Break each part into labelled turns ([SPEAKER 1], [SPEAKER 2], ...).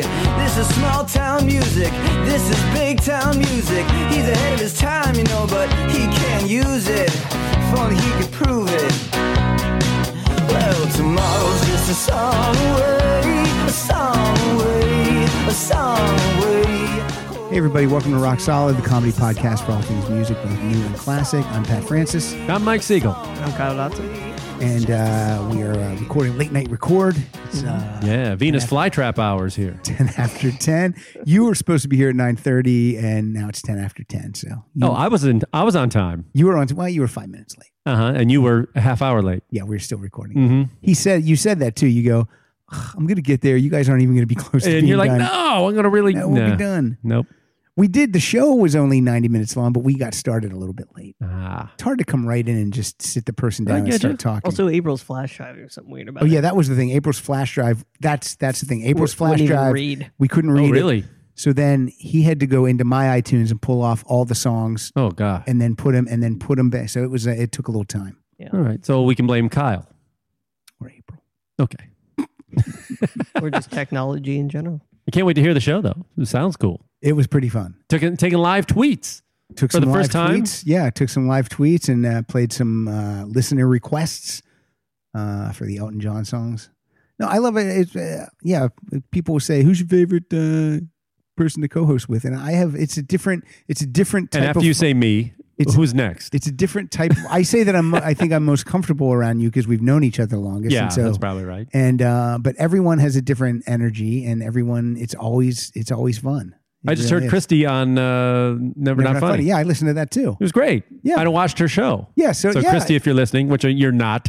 [SPEAKER 1] is small town music. This is big town music. He's ahead of his time, you know, but he can't use it. If only he could prove it. Well, tomorrow's just a song away, a song away, a song away.
[SPEAKER 2] Hey, everybody, welcome to Rock Solid, the comedy podcast for all things music, both new and classic. I'm Pat Francis,
[SPEAKER 3] I'm Mike Siegel.
[SPEAKER 4] I'm Kyle Dotson.
[SPEAKER 2] and uh, we are uh, recording late night record. It's uh,
[SPEAKER 3] Mm-hmm. Yeah, Venus flytrap hours here.
[SPEAKER 2] 10 after 10. You were supposed to be here at 9.30, and now it's 10 after 10. So you,
[SPEAKER 3] Oh, I was in. I was on time.
[SPEAKER 2] you were on, well, you were five minutes late.
[SPEAKER 3] Uh huh. And you were a half hour late.
[SPEAKER 2] Yeah, we're still recording.
[SPEAKER 3] Mm-hmm.
[SPEAKER 2] He said, you said that too. You go, "Ugh, I'm going to get there. You guys aren't even going to be close to
[SPEAKER 3] And
[SPEAKER 2] being
[SPEAKER 3] you're like,
[SPEAKER 2] done.
[SPEAKER 3] no, I'm gonna really.
[SPEAKER 2] That won't
[SPEAKER 3] nah.
[SPEAKER 2] be done.
[SPEAKER 3] Nope.
[SPEAKER 2] We did, the show was only 90 minutes long, but we got started a little bit late.
[SPEAKER 3] Ah,
[SPEAKER 2] It's hard to come right in and just sit the person down and
[SPEAKER 3] get
[SPEAKER 2] start
[SPEAKER 3] you.
[SPEAKER 2] talking.
[SPEAKER 4] Also, April's flash drive or something weird about
[SPEAKER 2] oh,
[SPEAKER 4] it.
[SPEAKER 2] yeah, that was the thing. April's flash drive. That's that's the thing. April's flash
[SPEAKER 4] Wouldn't even
[SPEAKER 2] drive.
[SPEAKER 4] read.
[SPEAKER 2] We couldn't read
[SPEAKER 3] oh,
[SPEAKER 2] it.
[SPEAKER 3] really?
[SPEAKER 2] So then he had to go into my iTunes and pull off all the songs
[SPEAKER 3] Oh, god.
[SPEAKER 2] and then put them and then put them back. So it was uh, it took a little time.
[SPEAKER 3] All right. So we can blame Kyle.
[SPEAKER 2] Or April.
[SPEAKER 3] Okay.
[SPEAKER 4] or just technology in general.
[SPEAKER 3] I can't wait to hear the show though. It sounds cool.
[SPEAKER 2] It was pretty fun.
[SPEAKER 3] Taking taking live tweets.
[SPEAKER 2] Took
[SPEAKER 3] For
[SPEAKER 2] some
[SPEAKER 3] the
[SPEAKER 2] live
[SPEAKER 3] first time?
[SPEAKER 2] tweets. Yeah, took some live tweets and uh, played some uh, listener requests uh, for the Elton John songs. No, I love it. It's, uh, yeah, people will say, "Who's your favorite uh, person to co-host with?" And I have. It's a different. It's a different type
[SPEAKER 3] And after
[SPEAKER 2] of.
[SPEAKER 3] you say me,
[SPEAKER 2] It's-
[SPEAKER 3] who's next?
[SPEAKER 2] it's a different type. I say that I'm. I think I'm most comfortable around you because we've known each other the longest.
[SPEAKER 3] Yeah,
[SPEAKER 2] and so,
[SPEAKER 3] that's probably right.
[SPEAKER 2] and uh but everyone has a different energy and everyone it's always it's always fun It
[SPEAKER 3] I just
[SPEAKER 2] really
[SPEAKER 3] heard
[SPEAKER 2] is.
[SPEAKER 3] Christy on uh,
[SPEAKER 2] Never
[SPEAKER 3] Never, Not, Funny.
[SPEAKER 2] yeah i listened to that too
[SPEAKER 3] It was great.
[SPEAKER 2] Yeah.
[SPEAKER 3] I watched her show.
[SPEAKER 2] Yeah, so-
[SPEAKER 3] so
[SPEAKER 2] yeah.
[SPEAKER 3] Christy, if you're listening, which you're not,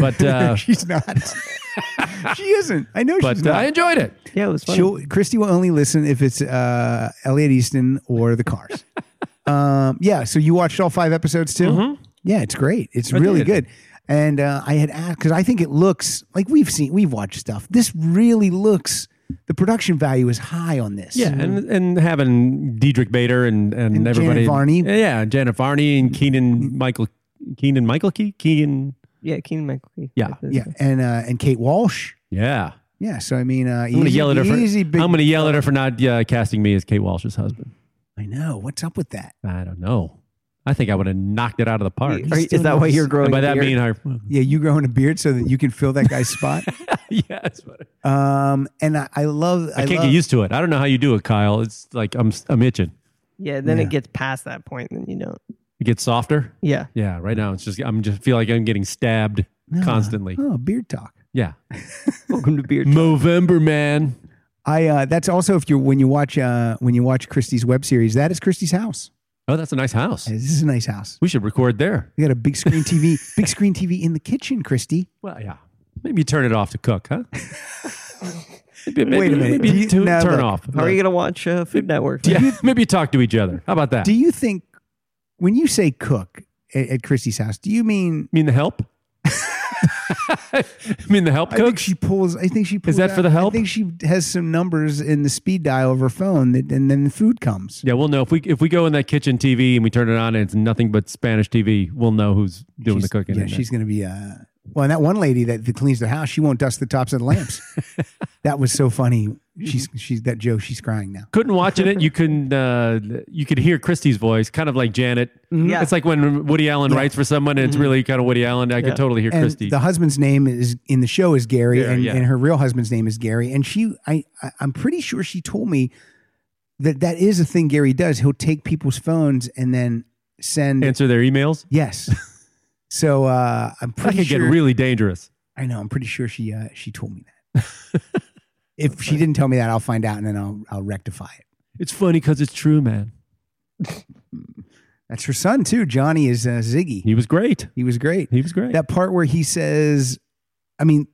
[SPEAKER 3] but uh,
[SPEAKER 2] she's not she isn't i know she's
[SPEAKER 3] but uh,
[SPEAKER 2] not
[SPEAKER 3] I enjoyed it.
[SPEAKER 4] Yeah, it was funny.
[SPEAKER 2] She'll, Christy will only listen if it's uh elliot easton or the cars um yeah so you watched all five episodes too yeah it's great it's really
[SPEAKER 3] Mm-hmm. did.
[SPEAKER 2] good and uh, i had asked because i think it looks like we've seen we've watched stuff this really looks the production value is high on this
[SPEAKER 3] Yeah, and and having Diedrich Bader and and,
[SPEAKER 2] Janet
[SPEAKER 3] everybody,
[SPEAKER 2] Varney.
[SPEAKER 3] yeah, Janet Varney and Keenan Michael, Keenan Michael Key, Keenan,
[SPEAKER 4] yeah, Keenan Michael Key.
[SPEAKER 3] Yeah.
[SPEAKER 4] Like the-
[SPEAKER 2] yeah and uh and kate walsh
[SPEAKER 3] yeah.
[SPEAKER 2] Yeah, so I mean, uh,
[SPEAKER 3] I'm gonna
[SPEAKER 2] easy-
[SPEAKER 3] yell at her for
[SPEAKER 2] easy big-
[SPEAKER 3] I'm gonna yell at her for not uh, casting me as Kate Walsh's husband.
[SPEAKER 2] I know what's up with that.
[SPEAKER 3] I don't know. I think I would have knocked it out of the park.
[SPEAKER 4] Are you- is that why you're growing?
[SPEAKER 3] And by that
[SPEAKER 4] a beard?
[SPEAKER 3] mean her.
[SPEAKER 2] Yeah, you growing a beard so that you can fill that guy's spot.
[SPEAKER 3] yeah, that's what I-
[SPEAKER 2] Um, and I, I love.
[SPEAKER 3] I can't
[SPEAKER 2] love,
[SPEAKER 3] get used to it. I don't know how you do it, Kyle. It's like I'm I'm itching.
[SPEAKER 4] yeah, then
[SPEAKER 2] Yeah.
[SPEAKER 4] it gets past that point, then you don't.
[SPEAKER 3] It gets softer.
[SPEAKER 4] Yeah,
[SPEAKER 3] Yeah, right now it's just I'm just feel like I'm getting stabbed constantly.
[SPEAKER 2] Oh, beard talk.
[SPEAKER 3] Yeah,
[SPEAKER 4] welcome to beard.
[SPEAKER 3] Movember man.
[SPEAKER 2] I. Uh, that's also if you are when you watch uh, when you watch Christie's web series. That is Christie's house.
[SPEAKER 3] Oh, that's a nice house.
[SPEAKER 2] This is a nice house.
[SPEAKER 3] We should record there.
[SPEAKER 2] We got a big screen TV, big screen TV in the kitchen, Christy.
[SPEAKER 3] Well, yeah. Maybe you turn it off to cook, huh? maybe,
[SPEAKER 2] Wait a minute.
[SPEAKER 3] Maybe
[SPEAKER 2] Do
[SPEAKER 3] you,
[SPEAKER 2] you-
[SPEAKER 3] tu-
[SPEAKER 2] now
[SPEAKER 3] turn
[SPEAKER 2] look,
[SPEAKER 3] off.
[SPEAKER 4] How are you gonna watch uh, Food Network?
[SPEAKER 3] yeah, maybe you talk to each other. How about that?
[SPEAKER 2] Do
[SPEAKER 3] You
[SPEAKER 2] you think when you say cook at, at Christie's house, do you mean?
[SPEAKER 3] mean the help? I mean the help
[SPEAKER 2] I think
[SPEAKER 3] cook?
[SPEAKER 2] she pulls. I think she pulls.
[SPEAKER 3] that for
[SPEAKER 2] out-
[SPEAKER 3] the help?
[SPEAKER 2] I think she has some numbers in the speed dial of her phone, that, and then the food comes.
[SPEAKER 3] yeah, we'll know if we if we go in that kitchen TV and we turn it on and it's nothing but Spanish TV. We'll know who's doing the
[SPEAKER 2] She's-
[SPEAKER 3] cooking.
[SPEAKER 2] Yeah,
[SPEAKER 3] in there.
[SPEAKER 2] she's going to be. Uh, well, and that one lady that, that cleans the house, she won't dust the tops of the lamps. that was so funny. She's she's that Joe. She's crying now.
[SPEAKER 3] couldn't watch it. You couldn't. Uh, you could hear Christie's voice, kind of like Janet.
[SPEAKER 2] Mm-hmm.
[SPEAKER 4] Yeah.
[SPEAKER 3] It's like when Woody Allen writes for someone, and it's really kind of Woody Allen. I
[SPEAKER 4] Yeah.
[SPEAKER 3] could totally hear
[SPEAKER 2] And
[SPEAKER 3] Christie.
[SPEAKER 2] the husband's name is in the show is Gary,
[SPEAKER 3] Gary,
[SPEAKER 2] and,
[SPEAKER 3] yeah.
[SPEAKER 2] and her real husband's name is Gary. And she, I, I, I'm pretty sure she told me that that is a thing Gary does. He'll take people's phones and then send.
[SPEAKER 3] Answer their emails.
[SPEAKER 2] yes. So uh, I'm
[SPEAKER 3] That
[SPEAKER 2] pretty
[SPEAKER 3] could
[SPEAKER 2] sure.
[SPEAKER 3] get really dangerous.
[SPEAKER 2] I know. I'm pretty sure she uh, she told me that. if she didn't tell me that, I'll find out and then I'll I'll rectify it.
[SPEAKER 3] It's funny because it's true, man.
[SPEAKER 2] That's her son too. Johnny is uh, Ziggy.
[SPEAKER 3] He was great.
[SPEAKER 2] He was great.
[SPEAKER 3] He was great.
[SPEAKER 2] That part where he says, I mean,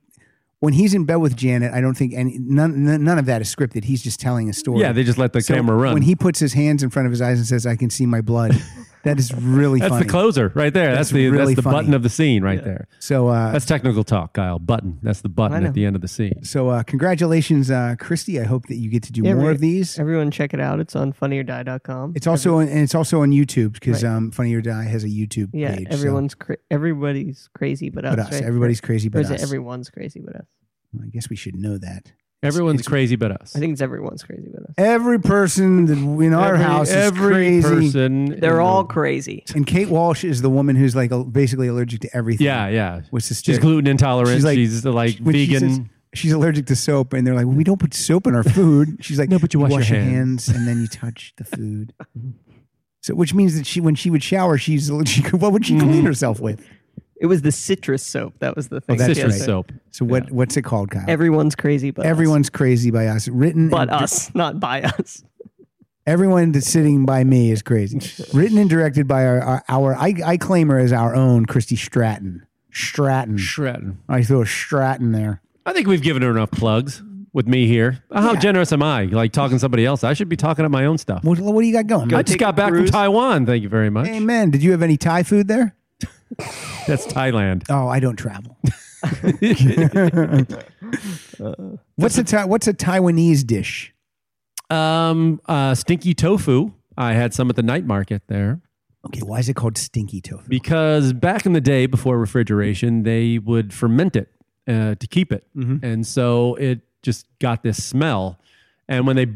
[SPEAKER 2] when he's in bed with Janet, I don't think any none none none of that is scripted. He's just telling a story.
[SPEAKER 3] yeah, they just let the
[SPEAKER 2] So
[SPEAKER 3] camera run.
[SPEAKER 2] When he puts his hands in front of his eyes and says, "I can see my blood," that is really
[SPEAKER 3] that's
[SPEAKER 2] funny.
[SPEAKER 3] the closer right there.
[SPEAKER 2] That's
[SPEAKER 3] That's, the
[SPEAKER 2] really
[SPEAKER 3] that's the
[SPEAKER 2] funny.
[SPEAKER 3] button of the scene right there.
[SPEAKER 2] so uh,
[SPEAKER 3] That's technical talk, Kyle. Button. That's the button
[SPEAKER 4] know.
[SPEAKER 3] at the end of the scene.
[SPEAKER 2] so uh, congratulations, uh, Christy. I hope that you get to do
[SPEAKER 4] Yeah,
[SPEAKER 2] more
[SPEAKER 4] right.
[SPEAKER 2] of these.
[SPEAKER 4] Everyone, check it out. It's on funnyordie.com.
[SPEAKER 2] It's also on, and it's also on YouTube because
[SPEAKER 4] Right.
[SPEAKER 2] um, Funny or Die has a YouTube
[SPEAKER 4] yeah,
[SPEAKER 2] page. so-
[SPEAKER 4] everyone's cra- everybody's crazy, but us.
[SPEAKER 2] but us,
[SPEAKER 4] right?
[SPEAKER 2] everybody's crazy,
[SPEAKER 4] Or
[SPEAKER 2] but
[SPEAKER 4] is it
[SPEAKER 2] us.
[SPEAKER 4] everyone's crazy, but us.
[SPEAKER 2] I guess we should know that.
[SPEAKER 3] Everyone's
[SPEAKER 2] it's-
[SPEAKER 3] crazy but us.
[SPEAKER 4] I think it's everyone's crazy about us.
[SPEAKER 2] Every person that in our
[SPEAKER 3] every,
[SPEAKER 2] house is
[SPEAKER 3] every
[SPEAKER 2] crazy.
[SPEAKER 3] person. in
[SPEAKER 4] They're
[SPEAKER 3] the-
[SPEAKER 4] all crazy.
[SPEAKER 2] And Kate Walsh is the woman who's like al- basically allergic to everything.
[SPEAKER 3] Yeah, yeah.
[SPEAKER 2] What's this?
[SPEAKER 3] She's gluten intolerant.
[SPEAKER 2] She's
[SPEAKER 3] She's uh,
[SPEAKER 2] like-
[SPEAKER 3] like,
[SPEAKER 2] when she
[SPEAKER 3] vegan.
[SPEAKER 2] says she's allergic to soap, and they're like, "We don't put soap in our food." She's like,
[SPEAKER 3] No, but you wash your hands."
[SPEAKER 2] and then you touch the food." so, which means that she, when she would shower, she's she, could- what would she
[SPEAKER 3] Mm-hmm.
[SPEAKER 2] clean herself with?
[SPEAKER 4] It was the citrus soap. That was the thing.
[SPEAKER 2] Oh, that's
[SPEAKER 4] Yeah,
[SPEAKER 3] citrus
[SPEAKER 2] right.
[SPEAKER 4] so
[SPEAKER 3] soap.
[SPEAKER 2] So, what what's it called, Kyle?
[SPEAKER 4] Everyone's crazy, but us.
[SPEAKER 2] Everyone's crazy by us. Written
[SPEAKER 4] but uh,
[SPEAKER 2] and-
[SPEAKER 4] us, not by us.
[SPEAKER 2] Everyone that's sitting by me is crazy. Written and directed by our, our, our I, I claim her as our own Christy Stratton. Stratton.
[SPEAKER 3] Shredding.
[SPEAKER 2] I threw a Stratton there.
[SPEAKER 3] I think we've given her enough plugs with me here. How generous am I? Like talking to somebody else. I should be talking up my own stuff.
[SPEAKER 2] What, what do you got going?
[SPEAKER 3] I just
[SPEAKER 4] take a
[SPEAKER 3] got back
[SPEAKER 4] cruise.
[SPEAKER 3] from Taiwan. Thank you very much.
[SPEAKER 2] Amen. Did you have any Thai food there?
[SPEAKER 3] That's Thailand.
[SPEAKER 2] Oh, I don't travel. what's a Thai, what's a Taiwanese dish?
[SPEAKER 3] Um, uh, stinky tofu. I had some at the night market there
[SPEAKER 2] Okay, why is it called stinky tofu?
[SPEAKER 3] because back in the day before refrigeration, they would ferment it uh, to keep it,
[SPEAKER 2] Mm-hmm.
[SPEAKER 3] and so it just got this smell. And when they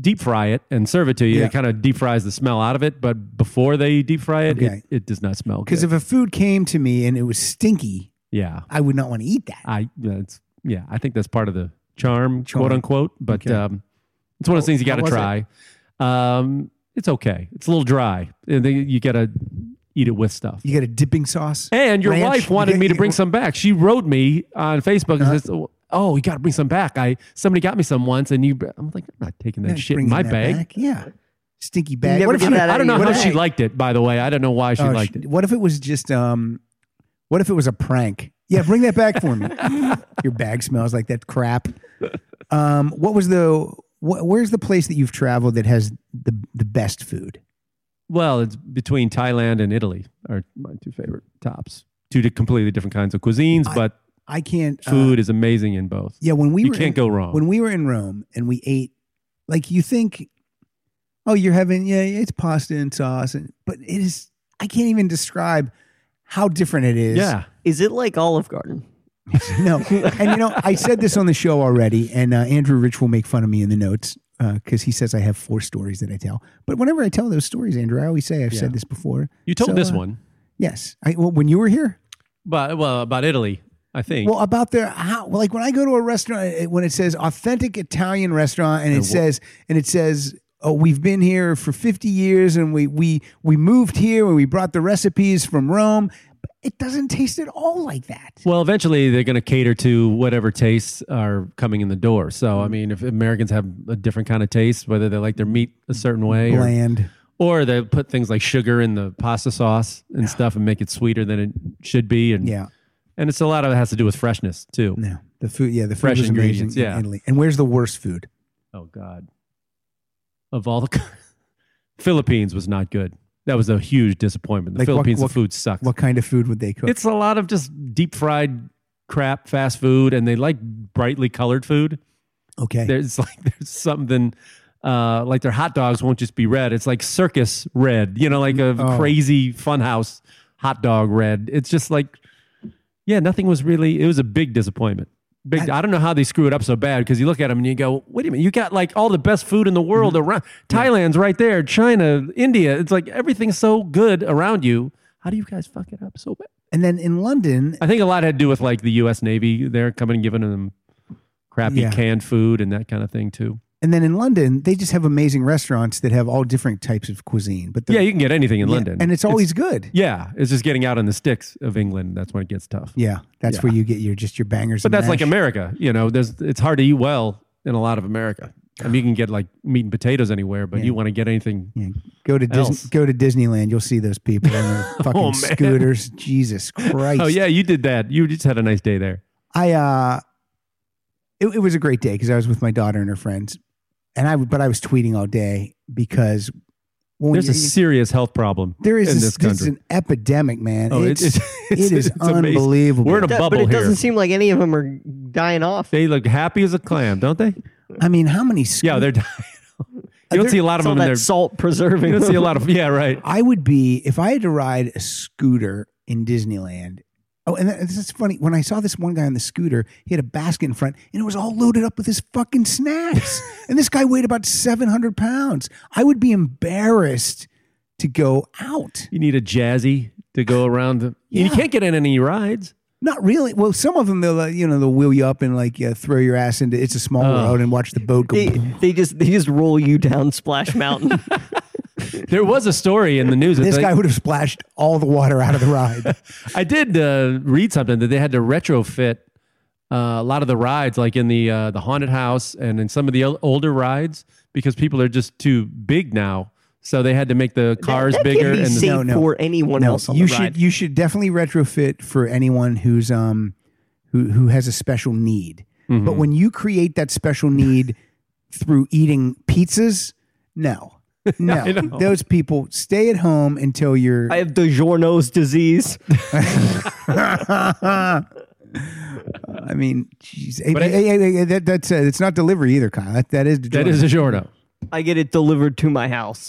[SPEAKER 3] deep fry it and serve it to you,
[SPEAKER 2] Yeah.
[SPEAKER 3] it kind of deep fries the smell out of it. But before they deep fry it,
[SPEAKER 2] Okay.
[SPEAKER 3] it, it does not smell.
[SPEAKER 2] Because
[SPEAKER 3] good.
[SPEAKER 2] if a food came to me and it was stinky,
[SPEAKER 3] yeah,
[SPEAKER 2] I would not want to eat that.
[SPEAKER 3] I that's yeah, I think that's part of the charm,
[SPEAKER 2] Charm.
[SPEAKER 3] quote unquote. But
[SPEAKER 2] Okay.
[SPEAKER 3] um, it's one of those things you
[SPEAKER 2] How
[SPEAKER 3] got
[SPEAKER 2] was
[SPEAKER 3] to try. Um, it's okay. It's a little dry. And then You got to eat it with stuff.
[SPEAKER 2] You get a dipping sauce.
[SPEAKER 3] And your
[SPEAKER 2] ranch,
[SPEAKER 3] wife
[SPEAKER 2] you
[SPEAKER 3] wanted
[SPEAKER 2] get-
[SPEAKER 3] me to
[SPEAKER 2] you- Uh-huh.
[SPEAKER 3] bring some back. She wrote me on Facebook and says, "Oh, you got to bring some back. I somebody got me some once, and you." I'm like, I'm not taking that
[SPEAKER 2] Yeah,
[SPEAKER 3] shit in
[SPEAKER 2] bringing
[SPEAKER 3] my
[SPEAKER 2] that
[SPEAKER 3] bag.
[SPEAKER 2] back. Yeah. Stinky bag.
[SPEAKER 4] never
[SPEAKER 2] What if
[SPEAKER 4] get
[SPEAKER 2] you-
[SPEAKER 4] that
[SPEAKER 3] I don't know
[SPEAKER 4] What
[SPEAKER 3] how
[SPEAKER 4] if
[SPEAKER 3] she
[SPEAKER 4] I-
[SPEAKER 3] liked it. By the way, I don't know why she
[SPEAKER 2] Oh,
[SPEAKER 3] liked
[SPEAKER 2] sh-
[SPEAKER 3] it.
[SPEAKER 2] What if it was just um what if it was a prank? Yeah, bring that back for me. Your bag smells like that crap. Um what was the wh- where's the place that you've traveled that has the the best food?
[SPEAKER 3] Well, it's between Thailand and Italy are my two favorite tops. Two di- completely different kinds of cuisines,
[SPEAKER 2] I-
[SPEAKER 3] but
[SPEAKER 2] I can't uh,
[SPEAKER 3] food is amazing in both.
[SPEAKER 2] Yeah, when we
[SPEAKER 3] you
[SPEAKER 2] were
[SPEAKER 3] can't
[SPEAKER 2] in,
[SPEAKER 3] go wrong.
[SPEAKER 2] when we were in Rome and we ate like you think oh you're having yeah it's pasta and sauce and but it is I can't even describe how different it is.
[SPEAKER 3] yeah,
[SPEAKER 4] Is it like Olive Garden?
[SPEAKER 2] No, and you know, I said this on the show already, and uh, Andrew Rich will make fun of me in the notes because he says I have four stories that I tell. But whenever I tell those stories, Andrew, I always say I've said
[SPEAKER 3] Yeah.
[SPEAKER 2] this before.
[SPEAKER 3] you told
[SPEAKER 2] So,
[SPEAKER 3] this
[SPEAKER 2] uh,
[SPEAKER 3] one,
[SPEAKER 2] Yes, I, well, when you were here,
[SPEAKER 3] but well about Italy, I think.
[SPEAKER 2] well, about their how, well, like when I go to a restaurant, it- when it says authentic Italian restaurant, and it says, and it says. Oh, we've been here for 50 years and we we we moved here and we brought the recipes from Rome. But It doesn't taste at all like that.
[SPEAKER 3] well, eventually they're going to cater to whatever tastes are coming in the door. So, I mean, if Americans have a different kind of taste, whether they like their meat a certain way, or,
[SPEAKER 2] Bland.
[SPEAKER 3] or they put things like sugar in the pasta sauce and stuff and make it sweeter than it should be, and
[SPEAKER 2] Yeah.
[SPEAKER 3] and it's a lot of it has to do with freshness too.
[SPEAKER 2] No, the food. Yeah, the food
[SPEAKER 3] Fresh
[SPEAKER 2] was amazing.
[SPEAKER 3] ingredients,
[SPEAKER 2] in
[SPEAKER 3] yeah.
[SPEAKER 2] Italy. And where's the worst food?
[SPEAKER 3] Oh God! Of all the Philippines was not good. That was a huge disappointment. The
[SPEAKER 2] Like, what-
[SPEAKER 3] Philippines
[SPEAKER 2] what-
[SPEAKER 3] the food sucks.
[SPEAKER 2] What kind of food would they cook?
[SPEAKER 3] it's a lot of just deep fried crap, fast food, and they like brightly colored food.
[SPEAKER 2] okay.
[SPEAKER 3] There's like there's something uh, like their hot dogs won't just be red. It's like circus red, you know, like a
[SPEAKER 2] Oh.
[SPEAKER 3] crazy funhouse hot dog red. It's just like yeah, nothing was really. It was a big disappointment. Big. I, don't know how they screw it up so bad because you look at them and you go, "Wait a minute, you got like all the best food in the world around. Thailand's right there, China, India. It's like everything's so good around you. How do you guys fuck it up so bad?"
[SPEAKER 2] And then in London,
[SPEAKER 3] I think a lot had to do with like the U.S. Navy there coming and giving them crappy
[SPEAKER 2] Yeah.
[SPEAKER 3] canned food and that kind of thing too.
[SPEAKER 2] and then in London, they just have amazing restaurants that have all different types of cuisine. But the-
[SPEAKER 3] yeah, you can get anything in
[SPEAKER 2] yeah,
[SPEAKER 3] London,
[SPEAKER 2] and it's always good.
[SPEAKER 3] yeah, it's just getting out on the sticks of England. That's when it gets tough.
[SPEAKER 2] Yeah, that's where you get your just your bangers.
[SPEAKER 3] But
[SPEAKER 2] and
[SPEAKER 3] that's like
[SPEAKER 2] mash.
[SPEAKER 3] America. You know, there's it's hard to eat well in a lot of America. I mean, you can get like meat and potatoes anywhere, but
[SPEAKER 2] Yeah.
[SPEAKER 3] you want to get anything.
[SPEAKER 2] Yeah. Go to
[SPEAKER 3] else. Oh,
[SPEAKER 2] Disney, go to Disneyland. You'll see those people on their fucking
[SPEAKER 3] man.
[SPEAKER 2] scooters. Jesus Christ!
[SPEAKER 3] Oh yeah, you did that. You just had a nice day there.
[SPEAKER 2] I uh, it, it was a great day because I was with my daughter and her friends, and I but I was tweeting all day because when
[SPEAKER 3] There's
[SPEAKER 2] you're
[SPEAKER 3] a
[SPEAKER 2] eating-
[SPEAKER 3] serious health problem.
[SPEAKER 2] There is
[SPEAKER 3] in
[SPEAKER 2] this,
[SPEAKER 3] this
[SPEAKER 2] this is
[SPEAKER 3] country.
[SPEAKER 2] an epidemic, man.
[SPEAKER 3] Oh,
[SPEAKER 2] it's,
[SPEAKER 3] it's,
[SPEAKER 2] it's,
[SPEAKER 3] it's, it's, it's amazing.
[SPEAKER 2] unbelievable.
[SPEAKER 3] We're in a
[SPEAKER 4] That-
[SPEAKER 3] bubble
[SPEAKER 4] but it
[SPEAKER 3] here.
[SPEAKER 4] doesn't seem like any of them are dying off.
[SPEAKER 3] They look happy as a clam, don't they?
[SPEAKER 2] I mean, how many?
[SPEAKER 3] Yeah, they're. dying. you don't
[SPEAKER 2] They're-
[SPEAKER 3] see a lot of
[SPEAKER 4] It's all
[SPEAKER 3] them in
[SPEAKER 4] that
[SPEAKER 3] there.
[SPEAKER 4] salt
[SPEAKER 3] You
[SPEAKER 4] preserving.
[SPEAKER 3] don't see a lot of. Yeah, right.
[SPEAKER 2] I would be if I had to ride a scooter in Disneyland. Oh, and that- this is funny. When I saw this one guy on the scooter, he had a basket in front, and it was all loaded up with his fucking snacks. and this guy weighed about seven hundred pounds. I would be embarrassed to go out.
[SPEAKER 3] You need a jazzy to go around. The, You
[SPEAKER 2] Yeah.
[SPEAKER 3] can't get in any rides.
[SPEAKER 2] Not really. Well, some of them they'll uh, you know they'll wheel you up and like uh, throw your ass into it's a small
[SPEAKER 3] Oh.
[SPEAKER 2] road and watch the boat go.
[SPEAKER 4] They, they just they just roll you down Splash Mountain.
[SPEAKER 3] There was a story in the news. that
[SPEAKER 2] this
[SPEAKER 3] they-
[SPEAKER 2] guy would have splashed all the water out of the ride.
[SPEAKER 3] I did uh, read something that they had to retrofit uh, a lot of the rides, like in the uh, the haunted house and in some of the o- older rides, because people are just too big now. So they had to make the cars
[SPEAKER 4] that
[SPEAKER 3] bigger.
[SPEAKER 4] Can't be
[SPEAKER 3] and the-
[SPEAKER 4] safe
[SPEAKER 2] No, no.
[SPEAKER 4] for anyone else on
[SPEAKER 2] you
[SPEAKER 4] the
[SPEAKER 2] should
[SPEAKER 4] ride.
[SPEAKER 2] you should definitely retrofit for anyone who's um who who has a special need. But when you create that special need through eating pizzas, no. No.
[SPEAKER 3] I know.
[SPEAKER 2] Those people stay at home until you're
[SPEAKER 4] I have DiGiorno's disease.
[SPEAKER 2] I mean, jeez. Hey,
[SPEAKER 3] But I-
[SPEAKER 2] hey, hey, hey, that, that's uh, it's not delivery either, Kyle. That, that is
[SPEAKER 3] that is a giorno.
[SPEAKER 4] I get it delivered to my house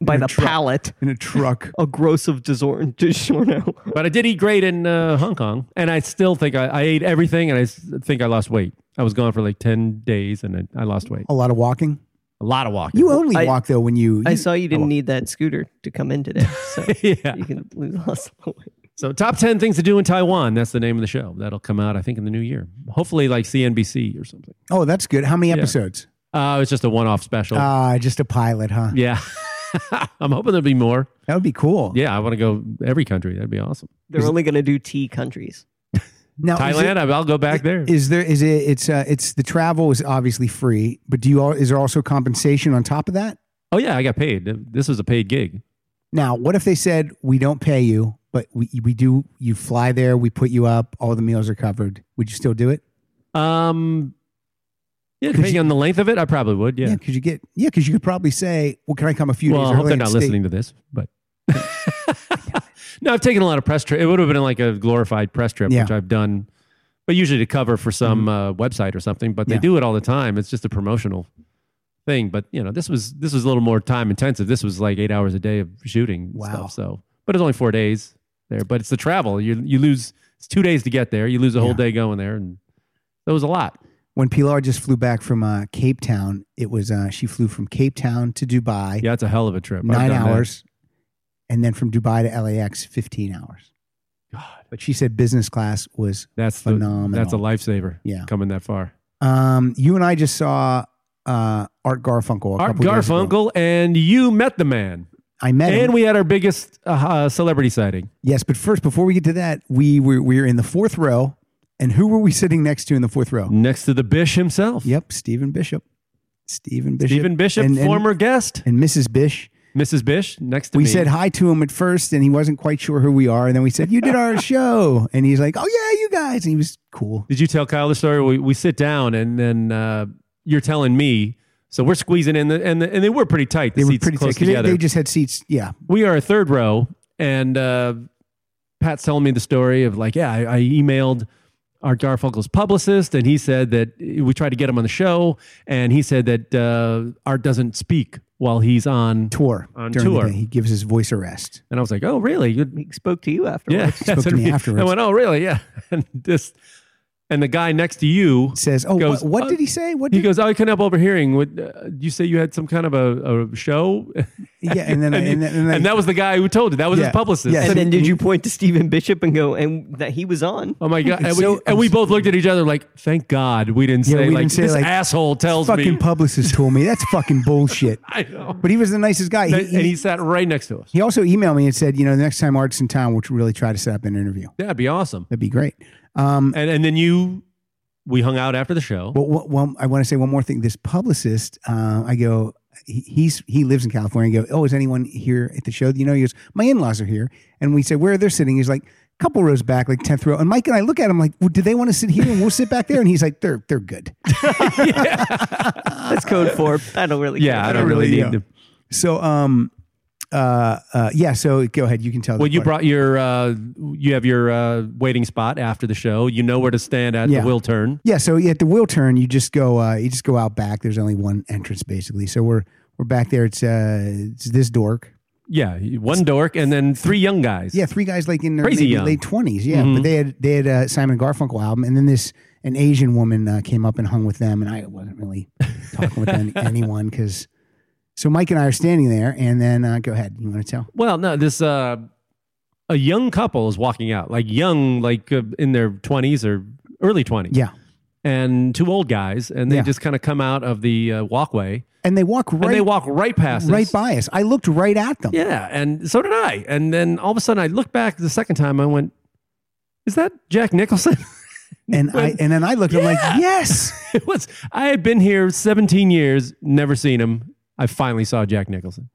[SPEAKER 4] by the pallet.
[SPEAKER 2] in a truck.
[SPEAKER 4] A gross of disor- DiGiorno.
[SPEAKER 3] But I did eat great in uh, Hong Kong, and I still think I, I ate everything, and I s- think I lost weight. I was gone for like ten days, and I, I lost weight.
[SPEAKER 2] A lot of walking.
[SPEAKER 3] A lot of walking.
[SPEAKER 2] You only
[SPEAKER 4] I-
[SPEAKER 2] walk though when you.
[SPEAKER 4] I
[SPEAKER 2] you-
[SPEAKER 4] saw you didn't need that scooter to come in today, so
[SPEAKER 3] yeah.
[SPEAKER 4] you can lose lots of weight.
[SPEAKER 3] So, top 10 things to do in Taiwan. That's the name of the show. That'll come out, I think, in the new year. Hopefully, like CNBC or something.
[SPEAKER 2] Oh, that's good. How many episodes?
[SPEAKER 3] Uh, it's just a one off special.
[SPEAKER 2] Ah, just a pilot, huh?
[SPEAKER 3] yeah. I'm hoping there'll be more.
[SPEAKER 2] That would be cool.
[SPEAKER 3] Yeah, I want to go every country. That'd be awesome.
[SPEAKER 4] They're only going to do tea countries.
[SPEAKER 2] Now, is it-
[SPEAKER 3] Thailand, I- I'll go back there.
[SPEAKER 2] Is there is it it's uh, it's the travel is obviously free, but do you all is there also compensation on top of that?
[SPEAKER 3] oh, yeah, I got paid. This was a paid gig.
[SPEAKER 2] Now, what if they said we don't pay you, but we we do you fly there, we put you up, all the meals are covered. Would you still do it?
[SPEAKER 3] Um, yeah, depending
[SPEAKER 2] you-
[SPEAKER 3] on the length of it, I probably would. Yeah.
[SPEAKER 2] because you get yeah, because you could probably say, well, can I come a few
[SPEAKER 3] well,
[SPEAKER 2] days
[SPEAKER 3] I hope
[SPEAKER 2] early
[SPEAKER 3] they're
[SPEAKER 2] and
[SPEAKER 3] not
[SPEAKER 2] stay-
[SPEAKER 3] listening to this, but. no, I've taken a lot of press trip. It would have been like a glorified press trip,
[SPEAKER 2] Yeah. Mm-hmm.
[SPEAKER 3] which I've done, but usually to cover for some uh, website or something. But they
[SPEAKER 2] Yeah.
[SPEAKER 3] do it all the time. It's just a promotional thing. But you know, this was this was a little more time intensive. This was like eight hours a day of shooting. and
[SPEAKER 2] Wow.
[SPEAKER 3] Stuff, so, but it's only four days there. But it's the travel. You you lose. It's two days to get there. You lose a whole
[SPEAKER 2] Yeah.
[SPEAKER 3] day going there, and that was a lot.
[SPEAKER 2] When Pilar just flew back from uh, Cape Town, it was uh, she flew from Cape Town to Dubai,
[SPEAKER 3] Yeah, it's a hell of a trip. I've
[SPEAKER 2] nine
[SPEAKER 3] done that.
[SPEAKER 2] hours, and then from Dubai to LAX, fifteen hours.
[SPEAKER 3] God,
[SPEAKER 2] But she said business class was
[SPEAKER 3] that's the-
[SPEAKER 2] phenomenal.
[SPEAKER 3] That's a lifesaver.
[SPEAKER 2] Yeah.
[SPEAKER 3] coming that far.
[SPEAKER 2] Um, you and I just saw uh, Art Garfunkel. A
[SPEAKER 3] Art
[SPEAKER 2] couple years ago.
[SPEAKER 3] Garfunkel, and you met the man.
[SPEAKER 2] I met him.
[SPEAKER 3] And we had our biggest uh, uh, celebrity sighting.
[SPEAKER 2] yes, but first, before we get to that, we were we were in the fourth row, and who were we sitting next to in the fourth row?
[SPEAKER 3] Next to the Bish himself.
[SPEAKER 2] Yep, Stephen Bishop. Stephen Bishop.
[SPEAKER 3] Stephen Bishop,
[SPEAKER 2] and, and-
[SPEAKER 3] former guest.
[SPEAKER 2] and Mrs. Bish.
[SPEAKER 3] Mrs. Bish, next to
[SPEAKER 2] We
[SPEAKER 3] me.
[SPEAKER 2] said hi to him at first, and he wasn't quite sure who we are. And then we said, "You did our show," and he's like, "Oh yeah, you guys." And he was cool.
[SPEAKER 3] Did you tell Kyle the story? We, we sit down, and then uh, you're telling me. So we're squeezing in, the, and, the, and they were pretty tight. The
[SPEAKER 2] They were
[SPEAKER 3] seats
[SPEAKER 2] pretty
[SPEAKER 3] close
[SPEAKER 2] tight. 'cause
[SPEAKER 3] together.
[SPEAKER 2] They, they just had seats. Yeah,
[SPEAKER 3] we are a third row, and uh, Pat's telling me the story of like, yeah, I, I emailed Art Garfunkel's publicist, and he said that we tried to get him on the show, and he said that uh, Art doesn't speak while he's on.
[SPEAKER 2] tour
[SPEAKER 3] On
[SPEAKER 2] during the
[SPEAKER 3] tour.
[SPEAKER 2] day. He gives his voice a rest.
[SPEAKER 3] And I was like, oh, really? You-
[SPEAKER 4] He spoke to you afterwards.
[SPEAKER 3] yeah.
[SPEAKER 2] spoke to me
[SPEAKER 3] And
[SPEAKER 2] afterwards.
[SPEAKER 3] I went, oh, really? Yeah. And this, and the guy next to you
[SPEAKER 2] Says, "Oh,
[SPEAKER 3] Goes,
[SPEAKER 2] what, what
[SPEAKER 3] uh,
[SPEAKER 2] did he say? What
[SPEAKER 3] He
[SPEAKER 2] did
[SPEAKER 3] goes, oh, I couldn't help overhearing. Would uh, you say you had some kind of a, a show?
[SPEAKER 2] yeah?" And then I-
[SPEAKER 3] he-
[SPEAKER 2] and then, and then I-
[SPEAKER 3] and that was the guy who told you. That was
[SPEAKER 2] Yeah.
[SPEAKER 3] his publicist.
[SPEAKER 2] Yes.
[SPEAKER 4] And then did you point to Stephen Bishop and go, and that he was on?
[SPEAKER 3] Oh my god! And,
[SPEAKER 2] so
[SPEAKER 3] we, and we both looked at each other like, "Thank God we didn't
[SPEAKER 2] Yeah,
[SPEAKER 3] say
[SPEAKER 2] we
[SPEAKER 3] like
[SPEAKER 2] didn't say,
[SPEAKER 3] this
[SPEAKER 2] like,
[SPEAKER 3] asshole tells
[SPEAKER 2] fucking
[SPEAKER 3] me."
[SPEAKER 2] publicist told me that's fucking bullshit.
[SPEAKER 3] I know.
[SPEAKER 2] But he was the nicest guy. He,
[SPEAKER 3] And
[SPEAKER 2] he,
[SPEAKER 3] he sat right next to us.
[SPEAKER 2] he also emailed me and said, you know, the next time Art's in town, we'll really try to set up an interview.
[SPEAKER 3] That'd be awesome.
[SPEAKER 2] That'd be great. Um,
[SPEAKER 3] And and then you, we hung out after the show.
[SPEAKER 2] but one, one- I want to say one more thing. This publicist, uh, I go, he, he's he lives in California. I go, oh, is anyone here at the show? You know, he goes, my in laws are here, and we said where they're sitting. He's like. Couple rows back, like tenth row, and Mike and I look at him like, well, "Do they want to sit here?" And we'll sit back there. And he's like, "They're they're good."
[SPEAKER 4] That's code for I don't really.
[SPEAKER 3] yeah, I
[SPEAKER 4] care.
[SPEAKER 3] don't really
[SPEAKER 2] really,
[SPEAKER 3] need
[SPEAKER 2] yeah.
[SPEAKER 3] to.
[SPEAKER 2] So, um, uh, uh, yeah. So go ahead, you can tell. the
[SPEAKER 3] Well, you
[SPEAKER 2] part.
[SPEAKER 3] brought your, uh, you have your uh, waiting spot after the show. You know where to stand at
[SPEAKER 2] Yeah.
[SPEAKER 3] the will turn.
[SPEAKER 2] Yeah, so at the wheel turn, you just go, uh, you just go out back. There's only one entrance, basically. So we're we're back there. It's uh, it's this dork,
[SPEAKER 3] yeah, one dork and then three young guys.
[SPEAKER 2] Yeah, three guys like in their
[SPEAKER 3] Crazy
[SPEAKER 2] maybe
[SPEAKER 3] young. Mm-hmm.
[SPEAKER 2] late twenties. Yeah, but they had they had a Simon and Garfunkel album, and then this an Asian woman uh, came up and hung with them, and I wasn't really talking with any, anyone because. So Mike and I are standing there, and then uh, go ahead. You want to tell?
[SPEAKER 3] Well, no, this uh, a young couple is walking out, like young, like uh, in their twenties or early twenties.
[SPEAKER 2] Yeah,
[SPEAKER 3] and two old guys, and they
[SPEAKER 2] Yeah.
[SPEAKER 3] just kind of come out of the uh, walkway
[SPEAKER 2] and they walk right
[SPEAKER 3] and they walk right past us.
[SPEAKER 2] right by us. I looked right at them.
[SPEAKER 3] Yeah, and so did I. And then all of a sudden, I looked back the second time. I went, "Is that Jack Nicholson?"
[SPEAKER 2] and I and then I looked. I'm like, yes.
[SPEAKER 3] it was. I had been here 17 years, never seen him. I finally saw Jack Nicholson.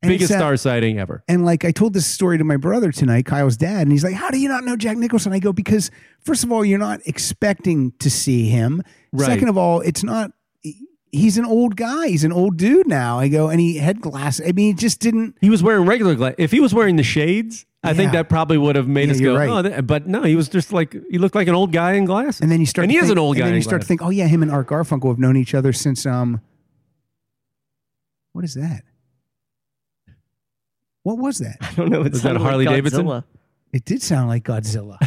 [SPEAKER 2] And
[SPEAKER 3] Biggest
[SPEAKER 2] it's, uh,
[SPEAKER 3] star sighting ever.
[SPEAKER 2] And like I told this story to my brother tonight, Kyle's dad, and he's like, "How do you not know Jack Nicholson?" I go, "Because first of all, you're not expecting to see him.
[SPEAKER 3] Right.
[SPEAKER 2] Second of all, it's not. he- He's an old guy. He's an old dude now." I go, and he had glass. I mean, he just didn't.
[SPEAKER 3] He was wearing regular glass. If he was wearing the shades, I think
[SPEAKER 2] Yeah.
[SPEAKER 3] that probably would have made
[SPEAKER 2] Yeah,
[SPEAKER 3] us
[SPEAKER 2] you're
[SPEAKER 3] go,
[SPEAKER 2] right.
[SPEAKER 3] "Oh." th- But no, he was just like he looked like an old guy in glasses.
[SPEAKER 2] And then you start.
[SPEAKER 3] And
[SPEAKER 2] to
[SPEAKER 3] he is
[SPEAKER 2] think-
[SPEAKER 3] an old guy.
[SPEAKER 2] And then
[SPEAKER 3] in
[SPEAKER 2] you start to
[SPEAKER 3] glasses.
[SPEAKER 2] think, "Oh yeah, him and Art Garfunkel have known each other since um." What is that? What was that?
[SPEAKER 4] I don't know. It
[SPEAKER 3] Was that
[SPEAKER 4] sounded
[SPEAKER 3] Harley
[SPEAKER 4] like
[SPEAKER 3] Davidson?
[SPEAKER 4] Godzilla.
[SPEAKER 2] It did sound like Godzilla.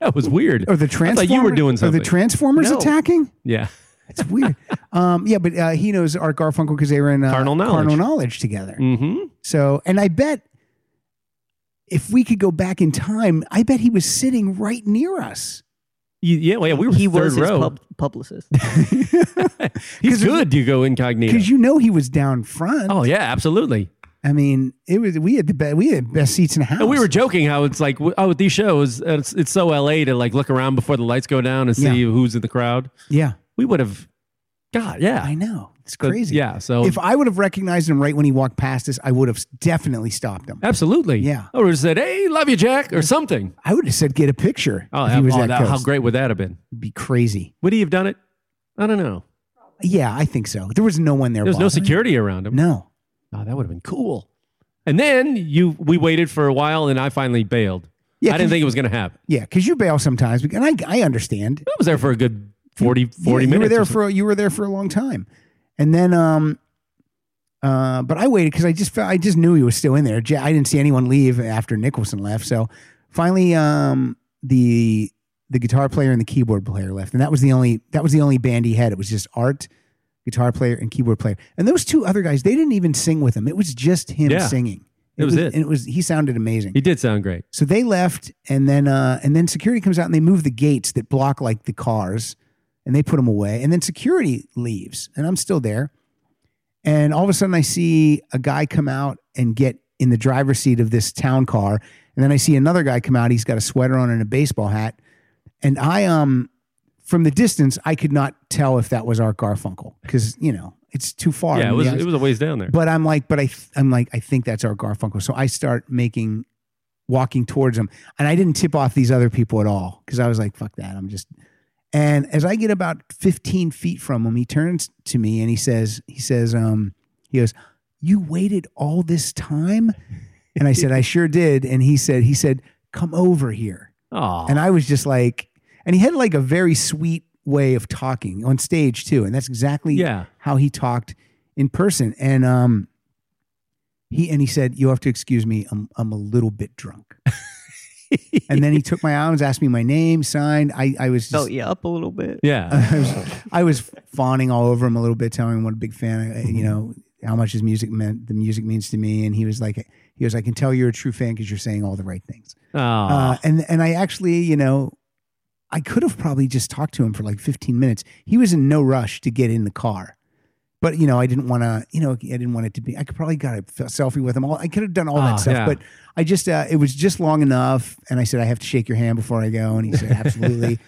[SPEAKER 3] that was weird.
[SPEAKER 2] or the
[SPEAKER 3] I
[SPEAKER 2] Transformers.
[SPEAKER 3] thought you were doing
[SPEAKER 2] Are
[SPEAKER 3] something.
[SPEAKER 2] the Transformers
[SPEAKER 4] No.
[SPEAKER 2] attacking?
[SPEAKER 3] yeah.
[SPEAKER 2] It's weird. um, yeah, but uh, he knows Art Garfunkel because they were in uh,
[SPEAKER 3] Carnal Knowledge.
[SPEAKER 2] Carnal Knowledge together.
[SPEAKER 3] Mm-hmm.
[SPEAKER 2] So, and I bet if we could go back in time, I bet he was sitting right near us.
[SPEAKER 3] Yeah, well, yeah, we were
[SPEAKER 4] He
[SPEAKER 3] third
[SPEAKER 4] was his
[SPEAKER 3] row.
[SPEAKER 4] pub- publicist.
[SPEAKER 3] He's
[SPEAKER 2] 'Cause we-
[SPEAKER 3] good. You go incognito.
[SPEAKER 2] Because you know he was down front.
[SPEAKER 3] oh yeah, absolutely.
[SPEAKER 2] I mean, it was we had the best we had the best seats in the house.
[SPEAKER 3] And we were joking how it's like, oh, with these shows, uh, it's, it's so LA to like look around before the lights go down and see
[SPEAKER 2] Yeah.
[SPEAKER 3] who's in the crowd.
[SPEAKER 2] yeah,
[SPEAKER 3] We would have, God, yeah,
[SPEAKER 2] I know it's
[SPEAKER 3] But,
[SPEAKER 2] crazy.
[SPEAKER 3] yeah. So
[SPEAKER 2] if I would have recognized him right when he walked past us, I would have definitely stopped him.
[SPEAKER 3] absolutely,
[SPEAKER 2] Yeah.
[SPEAKER 3] or would've said, hey, love you, Jack, or something.
[SPEAKER 2] I would have said, "Get a picture."
[SPEAKER 3] Oh,
[SPEAKER 2] if he was
[SPEAKER 3] oh,
[SPEAKER 2] that,
[SPEAKER 3] that-
[SPEAKER 2] close.
[SPEAKER 3] how great would that have been?
[SPEAKER 2] It'd be crazy.
[SPEAKER 3] Would he have done it? I don't know.
[SPEAKER 2] Yeah, I think so. There was no one there.
[SPEAKER 3] There was no
[SPEAKER 2] Bob.
[SPEAKER 3] security around him.
[SPEAKER 2] No.
[SPEAKER 3] Oh, that would have been cool. And then you, we waited for a while, and I finally bailed.
[SPEAKER 2] Yeah,
[SPEAKER 3] I didn't
[SPEAKER 2] 'cause-
[SPEAKER 3] think it was going to happen.
[SPEAKER 2] Yeah, because you bail sometimes, and I I understand.
[SPEAKER 3] I was there for a good 40, 40
[SPEAKER 2] you,
[SPEAKER 3] minutes.
[SPEAKER 2] You were
[SPEAKER 3] or
[SPEAKER 2] there
[SPEAKER 3] so.
[SPEAKER 2] for you were there for a long time, and then um, uh, but I waited because I just felt I just knew he was still in there. Ja- I didn't see anyone leave after Nicholson left, so finally um the the guitar player and the keyboard player left, and that was the only that was the only band he had. It was just Art, guitar player, and keyboard player, and those two other guys they didn't even sing with him. It was just him
[SPEAKER 3] Yeah.
[SPEAKER 2] singing.
[SPEAKER 3] It was it.
[SPEAKER 2] And it was he sounded amazing.
[SPEAKER 3] He did sound great.
[SPEAKER 2] So they left, and then uh, and then security comes out and they move the gates that block like the cars, and they put them away. And then security leaves, and I'm still there. And all of a sudden, I see a guy come out and get in the driver's seat of this town car, and then I see another guy come out. He's got a sweater on and a baseball hat, and I um from the distance I could not tell if that was Art Garfunkel because you know it's too far. I
[SPEAKER 3] Yeah, it
[SPEAKER 2] mean,
[SPEAKER 3] was,
[SPEAKER 2] the
[SPEAKER 3] it was a ways down there.
[SPEAKER 2] but I'm like, but I, th- I'm like, I think that's our Garfunkel. So I start making, walking towards him, and I didn't tip off these other people at all because I was like, fuck that, I'm just. And as I get about 15 feet from him, he turns to me and he says, he says, um, he goes, you waited all this time, and I said, I sure did. And he said, he said, come over here.
[SPEAKER 3] Aw.
[SPEAKER 2] And I was just like, and he had like a very sweet way of talking on stage too. And that's exactly
[SPEAKER 3] Yeah.
[SPEAKER 2] how he talked in person. And, um, he, and he said, you have to excuse me. I'm, I'm a little bit drunk. and then he took my arms, asked me my name, signed. I, I was just,
[SPEAKER 4] Felt you Oh, up a little bit.
[SPEAKER 3] Yeah.
[SPEAKER 2] I was, I was fawning all over him a little bit, telling him what a big fan, I, you know, how much his music meant, the music means to me. And he was like, he was, I can tell you're a true fan because you're saying all the right things.
[SPEAKER 3] Aw.
[SPEAKER 2] Uh, and and I actually, you know, I could have probably just talked to him for like 15 minutes. He was in no rush to get in the car, but you know, I didn't want to, you know, I didn't want it to be. I could probably got a f- selfie with him. All I could have done all
[SPEAKER 3] Ah,
[SPEAKER 2] that stuff,
[SPEAKER 3] yeah.
[SPEAKER 2] but I just, uh, it was just long enough. And I said, I have to shake your hand before I go, and he said, absolutely.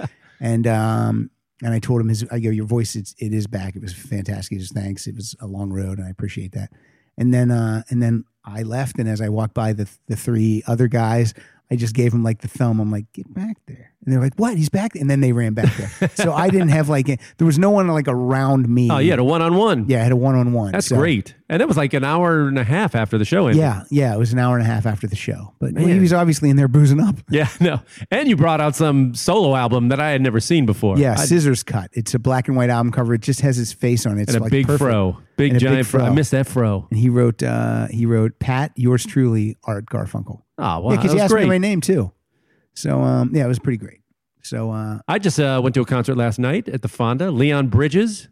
[SPEAKER 2] and um, and I told him his, I go, your voice, it's, it is back. It was fantastic. He says, thanks. It was a long road, and I appreciate that. And then uh, and then I left, and as I walked by the the three other guys, I just gave him like the thumb. I'm like, get back there. And they're like, "What? He's back!" And then they ran back there. so I didn't have like a- there was no one like around me.
[SPEAKER 3] Oh, you had a one on one.
[SPEAKER 2] yeah, I had a one on one.
[SPEAKER 3] That's great. And that was like an hour and a half after the show ended.
[SPEAKER 2] Yeah, yeah, it was an hour and a half after the show, but well, he
[SPEAKER 3] Man.
[SPEAKER 2] was obviously in there boozing up.
[SPEAKER 3] Yeah, no. And you brought out some solo album that I had never seen before.
[SPEAKER 2] Yeah,
[SPEAKER 3] I-
[SPEAKER 2] Scissors Cut. It's a black and white album cover. It just has his face on it. It's
[SPEAKER 3] and a
[SPEAKER 2] like
[SPEAKER 3] big
[SPEAKER 2] perfect.
[SPEAKER 3] fro. Big
[SPEAKER 2] And a big
[SPEAKER 3] giant fro. I
[SPEAKER 2] fro.
[SPEAKER 3] miss that fro.
[SPEAKER 2] And he wrote, uh, he wrote Pat, yours truly, Art Garfunkel.
[SPEAKER 3] Oh, wow.
[SPEAKER 2] Yeah, 'cause yeah, because
[SPEAKER 3] that
[SPEAKER 2] he
[SPEAKER 3] was
[SPEAKER 2] asked
[SPEAKER 3] great.
[SPEAKER 2] me my name too. So um, yeah, it was pretty great. So uh,
[SPEAKER 3] I just uh, went to a concert last night at the Fonda. Leon Bridges,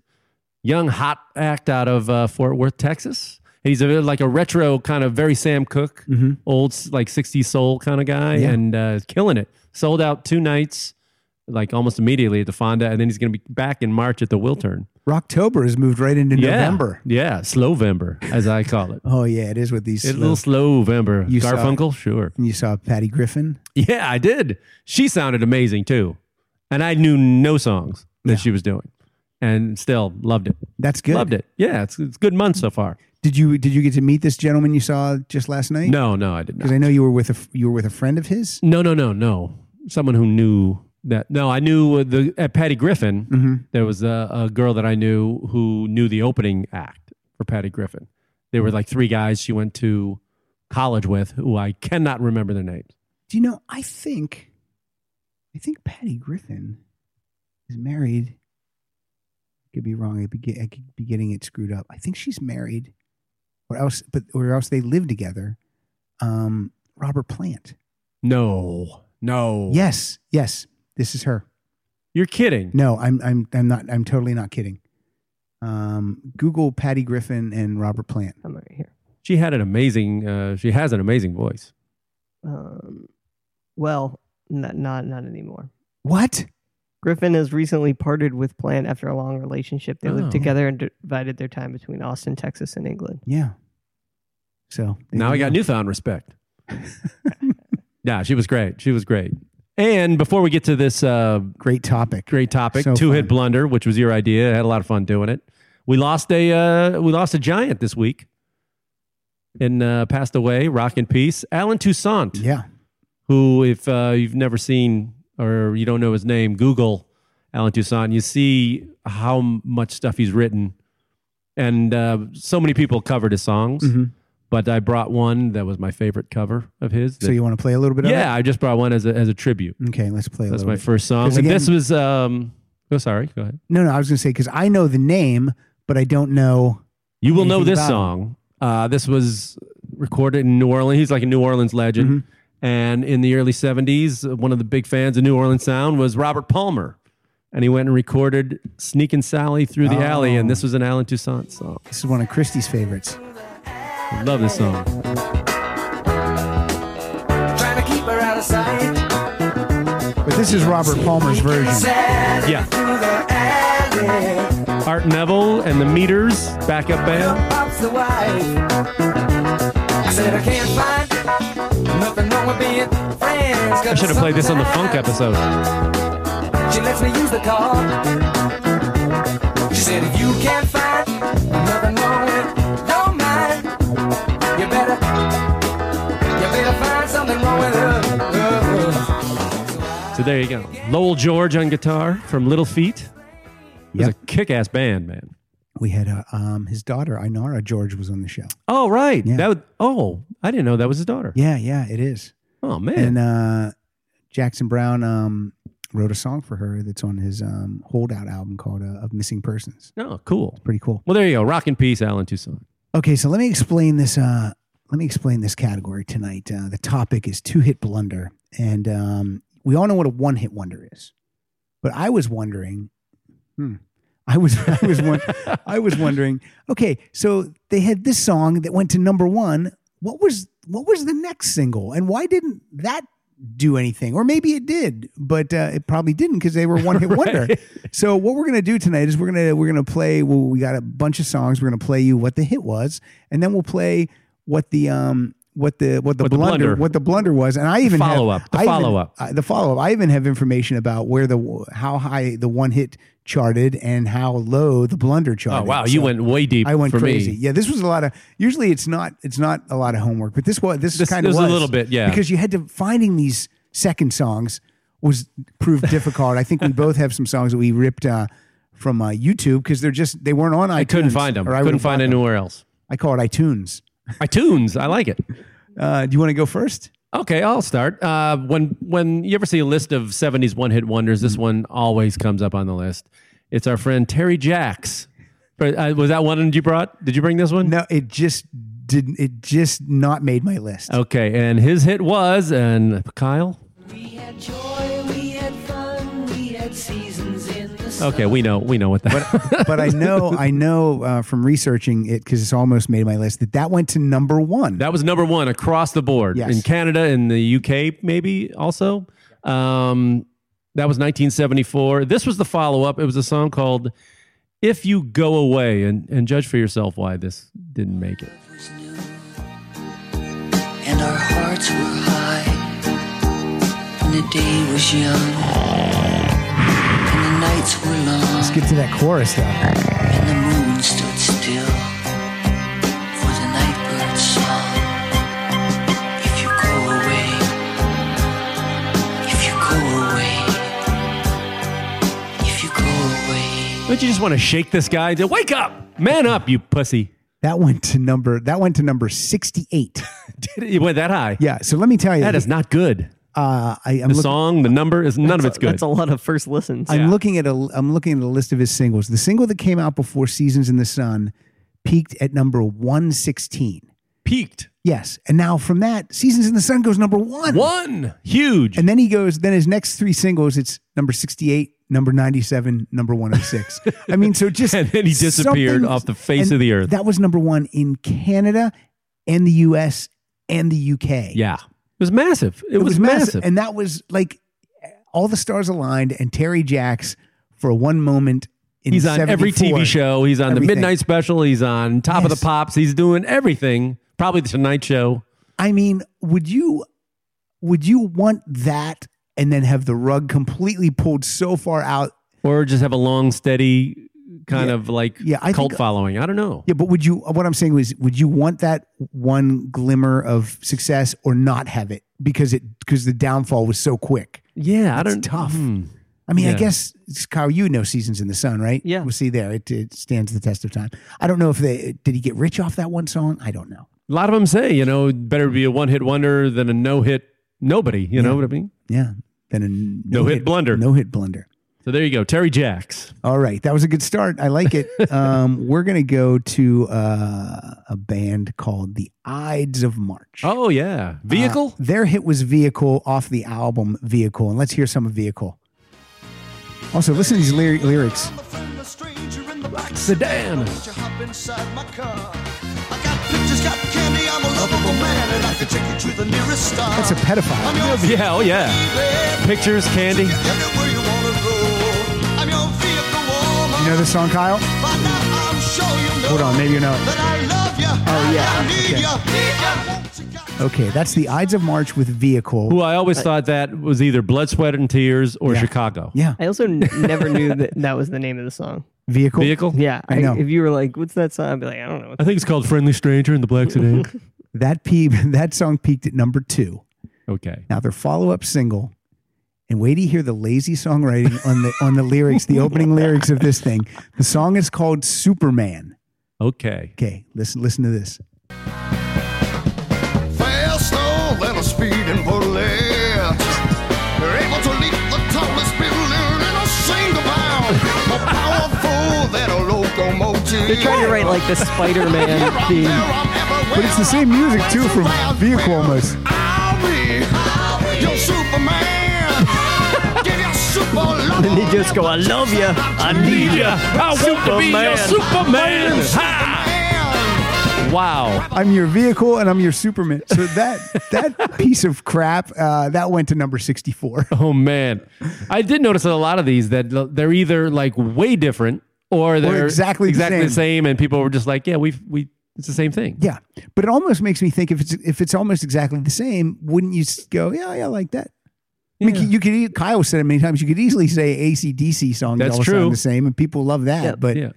[SPEAKER 3] young hot act out of uh, Fort Worth, Texas. He's a, like a retro kind of very Sam Cooke,
[SPEAKER 2] Mm-hmm.
[SPEAKER 3] old like 60s soul kind of guy,
[SPEAKER 2] Yeah.
[SPEAKER 3] and uh, killing it. Sold out two nights, like almost immediately at the Fonda, and then he's going to be back in March at the Wiltern.
[SPEAKER 2] Rocktober has moved right into
[SPEAKER 3] Yeah.
[SPEAKER 2] November.
[SPEAKER 3] yeah, Slowvember as I call it.
[SPEAKER 2] Oh yeah, it is with these.
[SPEAKER 3] It's a
[SPEAKER 2] slow-
[SPEAKER 3] little Slowvember.
[SPEAKER 2] You saw-
[SPEAKER 3] Garfunkel, sure.
[SPEAKER 2] and you saw Patty Griffin.
[SPEAKER 3] Yeah, I did. She sounded amazing too, and I knew no songs that she was doing, and still loved it.
[SPEAKER 2] That's good.
[SPEAKER 3] Loved it. Yeah, it's it's a good month so far.
[SPEAKER 2] Did you did you get to meet this gentleman you saw just last night?
[SPEAKER 3] No, no, I did
[SPEAKER 2] because
[SPEAKER 3] not.
[SPEAKER 2] I know you were with a f- you were with a friend of his.
[SPEAKER 3] No, no, no, no. Someone who knew that. No, I knew uh, the at Patty Griffin. There was a, a girl that I knew who knew the opening act for Patty Griffin. There were like three guys she went to college with who I cannot remember their names.
[SPEAKER 2] Do you know? I think, I think Patty Griffin is married. Could be wrong. I, be, get- I could be getting it screwed up. I think she's married, or else, but or else they live together. Um, Robert Plant.
[SPEAKER 3] No, no.
[SPEAKER 2] Yes, yes, this is her.
[SPEAKER 3] you're kidding.
[SPEAKER 2] No, I'm, I'm, I'm not. I'm totally not kidding. Um, Google Patty Griffin and Robert Plant.
[SPEAKER 4] I'm right here.
[SPEAKER 3] She had an amazing. Uh, she has an amazing voice.
[SPEAKER 4] Um, well, not, not not anymore.
[SPEAKER 2] What?
[SPEAKER 4] Griffin has recently parted with Plant after a long relationship. They
[SPEAKER 3] Oh.
[SPEAKER 4] lived together and divided their time between Austin, Texas, and England.
[SPEAKER 2] Yeah. So there
[SPEAKER 3] now
[SPEAKER 2] you
[SPEAKER 3] I got
[SPEAKER 2] go.
[SPEAKER 3] newfound respect. yeah, she was great. She was great. And before we get to this uh,
[SPEAKER 2] great topic.
[SPEAKER 3] great topic,
[SPEAKER 2] So
[SPEAKER 3] two hit
[SPEAKER 2] fun.
[SPEAKER 3] blunder, which was your idea, I had a lot of fun doing it. We lost a uh, we lost a giant this week, and uh, passed away. Rock in peace, Alan Toussaint.
[SPEAKER 2] Yeah.
[SPEAKER 3] who, if uh, you've never seen or you don't know his name, Google Alan Toussaint. You see how m- much stuff he's written, and uh, so many people covered his songs.
[SPEAKER 2] Mm-hmm.
[SPEAKER 3] But I brought one that was my favorite cover of his.
[SPEAKER 2] So you want to play a little bit?
[SPEAKER 3] yeah, I just brought one as a as a tribute.
[SPEAKER 2] Of it? Okay, let's play. A
[SPEAKER 3] That's
[SPEAKER 2] little
[SPEAKER 3] my
[SPEAKER 2] bit.
[SPEAKER 3] first song.
[SPEAKER 2] 'Cause
[SPEAKER 3] And
[SPEAKER 2] again-
[SPEAKER 3] this was um. Oh, sorry. Go ahead.
[SPEAKER 2] No, no, I was going to say because I know the name, but I don't know.
[SPEAKER 3] You will know
[SPEAKER 2] anything
[SPEAKER 3] this
[SPEAKER 2] about
[SPEAKER 3] song. Uh, this was recorded in New Orleans. He's like a New Orleans legend.
[SPEAKER 2] Mm-hmm.
[SPEAKER 3] And in the early 70s, uh, one of the big fans of New Orleans sound was Robert Palmer. And he went and recorded Sneakin' Sally Through the Alley. And
[SPEAKER 2] Oh.
[SPEAKER 3] this was an Alan Toussaint song.
[SPEAKER 2] This is one of Christie's favorites.
[SPEAKER 3] I love this song.
[SPEAKER 1] Trying to keep her out of sight.
[SPEAKER 2] But this is Robert Palmer's version.
[SPEAKER 1] Sad
[SPEAKER 3] Yeah.
[SPEAKER 1] through the alley.
[SPEAKER 3] Art Neville and the Meters, backup band.
[SPEAKER 1] Pops the wife. I said I can't find nothing wrong with being friends.
[SPEAKER 3] I should have played this on the funk episode.
[SPEAKER 1] She lets me use the car. She said, if you can't find nothing wrong with don't mind, you better, you better find something wrong with her.
[SPEAKER 3] So there you go. Lowell George on guitar from Little Feet. It was
[SPEAKER 2] Yep.
[SPEAKER 3] a kick ass band, man.
[SPEAKER 2] We had uh, um, his daughter Inara George was on the show.
[SPEAKER 3] Oh, right.
[SPEAKER 2] Yeah.
[SPEAKER 3] That would, oh, I didn't know that was his daughter.
[SPEAKER 2] Yeah, yeah, it is.
[SPEAKER 3] Oh, man.
[SPEAKER 2] And uh, Jackson Brown um, wrote a song for her that's on his um, holdout album called uh, "Of Missing Persons."
[SPEAKER 3] Oh, cool.
[SPEAKER 2] Pretty cool.
[SPEAKER 3] Well, there you go. Rock in peace, Alan Toussaint.
[SPEAKER 2] Okay, so let me explain this. Uh, let me explain this category tonight. Uh, the topic is two hit blunder, and um, we all know what a one hit wonder is. But I was wondering, hmm, I was I was won- I was wondering. Okay, so they had this song that went to number one. What was what was the next single, and why didn't that do anything? Or maybe it did, but uh, it probably didn't because they were one hit wonder. So what we're gonna do tonight is we're gonna we're gonna play. Well, we got a bunch of songs. We're gonna play you what the hit was, and then we'll play what the um what the what the
[SPEAKER 3] What the
[SPEAKER 2] blunder,
[SPEAKER 3] blunder.
[SPEAKER 2] what the blunder was. And I even have-
[SPEAKER 3] follow-up, the
[SPEAKER 2] I even-
[SPEAKER 3] follow-up.
[SPEAKER 2] I- the follow up. I even have information about where the how high the one hit charted and how low the blunder
[SPEAKER 3] Oh,
[SPEAKER 2] charted.
[SPEAKER 3] wow. You
[SPEAKER 2] So
[SPEAKER 3] went way deep
[SPEAKER 2] I went
[SPEAKER 3] for
[SPEAKER 2] crazy.
[SPEAKER 3] me.
[SPEAKER 2] Yeah, this was a lot of. Usually, it's not. It's not a lot of homework, but this was. This,
[SPEAKER 3] This-
[SPEAKER 2] kind of
[SPEAKER 3] this was a little bit, yeah.
[SPEAKER 2] Because you had to finding these second songs was proved difficult. I think we both have some songs that we ripped uh, from uh, YouTube because they're just they weren't on iTunes.
[SPEAKER 3] I couldn't find them.
[SPEAKER 2] or I
[SPEAKER 3] couldn't
[SPEAKER 2] would've
[SPEAKER 3] find
[SPEAKER 2] bought them.
[SPEAKER 3] anywhere else.
[SPEAKER 2] I call it iTunes.
[SPEAKER 3] iTunes. I like it.
[SPEAKER 2] Uh, do you want to go first?
[SPEAKER 3] Okay, I'll start. Uh, when when you ever see a list of '70s one-hit wonders, this
[SPEAKER 2] Mm-hmm.
[SPEAKER 3] one always comes up on the list. It's our friend Terry Jacks. But, uh, Was that one you brought? Did you bring this one?
[SPEAKER 2] No, it just didn't. It just not made my list.
[SPEAKER 3] Okay, and his hit was and Kyle.
[SPEAKER 5] We had joy, we had fun, we had seasons in the sun.
[SPEAKER 3] Okay, we know we know what that.
[SPEAKER 2] but I know, I know uh, from researching it because it's almost made my list that that went to number one.
[SPEAKER 3] That was number one across the board
[SPEAKER 2] Yes.
[SPEAKER 3] in Canada in the UK, maybe also. Um, that was 1974. This was the follow up. It was a song called "If You Go Away," and and judge for yourself why this didn't make it.
[SPEAKER 5] was new, and our hearts were high, and the day was young, and the nights were long,
[SPEAKER 2] Get to that chorus though.
[SPEAKER 5] and the moon stood still for the nightbird's song. If you go away, if you go away, if you go away.
[SPEAKER 3] Don't you just want to shake this guy? and say, Wake up, man up, you pussy!
[SPEAKER 2] That went to number. That went to number sixty-eight.
[SPEAKER 3] It went that high.
[SPEAKER 2] Yeah. So let me tell you,
[SPEAKER 3] That is not good.
[SPEAKER 2] uh, I, I'm
[SPEAKER 3] The
[SPEAKER 2] looking-
[SPEAKER 3] song, the number is none of it's
[SPEAKER 4] That's a-
[SPEAKER 3] good.
[SPEAKER 4] That's a lot of first listens.
[SPEAKER 2] I'm looking at a I'm looking at a list of his singles. The single that came out before Seasons in the Sun peaked at number 116.
[SPEAKER 3] Peaked
[SPEAKER 2] Yes. And now from that, Seasons in the Sun goes number 1.
[SPEAKER 3] one, huge.
[SPEAKER 2] And then he goes then his next three singles it's number 68, number 97, number 106. I mean, so just
[SPEAKER 3] And then he disappeared
[SPEAKER 2] something-
[SPEAKER 3] off the face
[SPEAKER 2] and
[SPEAKER 3] of the earth.
[SPEAKER 2] That was number 1 in Canada and the US and the UK.
[SPEAKER 3] yeah, it was massive. It, was, massive.
[SPEAKER 2] And that was like all the stars aligned and Terry Jacks for one moment in
[SPEAKER 3] He's on every
[SPEAKER 2] 74.
[SPEAKER 3] TV show. He's on the
[SPEAKER 2] Everything.
[SPEAKER 3] Midnight Special. He's on Top of
[SPEAKER 2] Yes.
[SPEAKER 3] the Pops. He's doing everything. Probably the Tonight Show.
[SPEAKER 2] I mean, would you would you want that and then have the rug completely pulled so far out?
[SPEAKER 3] Or just have a long, steady kind
[SPEAKER 2] Yeah.
[SPEAKER 3] of like
[SPEAKER 2] Yeah, I
[SPEAKER 3] cult
[SPEAKER 2] think- uh,
[SPEAKER 3] following. I don't know.
[SPEAKER 2] Yeah, but would you what I'm saying is would you want that one glimmer of success or not have it because it because the downfall was so quick?
[SPEAKER 3] Yeah, I don't.
[SPEAKER 2] tough.
[SPEAKER 3] Hmm.
[SPEAKER 2] I mean, I
[SPEAKER 3] Yeah.
[SPEAKER 2] guess Kyle, you know Seasons in the Sun, right?
[SPEAKER 4] Yeah.
[SPEAKER 2] We'll see there. It, it stands the test of time. I don't know if they did he get rich off that one song? I don't know.
[SPEAKER 3] A lot of them say, you know, better be a one hit wonder than a no hit nobody. You know what I mean?
[SPEAKER 2] Yeah. Then a n-
[SPEAKER 3] No hit blunder.
[SPEAKER 2] No hit blunder.
[SPEAKER 3] So there you go. Terry Jacks.
[SPEAKER 2] All right, that was a good start. I like it. um, we're gonna go to uh, a band called the Ides of March.
[SPEAKER 3] Oh, yeah. Vehicle?
[SPEAKER 2] Uh, their hit was "Vehicle" off the album "Vehicle," and let's hear some of "Vehicle." Also, listen to these lyri- lyrics.
[SPEAKER 3] Sedan.
[SPEAKER 2] That's a pedophile.
[SPEAKER 3] Yeah, oh, yeah. Pictures, candy.
[SPEAKER 2] You know this song, Kyle? Hold on, maybe you know it.
[SPEAKER 6] Oh
[SPEAKER 2] yeah, okay.
[SPEAKER 6] yeah.
[SPEAKER 2] Okay, that's the Ides of March with "Vehicle."
[SPEAKER 3] Who I always thought that was either Blood, Sweat, and Tears or Chicago.
[SPEAKER 2] Uh, yeah,
[SPEAKER 4] I also n- never knew that that was the name of the song.
[SPEAKER 2] "Vehicle."
[SPEAKER 3] Vehicle?
[SPEAKER 4] Yeah,
[SPEAKER 2] I know.
[SPEAKER 4] if you were like, "What's that song?" I'd be like, "I don't know."
[SPEAKER 3] I think it's called Friendly Stranger in the Black Sedan.
[SPEAKER 2] That pe- that song peaked at number two.
[SPEAKER 3] okay.
[SPEAKER 2] Now their follow-up single, and wait to hear the lazy songwriting on the on the lyrics, the opening lyrics of this thing. The song is called Superman.
[SPEAKER 3] Okay.
[SPEAKER 2] Okay, listen listen to this.
[SPEAKER 6] Fast, slow, let us speed and bullet. They're able to leap the tallest building in a single bound. More powerful than a locomotive.
[SPEAKER 4] They're trying to write like the Spider-Man
[SPEAKER 6] Here,
[SPEAKER 4] theme.
[SPEAKER 6] I'm everywhere.
[SPEAKER 2] But it's the same music too from Vehicle almost.
[SPEAKER 6] I'll be your Superman. Give your super love.
[SPEAKER 4] Then they just go, "I love you, I need you."
[SPEAKER 3] I want to be your Superman. Ha! Wow.
[SPEAKER 2] I'm your vehicle and I'm your Superman. So that that piece of crap uh, that went to number 64.
[SPEAKER 3] Oh, man. I did notice that a lot of these that l- they're either like way different or they're
[SPEAKER 2] exactly the
[SPEAKER 3] exactly
[SPEAKER 2] same.
[SPEAKER 3] the same. And people were just like, yeah, we we it's the same thing.
[SPEAKER 2] Yeah, but it almost makes me think if it's if it's almost exactly the same, wouldn't you s- go? Yeah, yeah, I like that. I mean,
[SPEAKER 3] Yeah.
[SPEAKER 2] you could. e- Kyle said it many times. You could easily say ACDC songs
[SPEAKER 3] That's
[SPEAKER 2] all
[SPEAKER 3] true.
[SPEAKER 2] sound the same, and people love that. but
[SPEAKER 3] Yeah.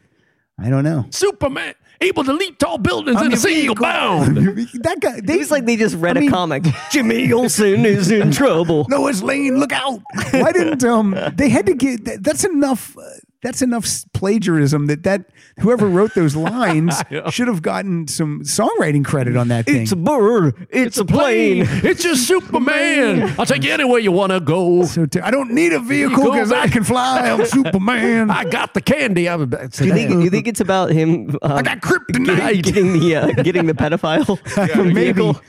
[SPEAKER 2] I don't know.
[SPEAKER 3] Superman. able to leap tall buildings in a single bound.
[SPEAKER 2] that guy. They,
[SPEAKER 4] It was like they just read
[SPEAKER 2] I mean-
[SPEAKER 4] a comic. Jimmy Olsen is in trouble.
[SPEAKER 2] No, it's Lane. Look out! Why didn't um? They had to get. that- That's enough. Uh, that's enough s- plagiarism that that whoever wrote those lines should have gotten some songwriting credit on that thing.
[SPEAKER 4] It's a bird. It's, a plane.
[SPEAKER 3] It's your Superman. I'll take you anywhere you want to go.
[SPEAKER 2] so ter- I don't need a vehicle
[SPEAKER 3] go,
[SPEAKER 2] because I
[SPEAKER 3] man.
[SPEAKER 2] can fly. I'm Superman.
[SPEAKER 3] I got the candy. I, was-
[SPEAKER 4] Do you think, you think it's about him uh,
[SPEAKER 2] got kryptonite.
[SPEAKER 4] getting the uh, getting the pedophile from
[SPEAKER 2] maybe,
[SPEAKER 4] vehicle?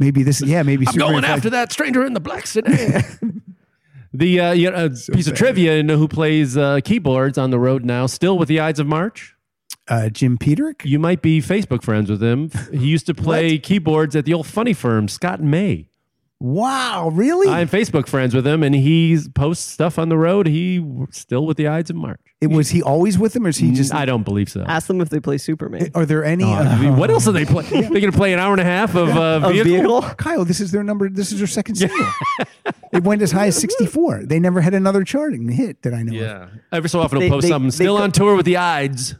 [SPEAKER 2] maybe this. Yeah, maybe.
[SPEAKER 3] I'm going after that stranger in the black sedan. the uh, you know, a piece of trivia, you know who plays uh, keyboards on the road now, still with the Ides of March?
[SPEAKER 2] uh, Jim Peterick.
[SPEAKER 3] You might be Facebook friends with him. He used to play keyboards at the old funny firm, Scott and May.
[SPEAKER 2] Wow, really?
[SPEAKER 3] I'm Facebook friends with him, and he posts stuff on the road. He still with the Ides of March.
[SPEAKER 2] it was he always with him, or is he just?
[SPEAKER 3] Mm,
[SPEAKER 2] Uh,
[SPEAKER 3] I don't believe so.
[SPEAKER 4] Ask them if they play Superman.
[SPEAKER 2] are there any?
[SPEAKER 3] I mean,
[SPEAKER 2] uh,
[SPEAKER 3] what else are they playing? They're going to play an hour and a half of uh,
[SPEAKER 4] A
[SPEAKER 3] vehicle.
[SPEAKER 4] vehicle?
[SPEAKER 2] Kyle, this is their number. This is their second single. it went as high as 64. They never had another charting hit that I know of.
[SPEAKER 3] Yeah. Every so often,
[SPEAKER 4] They-
[SPEAKER 3] he'll post
[SPEAKER 4] they-
[SPEAKER 3] something.
[SPEAKER 4] they
[SPEAKER 3] Still
[SPEAKER 4] co-
[SPEAKER 3] on tour with the Ides.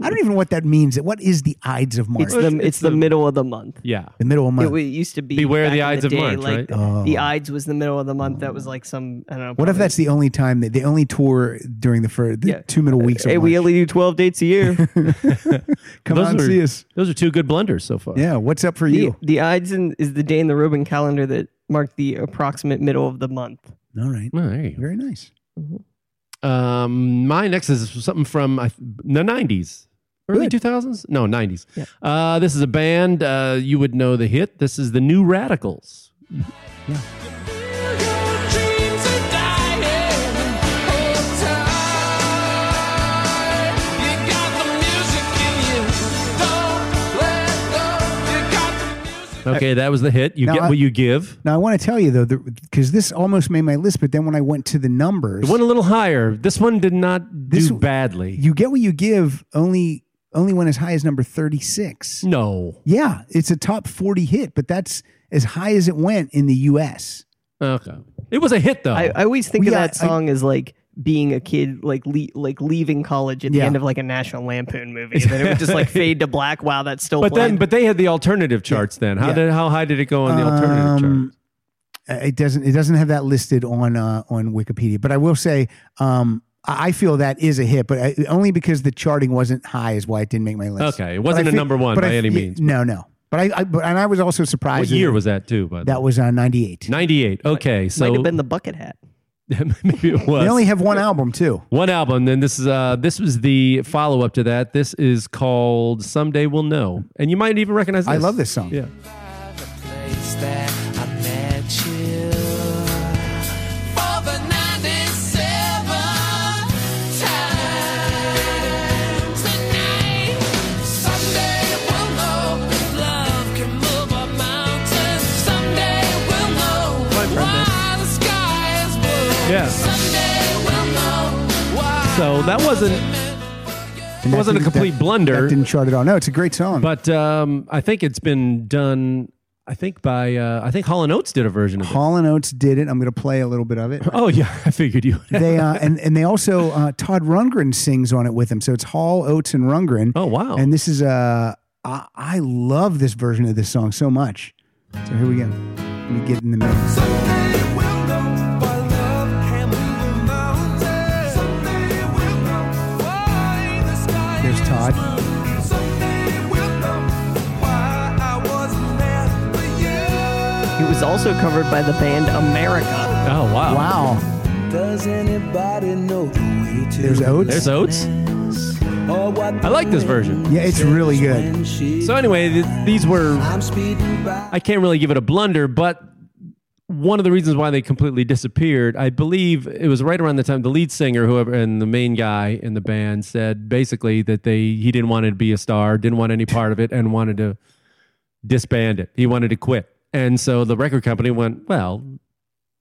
[SPEAKER 2] I don't even know what that means. What is the Ides of March?
[SPEAKER 4] It's the it's the middle of the month.
[SPEAKER 3] Yeah.
[SPEAKER 2] the middle of
[SPEAKER 4] It
[SPEAKER 2] month. Oh.
[SPEAKER 4] w- used to be
[SPEAKER 3] Beware
[SPEAKER 4] back
[SPEAKER 3] the
[SPEAKER 4] in
[SPEAKER 3] Ides of
[SPEAKER 4] day,
[SPEAKER 3] March,
[SPEAKER 4] like,
[SPEAKER 3] right?
[SPEAKER 4] The Ides was the middle of the month. That was like some I don't know.
[SPEAKER 2] what if
[SPEAKER 4] probably-
[SPEAKER 2] that's the only time that the only tour during the, fir- the
[SPEAKER 4] Yeah. Uh,
[SPEAKER 2] two middle weeks of
[SPEAKER 4] Hey, we
[SPEAKER 2] March?
[SPEAKER 4] only do twelve dates a year.
[SPEAKER 2] Come on,
[SPEAKER 3] are,
[SPEAKER 2] see us.
[SPEAKER 3] Those are two good blunders so far.
[SPEAKER 2] Yeah, what's up for
[SPEAKER 4] the,
[SPEAKER 2] you?
[SPEAKER 4] the Ides in, is the day in the Roman calendar that marked the approximate middle of the month.
[SPEAKER 2] All right.
[SPEAKER 3] Well, there you
[SPEAKER 2] Very nice.
[SPEAKER 3] go. Um, my next is something from I th- the 90s. Early
[SPEAKER 2] Good.
[SPEAKER 3] 2000s? No, 90s.
[SPEAKER 4] Yeah.
[SPEAKER 3] Uh, this is a band. Uh, you would know the hit. This is the New Radicals. Okay, that was the hit. You
[SPEAKER 2] Now
[SPEAKER 3] get
[SPEAKER 2] I-
[SPEAKER 3] what you give.
[SPEAKER 2] Now, I want to tell you, though, because this almost made my list, but then when I went to the numbers,
[SPEAKER 3] It went a little higher. This one did not
[SPEAKER 2] This-
[SPEAKER 3] do badly.
[SPEAKER 2] you get what you give only only went as high as number 36.
[SPEAKER 3] Mm. no.
[SPEAKER 2] Yeah, it's a top 40 hit, but that's as high as it went in the U.S.
[SPEAKER 3] Okay. It was a hit, though.
[SPEAKER 4] I, I always think
[SPEAKER 2] Yeah,
[SPEAKER 4] of that
[SPEAKER 2] I-
[SPEAKER 4] song as like being a kid, like le- like leaving college at
[SPEAKER 2] Yeah.
[SPEAKER 4] the end of like a National Lampoon movie, and then it would just like fade to black. Wow, that's still.
[SPEAKER 3] but
[SPEAKER 4] playing.
[SPEAKER 3] then, but they had the alternative charts then. How
[SPEAKER 2] Yeah.
[SPEAKER 3] did how high did it go on the alternative
[SPEAKER 2] Um,
[SPEAKER 3] charts?
[SPEAKER 2] Uh, It doesn't it doesn't have that listed on uh, on Wikipedia, but I will say um, I I feel that is a hit, but I, only because the charting wasn't high is why it didn't make my list.
[SPEAKER 3] Okay, it
[SPEAKER 2] But
[SPEAKER 3] wasn't
[SPEAKER 2] I
[SPEAKER 3] a
[SPEAKER 2] fe-
[SPEAKER 3] number one
[SPEAKER 2] but I
[SPEAKER 3] by any
[SPEAKER 2] fe-
[SPEAKER 3] means.
[SPEAKER 2] No, no. But I, I but, and I was also
[SPEAKER 3] What
[SPEAKER 2] surprised.
[SPEAKER 3] year was that too? By the
[SPEAKER 2] that?
[SPEAKER 3] way?
[SPEAKER 2] Was uh, ninety eight.
[SPEAKER 3] 98. Okay,
[SPEAKER 4] might
[SPEAKER 3] so
[SPEAKER 4] have been the bucket hat.
[SPEAKER 3] maybe it was
[SPEAKER 2] They only have one album too.
[SPEAKER 3] one album. Then this is uh this was the follow up to that. This is called Someday We'll Know, and you might even recognize. This.
[SPEAKER 2] I love this song.
[SPEAKER 3] Yeah,
[SPEAKER 7] place that I met you. For the 97 times tonight, someday we'll know love can move a mountain. Someday we'll know why the sky is blue.
[SPEAKER 3] Yeah.
[SPEAKER 7] Someday we'll know why.
[SPEAKER 3] So that wasn't-
[SPEAKER 2] And that
[SPEAKER 3] wasn't a
[SPEAKER 2] didn't-
[SPEAKER 3] complete
[SPEAKER 2] that-
[SPEAKER 3] blunder.
[SPEAKER 2] That didn't chart at all. No, it's a great song.
[SPEAKER 3] but um, I think it's been done. I think by uh, I think Hall and Oates did a version of it.
[SPEAKER 2] Hall and Oates did it. I'm going to play a little bit of it.
[SPEAKER 3] Oh yeah, I figured you. would.
[SPEAKER 2] they uh, and and they also uh, Todd Rundgren sings on it with him. So it's Hall, Oates, and Rundgren.
[SPEAKER 3] Oh, wow.
[SPEAKER 2] And this is uh, I, I love this version of this song so much. So here we go. Let me get in the middle. There's Todd.
[SPEAKER 4] It was also covered by the band America.
[SPEAKER 3] Oh wow.
[SPEAKER 2] Wow.
[SPEAKER 7] Does anybody know the way to
[SPEAKER 2] There's Oates.
[SPEAKER 3] There's Oates.
[SPEAKER 7] or what
[SPEAKER 3] I like this version.
[SPEAKER 2] yeah, it's really good.
[SPEAKER 3] So anyway, th- these were I can't really give it a blunder, but one of the reasons why they completely disappeared, I believe it was right around the time the lead singer, whoever, and the main guy in the band said basically that they he didn't want to be a star, didn't want any part of it, and wanted to disband it. He wanted to quit, and so the record company went, "Well,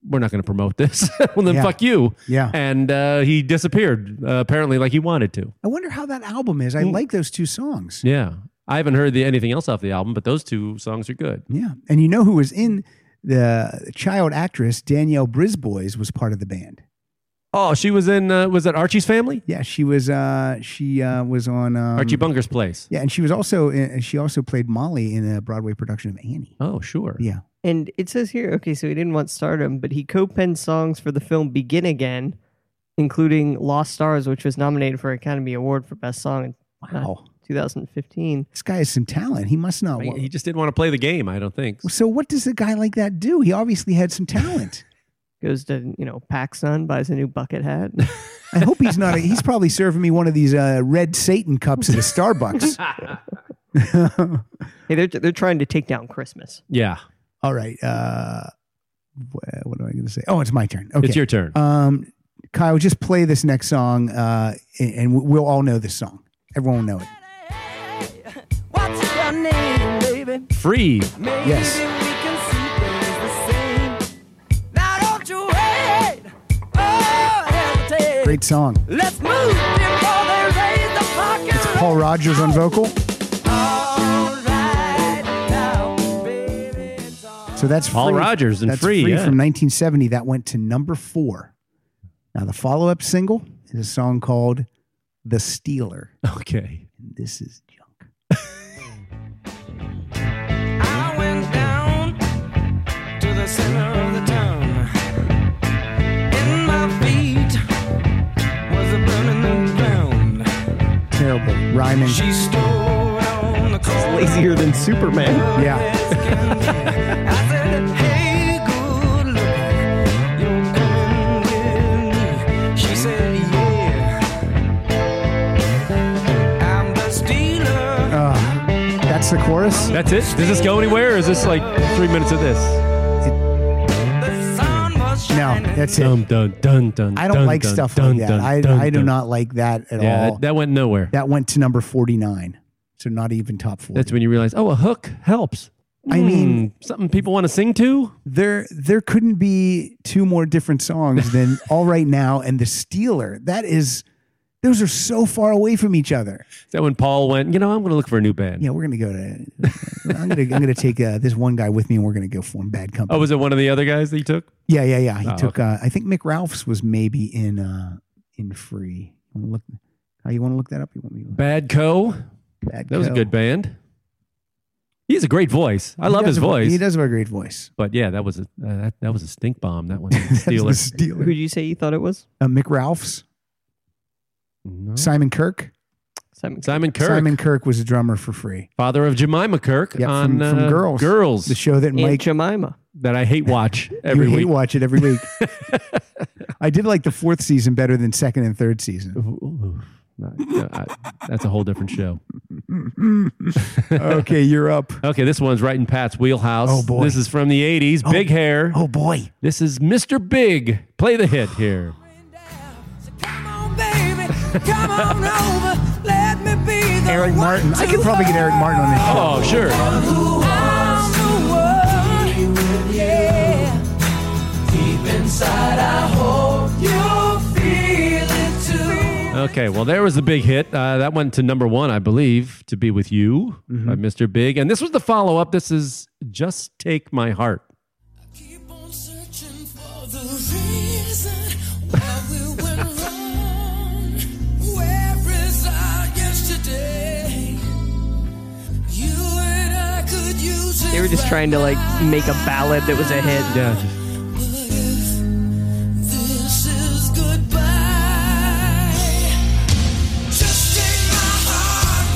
[SPEAKER 3] we're not going to promote this. well, then
[SPEAKER 2] Yeah.
[SPEAKER 3] fuck you."
[SPEAKER 2] Yeah.
[SPEAKER 3] and uh, he disappeared uh, apparently, like he wanted to.
[SPEAKER 2] I wonder how that album is. I like those two songs.
[SPEAKER 3] Hmm. Yeah, I haven't heard the, anything else off the album, but those two songs are good.
[SPEAKER 2] Yeah. And you know who was in the child actress Danielle Brisbois was part of the band.
[SPEAKER 3] Oh, she was in. Uh, was that Archie's family?
[SPEAKER 2] Yeah, she was. Uh, she uh, was on um,
[SPEAKER 3] Archie Bunker's place.
[SPEAKER 2] Yeah, and she was also. In, she also played Molly in a Broadway production of Annie.
[SPEAKER 3] Oh, sure.
[SPEAKER 2] Yeah,
[SPEAKER 4] And it says here, okay, so he didn't want stardom, but he co-penned songs for the film Begin Again, including Lost Stars, which was nominated for Academy Award for Best Song in uh,
[SPEAKER 2] Wow.
[SPEAKER 4] 2015.
[SPEAKER 2] this guy has some talent. He must not.
[SPEAKER 3] I mean, He just didn't want to play the game. I don't think.
[SPEAKER 2] so what does a guy like that do? He obviously had some talent.
[SPEAKER 4] Goes to, you know, PacSun, buys a new bucket hat.
[SPEAKER 2] I hope he's not. A, he's probably serving me one of these uh, red Satan cups at a Starbucks.
[SPEAKER 4] hey, they're, they're trying to take down Christmas.
[SPEAKER 3] Yeah,
[SPEAKER 2] All right. Uh, wh- what am I going to say? Oh, it's my turn. Okay.
[SPEAKER 3] it's your turn.
[SPEAKER 2] Um, Kyle, just play this next song, uh, and, and we'll all know this song. Everyone will know it.
[SPEAKER 8] What's your name, baby?
[SPEAKER 3] Free.
[SPEAKER 8] Maybe
[SPEAKER 2] Yes.
[SPEAKER 8] we can see things the same. Now don't you wait. Oh, hesitate.
[SPEAKER 2] Great song.
[SPEAKER 8] Let's move before they raise the parking
[SPEAKER 2] It's Paul Rogers on vocal.
[SPEAKER 8] All right now, baby, it's all
[SPEAKER 2] So that's
[SPEAKER 3] Paul
[SPEAKER 2] free.
[SPEAKER 3] Rogers and
[SPEAKER 2] that's
[SPEAKER 3] Free, yeah.
[SPEAKER 2] from 1970. That went to number four. Now the follow-up single is a song called "The Stealer."
[SPEAKER 3] Okay.
[SPEAKER 2] And this is junk.
[SPEAKER 8] I went down to the center of the town. In my feet was a burning ground.
[SPEAKER 2] Terrible rhyming.
[SPEAKER 8] She stole on the cold.
[SPEAKER 4] Lazier than Superman.
[SPEAKER 2] Yeah.
[SPEAKER 8] I said, hey, good look, you're coming with me. She said, yeah. I'm the stealer.
[SPEAKER 2] Uh, that's the chorus.
[SPEAKER 3] That's it. Does this go anywhere? Or is this like three minutes of this?
[SPEAKER 8] The sun was
[SPEAKER 2] No,
[SPEAKER 8] shining.
[SPEAKER 2] that's it.
[SPEAKER 3] Dun dun dun dun.
[SPEAKER 2] I don't
[SPEAKER 3] dun,
[SPEAKER 2] like
[SPEAKER 3] dun,
[SPEAKER 2] stuff
[SPEAKER 3] dun,
[SPEAKER 2] like that.
[SPEAKER 3] dun,
[SPEAKER 2] I,
[SPEAKER 3] dun,
[SPEAKER 2] I do
[SPEAKER 3] dun.
[SPEAKER 2] not like that at
[SPEAKER 3] Yeah,
[SPEAKER 2] all.
[SPEAKER 3] that, that went nowhere.
[SPEAKER 2] that went to number 49 so not even top 40
[SPEAKER 3] That's when you realize, oh, a hook helps.
[SPEAKER 2] I mean-
[SPEAKER 3] Hmm, something people want to sing to.
[SPEAKER 2] there there couldn't be two more different songs than all right now and the stealer that is those are so far away from each other
[SPEAKER 3] Is that when Paul went? You know, I'm going to look for a new band.
[SPEAKER 2] yeah we're gonna go to i'm gonna i'm gonna take uh, this one guy with me and we're gonna go form bad company
[SPEAKER 3] Oh, was it one of the other guys that you took?
[SPEAKER 2] yeah yeah yeah he
[SPEAKER 3] Oh,
[SPEAKER 2] took uh, i think mick ralphs was maybe in uh in free you wanna look how you want to look that up you want me to look
[SPEAKER 3] Bad Co.
[SPEAKER 2] Bad
[SPEAKER 3] That was a
[SPEAKER 2] Co.
[SPEAKER 3] good band. He's a great voice. I
[SPEAKER 2] He
[SPEAKER 3] love
[SPEAKER 2] does
[SPEAKER 3] his
[SPEAKER 2] have a-
[SPEAKER 3] voice.
[SPEAKER 2] he does have a great voice
[SPEAKER 3] But yeah, that was a uh, that, that was a stink bomb. That one
[SPEAKER 2] That's the
[SPEAKER 3] Steelers.
[SPEAKER 4] Who'd
[SPEAKER 2] stealer
[SPEAKER 4] you say you thought it was?
[SPEAKER 2] uh, mick ralphs simon kirk
[SPEAKER 4] Simon.
[SPEAKER 3] Simon Oh. Kirk,
[SPEAKER 2] Simon Kirk was a drummer for free.
[SPEAKER 3] father of Jemima Kirk
[SPEAKER 2] Yeah,
[SPEAKER 3] on
[SPEAKER 2] from, from
[SPEAKER 3] uh,
[SPEAKER 2] Girls.
[SPEAKER 3] Girls
[SPEAKER 2] The show that
[SPEAKER 4] Aunt
[SPEAKER 2] Mike
[SPEAKER 4] Jemima.
[SPEAKER 3] that I hate watch every
[SPEAKER 2] you hate
[SPEAKER 3] week.
[SPEAKER 2] watch it every week. I did like the fourth season better than second and third season.
[SPEAKER 3] Ooh, uh, I- that's a whole different show.
[SPEAKER 2] Okay, you're up.
[SPEAKER 3] Okay, this one's right in Pat's wheelhouse.
[SPEAKER 2] Oh, boy.
[SPEAKER 3] This is from the 80s. Big hair.
[SPEAKER 2] Oh boy.
[SPEAKER 3] This is Mr. Big. Play the hit here.
[SPEAKER 8] So come on, baby, come on over. Let me be the
[SPEAKER 2] Eric
[SPEAKER 8] one
[SPEAKER 2] Martin. I
[SPEAKER 8] to
[SPEAKER 2] could probably get Eric Martin on this show.
[SPEAKER 3] Oh, sure.
[SPEAKER 8] I'm the one. Yeah. Deep inside, I hope you feel it too.
[SPEAKER 3] Okay, well, there was the big hit. Uh, that went to number one, I believe, to be with you by
[SPEAKER 2] Mm-hmm.
[SPEAKER 3] Mr. Big. And this was the follow up. This is Just Take My Heart.
[SPEAKER 8] Keep on searching for the reason why we went wrong. Where is our yesterday? You and I could use it.
[SPEAKER 4] They were just trying to like make a ballad that was a hit.
[SPEAKER 3] Yeah, just-
[SPEAKER 8] This is goodbye. Just take my heart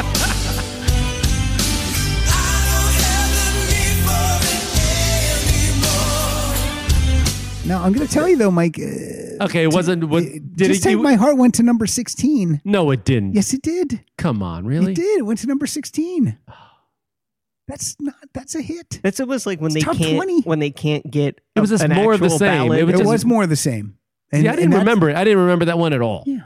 [SPEAKER 8] when you go. I don't have the need for it anymore.
[SPEAKER 2] Now I'm going to tell you though, Mike. Uh,
[SPEAKER 3] okay, it wasn't. What,
[SPEAKER 2] it-
[SPEAKER 3] did
[SPEAKER 2] just
[SPEAKER 3] it,
[SPEAKER 2] take
[SPEAKER 3] you-
[SPEAKER 2] my heart went to number 16.
[SPEAKER 3] no, it didn't.
[SPEAKER 2] Yes, it did.
[SPEAKER 3] Come on, really?
[SPEAKER 2] It did. It went to number 16. That's not. That's a hit.
[SPEAKER 4] That's almost like when
[SPEAKER 2] It's
[SPEAKER 4] they
[SPEAKER 2] top
[SPEAKER 4] can't
[SPEAKER 2] 20.
[SPEAKER 4] when they can't get.
[SPEAKER 3] It was
[SPEAKER 4] a-
[SPEAKER 3] just
[SPEAKER 4] an
[SPEAKER 3] more of the
[SPEAKER 4] actual
[SPEAKER 3] same.
[SPEAKER 4] Ballad.
[SPEAKER 3] It was
[SPEAKER 2] It
[SPEAKER 3] just-
[SPEAKER 2] was more of the same. And,
[SPEAKER 3] yeah, I
[SPEAKER 2] and
[SPEAKER 3] didn't
[SPEAKER 2] that's-
[SPEAKER 3] remember it. I didn't remember that one at all.
[SPEAKER 2] Yeah.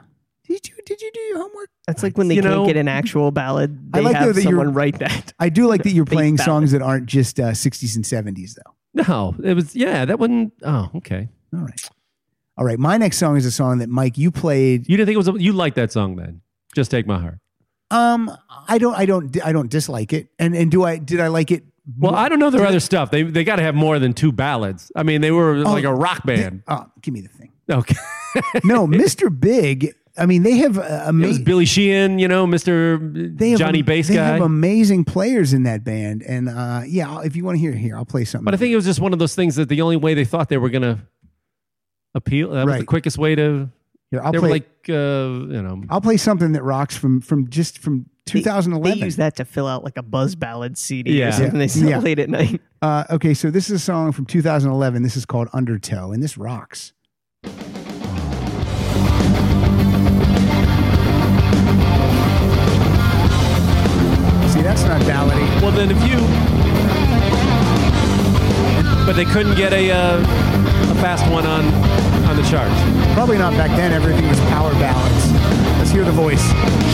[SPEAKER 2] Did you Did you do your homework?
[SPEAKER 4] That's like when they
[SPEAKER 3] You
[SPEAKER 4] can't
[SPEAKER 3] know-
[SPEAKER 4] get an actual ballad.
[SPEAKER 2] I
[SPEAKER 4] They
[SPEAKER 2] like, though,
[SPEAKER 4] have
[SPEAKER 2] that you're-
[SPEAKER 4] someone write that.
[SPEAKER 2] I do like that you're playing
[SPEAKER 4] ballad.
[SPEAKER 2] songs that aren't just uh, 60s and 70s though.
[SPEAKER 3] No, it was. Yeah, that one. Oh, okay.
[SPEAKER 2] All right. All right. My next song is a song that Mike you played.
[SPEAKER 3] You didn't think it was. a- You liked that song then? Just Take My Heart.
[SPEAKER 2] Um, I don't, I don't, I don't dislike it. And and do I? Did I like it
[SPEAKER 3] Well, I don't know their other stuff. They they got to have more than two ballads. I mean, they were like a rock band.
[SPEAKER 2] Oh, give me the thing.
[SPEAKER 3] okay,
[SPEAKER 2] No, Mr. Big. I mean, they have uh,
[SPEAKER 3] it was
[SPEAKER 2] amazing.
[SPEAKER 3] Billy Sheehan, you know, Mister
[SPEAKER 2] they have
[SPEAKER 3] Johnny
[SPEAKER 2] am-
[SPEAKER 3] Bass
[SPEAKER 2] they
[SPEAKER 3] guy.
[SPEAKER 2] have amazing players in that band, and uh, yeah, I'll- if you want to hear here, I'll play something.
[SPEAKER 3] but I think it was just one of those things that the only way they thought they were gonna appeal. That was the
[SPEAKER 2] Right.
[SPEAKER 3] quickest way to.
[SPEAKER 2] here, I'll
[SPEAKER 3] they
[SPEAKER 2] play.
[SPEAKER 3] were like, uh, you know,
[SPEAKER 2] I'll play something that rocks from from just from
[SPEAKER 4] They-
[SPEAKER 2] 2011.
[SPEAKER 4] They use that to fill out like a buzz ballad CD
[SPEAKER 3] Yeah.
[SPEAKER 4] or something
[SPEAKER 2] Yeah.
[SPEAKER 4] they sell
[SPEAKER 2] Yeah.
[SPEAKER 4] late at night.
[SPEAKER 2] Uh, okay, so this is a song from 2011. This is called Undertow, and this rocks. See, that's not ballady.
[SPEAKER 3] Well, then if you. But they couldn't get a uh, a fast one on on the charts.
[SPEAKER 2] Probably not back then. Everything was power ballads. Let's hear the voice.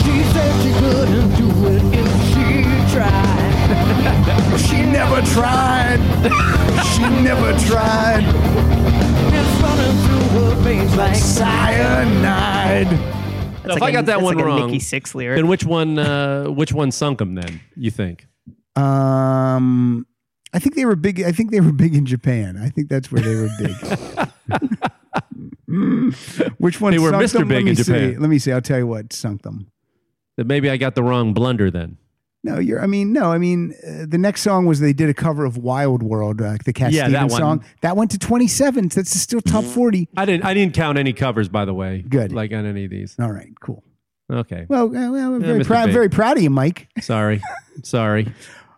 [SPEAKER 8] She said she couldn't do it if she tried.
[SPEAKER 2] She never tried. she never tried.
[SPEAKER 8] It's running through her veins like
[SPEAKER 2] Cyanide.
[SPEAKER 4] That's
[SPEAKER 3] Now, if I got that
[SPEAKER 4] that's
[SPEAKER 3] one
[SPEAKER 4] like a
[SPEAKER 3] wrong,
[SPEAKER 4] Nikki Six lyric.
[SPEAKER 3] Then which one uh, which one sunk them? Then you think?
[SPEAKER 2] Um, I think they were big. I think they were big in Japan. I think that's where they were big. Mm. Which one?
[SPEAKER 3] They were
[SPEAKER 2] sunk
[SPEAKER 3] Mr.
[SPEAKER 2] them? Let
[SPEAKER 3] Big
[SPEAKER 2] me
[SPEAKER 3] in
[SPEAKER 2] see.
[SPEAKER 3] Japan.
[SPEAKER 2] Let me see. I'll tell you what sunk them.
[SPEAKER 3] That maybe I got the wrong blunder. Then
[SPEAKER 2] No, you're. I mean, no. I mean, uh, the next song was they did a cover of Wild World, uh, the Cat
[SPEAKER 3] Yeah, that
[SPEAKER 2] Stevens
[SPEAKER 3] one.
[SPEAKER 2] song. That went to 27. So That's still top 40.
[SPEAKER 3] I didn't I didn't count any covers by the way.
[SPEAKER 2] Good.
[SPEAKER 3] Like on any of these.
[SPEAKER 2] All right, cool.
[SPEAKER 3] Okay.
[SPEAKER 2] Well, uh, well I'm very
[SPEAKER 3] Mr.
[SPEAKER 2] proud.
[SPEAKER 3] Big.
[SPEAKER 2] Very proud of you, Mike.
[SPEAKER 3] Sorry. Sorry.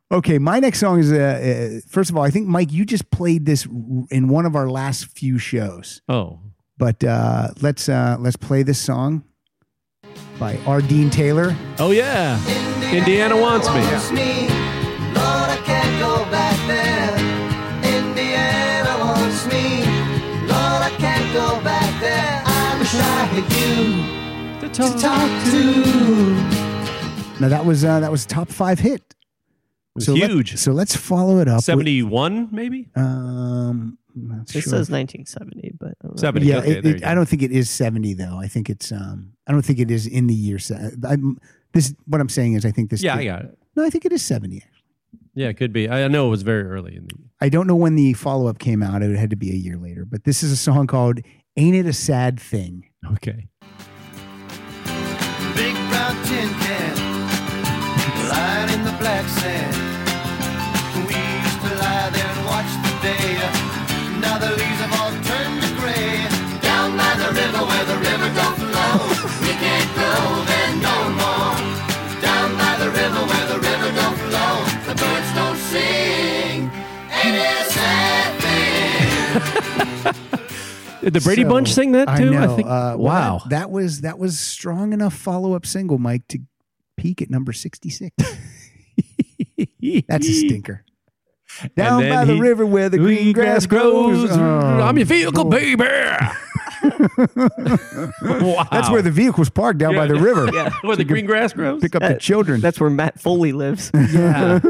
[SPEAKER 2] Okay, my next song is. Uh, uh, first of all, I think Mike, you just played this r- in one of our last few shows.
[SPEAKER 3] Oh.
[SPEAKER 2] But uh, let's uh, let's play this song by R. Dean Taylor.
[SPEAKER 3] Oh yeah. Indiana wants me.
[SPEAKER 1] me. Lord, I can't go back there. Indiana wants me. Lord, I can't go back there. I wish I had you to talk to.
[SPEAKER 2] Now that was uh, that was top five hit.
[SPEAKER 3] was
[SPEAKER 2] so let-
[SPEAKER 3] huge.
[SPEAKER 2] so let's follow it up. with-
[SPEAKER 3] Seventy one maybe.
[SPEAKER 2] um, I'm not
[SPEAKER 4] This
[SPEAKER 2] sure.
[SPEAKER 4] says 1970, but I don't know.
[SPEAKER 3] Seventy.
[SPEAKER 2] Yeah,
[SPEAKER 3] okay,
[SPEAKER 2] it-
[SPEAKER 3] there
[SPEAKER 2] it-
[SPEAKER 3] you go.
[SPEAKER 2] I don't think it is seventy though. I think it's. Um, I don't think it is in the year. Se- uh, I'm, this what I'm saying is I think this.
[SPEAKER 3] Yeah, I got it.
[SPEAKER 2] No, I think it is seventy.
[SPEAKER 3] Yeah, it could be. I I know it was very early in the
[SPEAKER 2] I don't know when the follow up came out. It had to be a year later. But this is a song called "Ain't It a Sad Thing."
[SPEAKER 3] Okay.
[SPEAKER 1] Big brown tin can, lying in the black sand. We used to lie there and watch the day. Now the leaves have all turned to gray. Down by the river where the river don't flow, we can't go there no more. Down by the river where the river don't flow, the birds don't sing. Ain't it a sad thing?
[SPEAKER 3] Did the Brady
[SPEAKER 2] So,
[SPEAKER 3] Bunch sing that
[SPEAKER 2] I
[SPEAKER 3] too?
[SPEAKER 2] know.
[SPEAKER 3] think
[SPEAKER 2] Uh, well,
[SPEAKER 3] wow.
[SPEAKER 2] that, that was that was strong enough follow up single, Mike, to peak at number sixty six. That's a stinker. Down
[SPEAKER 3] then
[SPEAKER 2] by the
[SPEAKER 3] he-
[SPEAKER 2] river where the green grass grows. Oh,
[SPEAKER 3] I'm your vehicle,
[SPEAKER 2] boy.
[SPEAKER 3] baby. wow.
[SPEAKER 2] That's where the vehicle's parked down by the
[SPEAKER 3] Yeah.
[SPEAKER 2] river.
[SPEAKER 4] Yeah.
[SPEAKER 3] where the green grass grows.
[SPEAKER 2] Pick up the
[SPEAKER 4] That-
[SPEAKER 2] children.
[SPEAKER 4] That's where Matt Foley lives.
[SPEAKER 3] Yeah.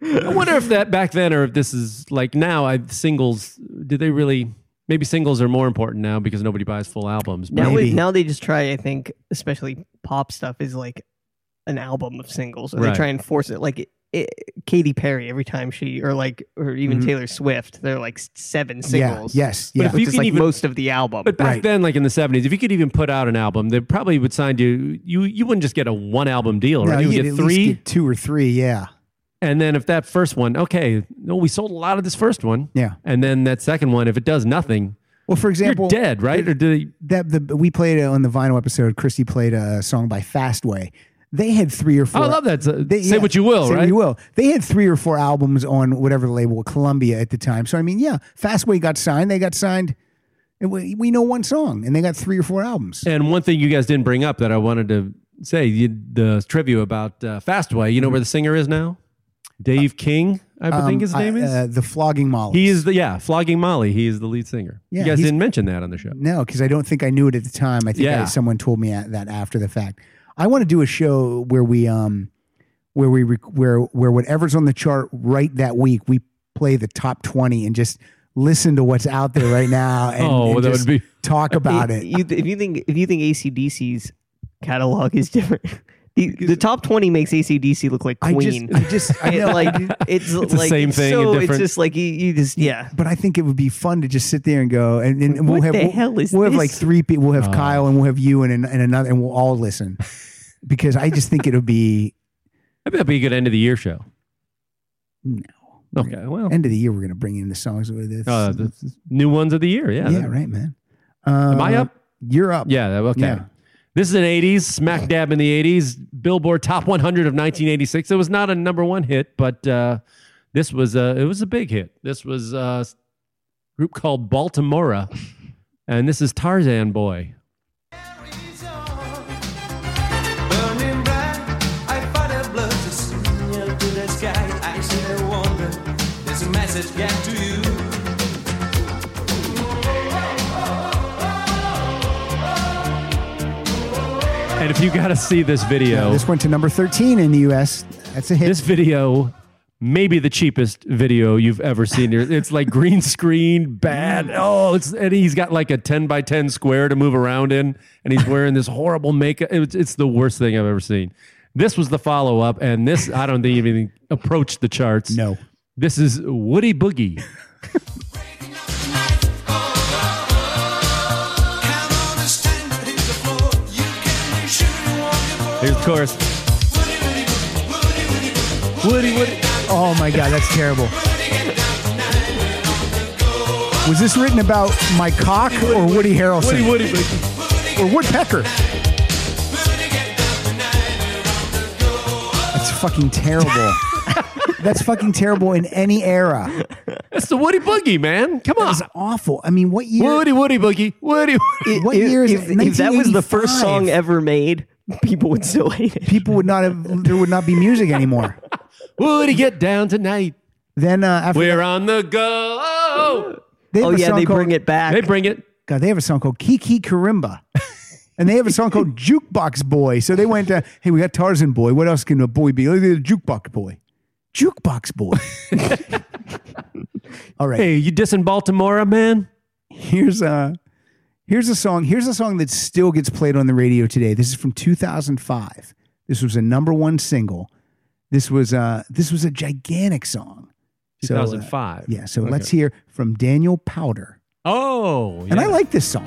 [SPEAKER 3] I wonder if that back then, or if this is like now. I singles. Did they really? Maybe singles are more important now because nobody buys full albums. but-
[SPEAKER 4] now,
[SPEAKER 2] Maybe.
[SPEAKER 4] we, now they just try, I think, especially pop stuff is like an album of singles. Or
[SPEAKER 3] Right.
[SPEAKER 4] They try and force it. Like it, it, Katy Perry, every time she, or like, or even
[SPEAKER 2] Mhm.
[SPEAKER 4] Taylor Swift, they're like s- seven
[SPEAKER 2] yeah.
[SPEAKER 4] singles.
[SPEAKER 2] Yes.
[SPEAKER 3] But
[SPEAKER 2] Yeah.
[SPEAKER 3] if
[SPEAKER 4] Which
[SPEAKER 3] you
[SPEAKER 4] is
[SPEAKER 3] can
[SPEAKER 4] like
[SPEAKER 3] even-
[SPEAKER 4] most of the album.
[SPEAKER 3] But back
[SPEAKER 2] Right.
[SPEAKER 3] then, like in the seventies, if you could even put out an album, they probably would sign you. You you wouldn't just get a one album deal, right?
[SPEAKER 2] No,
[SPEAKER 3] you would
[SPEAKER 2] you'd
[SPEAKER 3] get
[SPEAKER 2] at
[SPEAKER 3] three,
[SPEAKER 2] least get two or three. Yeah.
[SPEAKER 3] and then if that first one, okay, no, we sold a lot of this first one,
[SPEAKER 2] Yeah.
[SPEAKER 3] and then that second one, if it does nothing,
[SPEAKER 2] Well, for example,
[SPEAKER 3] you're dead, right? Or do they,
[SPEAKER 2] that the we played on the vinyl episode. Christy played a song by Fastway. They had three or four.
[SPEAKER 3] Oh, I love that. So,
[SPEAKER 2] They-
[SPEAKER 3] say
[SPEAKER 2] yeah,
[SPEAKER 3] what you will,
[SPEAKER 2] say
[SPEAKER 3] right?
[SPEAKER 2] what you will. They had three or four albums on whatever label Columbia at the time. So I mean, yeah, Fastway got signed. They got signed. and We, we know one song, and they got three or four albums.
[SPEAKER 3] And one thing you guys didn't bring up that I wanted to say you, the trivia about uh, Fastway, you know where the singer is now? Dave King, I
[SPEAKER 2] Uh, Um,
[SPEAKER 3] think his name
[SPEAKER 2] I-
[SPEAKER 3] is.
[SPEAKER 2] uh, the Flogging Molly.
[SPEAKER 3] he is the, yeah, Flogging Molly. He is the lead singer.
[SPEAKER 2] Yeah,
[SPEAKER 3] you guys
[SPEAKER 2] he's-
[SPEAKER 3] didn't mention that on the show.
[SPEAKER 2] no, because I don't think I knew it at the time. I think I-
[SPEAKER 3] Yeah.
[SPEAKER 2] someone told me at- that after the fact. I want to do a show where we um where we rec- where where whatever's on the chart right that week we play the top twenty and just listen to what's out there right now. And,
[SPEAKER 3] Oh,
[SPEAKER 2] and
[SPEAKER 3] that
[SPEAKER 2] just
[SPEAKER 3] would be-
[SPEAKER 2] talk about it.
[SPEAKER 4] You, if you think if you think ACDC's catalog is different, He, the top twenty makes ACDC look like
[SPEAKER 2] I just,
[SPEAKER 4] Queen.
[SPEAKER 2] I just, I
[SPEAKER 4] And,
[SPEAKER 2] know,
[SPEAKER 4] like it's,
[SPEAKER 3] It's the
[SPEAKER 4] like
[SPEAKER 3] same
[SPEAKER 4] it's
[SPEAKER 3] thing in
[SPEAKER 4] So
[SPEAKER 3] different-
[SPEAKER 4] it's just like you, you just yeah.
[SPEAKER 2] but I think it would be fun to just sit there and go, and, and we'll
[SPEAKER 4] What
[SPEAKER 2] have
[SPEAKER 4] the
[SPEAKER 2] we'll,
[SPEAKER 4] hell is
[SPEAKER 2] we'll have like
[SPEAKER 4] this?
[SPEAKER 2] three people. We'll
[SPEAKER 3] Uh.
[SPEAKER 2] have Kyle and we'll have you and, an- and another, and we'll all listen because I just think it'll be
[SPEAKER 3] I bet that'd be a good end of the year show.
[SPEAKER 2] no
[SPEAKER 3] Okay, well,
[SPEAKER 2] end of the year. We're gonna bring in the songs with this.
[SPEAKER 3] uh, the new ones of the year. Yeah.
[SPEAKER 2] yeah,
[SPEAKER 3] that-
[SPEAKER 2] right, man. Uh,
[SPEAKER 3] Am I up?
[SPEAKER 2] You're up.
[SPEAKER 3] Yeah. that- Okay.
[SPEAKER 2] Yeah.
[SPEAKER 3] This is an 80s, smack dab in the 80s, Billboard Top 100 of 1986. It was not a number one hit, but uh, this was a, it was a big hit. This was uh, a group called Baltimora, and this is Tarzan Boy.
[SPEAKER 8] Burning bright, I fight a blood to sing up to the sky. I still wonder, there's a message get to you.
[SPEAKER 3] And if you got to see this video,
[SPEAKER 2] This went to number 13 in the U.S. That's a hit.
[SPEAKER 3] this video may be the cheapest video you've ever seen it's like green screen bad oh it's and he's got like a 10 by 10 square to move around in and he's wearing this horrible makeup it's, it's the worst thing i've ever seen this was the follow-up and this i don't think even approached the charts
[SPEAKER 2] no.
[SPEAKER 3] this is woody boogie here's the chorus woody woody
[SPEAKER 2] Oh my God, that's terrible. Was this written about my cock or Woody
[SPEAKER 3] woody
[SPEAKER 2] Harrelson
[SPEAKER 3] woody boogie
[SPEAKER 2] or Woodpecker? That's fucking terrible. That's fucking terrible in any era.
[SPEAKER 3] that's the woody boogie man come on
[SPEAKER 2] It's awful. I mean, what year?
[SPEAKER 3] woody woody boogie woody, woody.
[SPEAKER 2] what year is
[SPEAKER 4] if,
[SPEAKER 2] it?
[SPEAKER 4] if that was the first song
[SPEAKER 2] 1985.
[SPEAKER 4] ever made, people would still hate it.
[SPEAKER 2] People would not have. There would not be music anymore.
[SPEAKER 3] Woody, get down tonight.
[SPEAKER 2] Then uh, after
[SPEAKER 3] We're on the go.
[SPEAKER 2] they have
[SPEAKER 4] Oh
[SPEAKER 2] a
[SPEAKER 4] yeah,
[SPEAKER 2] song
[SPEAKER 4] they
[SPEAKER 2] called-
[SPEAKER 4] bring it back.
[SPEAKER 3] They bring it.
[SPEAKER 2] God, they have a song called Kiki Karimba. and they have a song called Jukebox Boy. So they went, uh, hey, we got Tarzan Boy. What else can a boy be? Look at the Jukebox Boy. Jukebox Boy. All right.
[SPEAKER 3] Hey, you dissing Baltimore, man?
[SPEAKER 2] Here's a here's a song. Here's a song that still gets played on the radio today. This is from 2005. This was a number one single. This was uh this was a gigantic song. So, uh,
[SPEAKER 3] 2005.
[SPEAKER 2] yeah. So let's hear from Daniel Powder.
[SPEAKER 3] Oh,
[SPEAKER 2] And I
[SPEAKER 3] yeah.
[SPEAKER 2] like this song.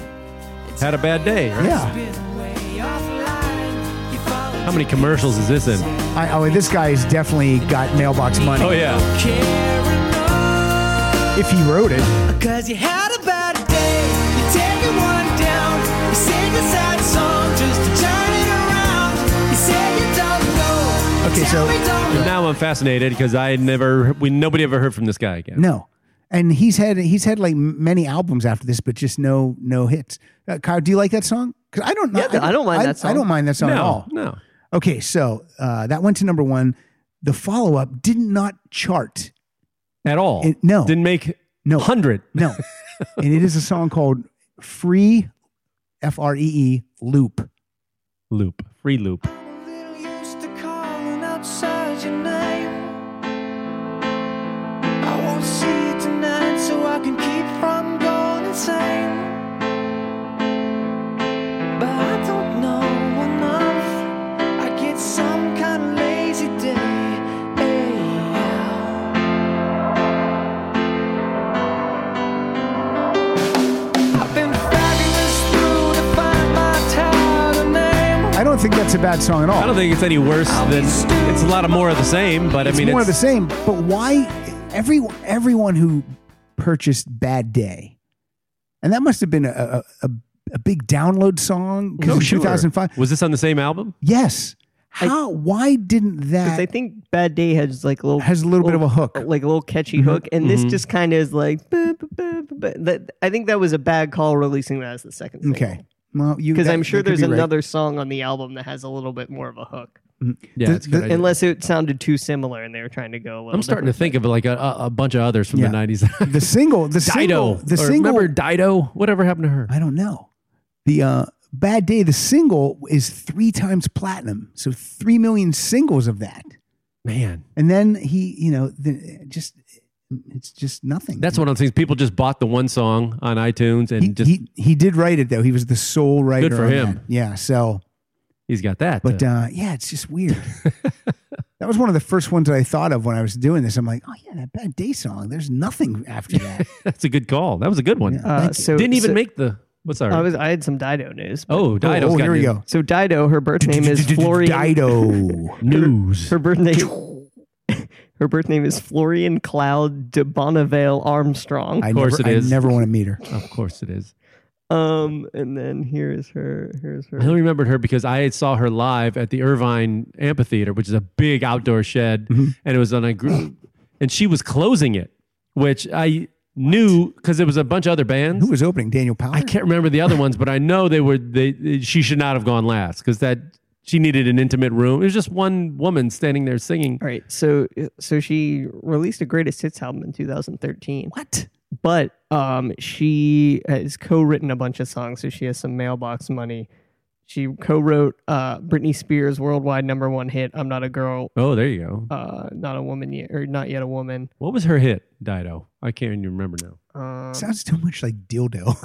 [SPEAKER 3] had a bad day. Right?
[SPEAKER 2] Yeah.
[SPEAKER 3] How many commercials is this in?
[SPEAKER 2] I, oh, this guy's definitely got mailbox money.
[SPEAKER 3] Oh yeah.
[SPEAKER 2] If he wrote it,
[SPEAKER 8] Cause you had a bad day, you take it one down, you sing a sad song just to turn it around. You say you don't know,
[SPEAKER 2] Okay, so-
[SPEAKER 8] tell me don't
[SPEAKER 3] And now I'm fascinated because I never, we nobody ever heard from this guy again.
[SPEAKER 2] no. And he's had he's had like m- many albums after this, but just no no hits. Uh, Kyle, do you like that song? Because I don't. know.
[SPEAKER 4] Yeah, I don't mind that
[SPEAKER 2] I
[SPEAKER 4] song.
[SPEAKER 2] don't mind that song at
[SPEAKER 3] no,
[SPEAKER 2] all.
[SPEAKER 3] no.
[SPEAKER 2] Okay, so uh, that went to number one. The follow up did not chart.
[SPEAKER 3] at all.
[SPEAKER 2] It- no.
[SPEAKER 3] didn't make
[SPEAKER 2] No.
[SPEAKER 3] hundred.
[SPEAKER 2] No, and it is a song called "Free," F R E E Loop.
[SPEAKER 3] Loop, free loop.
[SPEAKER 8] little used to calling outside your name. I won't see you tonight, so I can keep from going insane. But I don't know enough. I get some kind of lazy day. I've been fagging this through to find my title name.
[SPEAKER 2] I don't think that's a bad song at all.
[SPEAKER 3] I don't think it's any worse than it's a lot of more of the same. But I
[SPEAKER 2] it's
[SPEAKER 3] mean,
[SPEAKER 2] more
[SPEAKER 3] it's
[SPEAKER 2] of the same. But why every everyone who purchased Bad Day, and that must have been a a, a, a big download song
[SPEAKER 3] no,
[SPEAKER 2] because
[SPEAKER 3] Oh, sure.
[SPEAKER 2] 2005.
[SPEAKER 3] Was this on the same album?
[SPEAKER 2] Yes. How? why didn't that?
[SPEAKER 4] Because I think Bad Day has like a little
[SPEAKER 2] Has Mm-hmm. a little bit of a hook.
[SPEAKER 4] like a little catchy hook, and this just kind of is like. "Buh, buh, buh, buh, buh." That, I think that was a bad call releasing that as the second. single.
[SPEAKER 2] okay. Well, you
[SPEAKER 4] because
[SPEAKER 2] that-
[SPEAKER 4] I'm sure
[SPEAKER 2] that could
[SPEAKER 4] there's
[SPEAKER 2] be right.
[SPEAKER 4] another song on the album that has a little bit more of a hook.
[SPEAKER 3] Yeah,
[SPEAKER 2] The-
[SPEAKER 3] that's a good
[SPEAKER 2] the-
[SPEAKER 3] idea.
[SPEAKER 4] Unless it sounded too similar and they were trying to go. A little
[SPEAKER 3] I'm starting to think of like a, a a bunch of others from
[SPEAKER 2] Yeah.
[SPEAKER 3] the 90s.
[SPEAKER 2] The single. The
[SPEAKER 3] Dido.
[SPEAKER 2] single. The
[SPEAKER 3] Or
[SPEAKER 2] single.
[SPEAKER 3] Remember Dido? Whatever happened to her?
[SPEAKER 2] I don't know. The uh, Bad Day. The single is three times platinum, so three million singles of that.
[SPEAKER 3] Man,
[SPEAKER 2] And then he, you know, the, just it's just nothing.
[SPEAKER 3] that's one of the things. People just bought the one song on iTunes and
[SPEAKER 2] he,
[SPEAKER 3] just
[SPEAKER 2] he he did write it though. He was the sole writer.
[SPEAKER 3] for
[SPEAKER 2] on
[SPEAKER 3] him.
[SPEAKER 2] that. Yeah. So
[SPEAKER 3] he's got that.
[SPEAKER 2] But
[SPEAKER 3] uh,
[SPEAKER 2] uh, yeah, it's just weird. that was one of the first ones that I thought of when I was doing this. I'm like, oh yeah, that Bad Day song. There's nothing after that.
[SPEAKER 3] that's a good call. That was a good one.
[SPEAKER 2] Yeah.
[SPEAKER 4] Uh,
[SPEAKER 2] Thank you.
[SPEAKER 4] so
[SPEAKER 3] Didn't even
[SPEAKER 4] so- Oh,
[SPEAKER 3] make the. What's our?
[SPEAKER 4] I was I had some Dido news. but-
[SPEAKER 3] oh, Dido.
[SPEAKER 2] oh,
[SPEAKER 3] got
[SPEAKER 2] here we
[SPEAKER 3] new-
[SPEAKER 2] go.
[SPEAKER 4] So Dido, her birth name is Florian.
[SPEAKER 2] Dido.
[SPEAKER 3] News.
[SPEAKER 4] Her birth name. Her birth name is Florian Cloud de Bonnevale Armstrong.
[SPEAKER 2] I
[SPEAKER 3] course
[SPEAKER 2] never,
[SPEAKER 3] it is.
[SPEAKER 2] I never want to meet her.
[SPEAKER 3] Of course it is.
[SPEAKER 4] Um, and then here is her. Here's
[SPEAKER 3] I
[SPEAKER 4] her.
[SPEAKER 3] only remembered her because I saw her live at the Irvine Amphitheater, which is a big outdoor shed, and it was on a group, and she was closing it, which I knew because it was a bunch of other bands.
[SPEAKER 2] Who was opening? Daniel Powell.
[SPEAKER 3] I can't remember the other ones, but I know they were. They, she should not have gone last because that she needed an intimate room. It was just one woman standing there singing.
[SPEAKER 4] All right. So so she released a greatest hits album in 2013. What? But um, she has co-written a bunch of songs, so she has some mailbox money. She co-wrote uh, Britney Spears' worldwide number one hit "I'm Not a Girl,
[SPEAKER 3] Oh, there you go.
[SPEAKER 4] uh, Not a Woman Yet, or Not Yet a Woman."
[SPEAKER 3] What was her hit, Dido? I can't even remember now.
[SPEAKER 4] Um,
[SPEAKER 2] Sounds too much like dildo.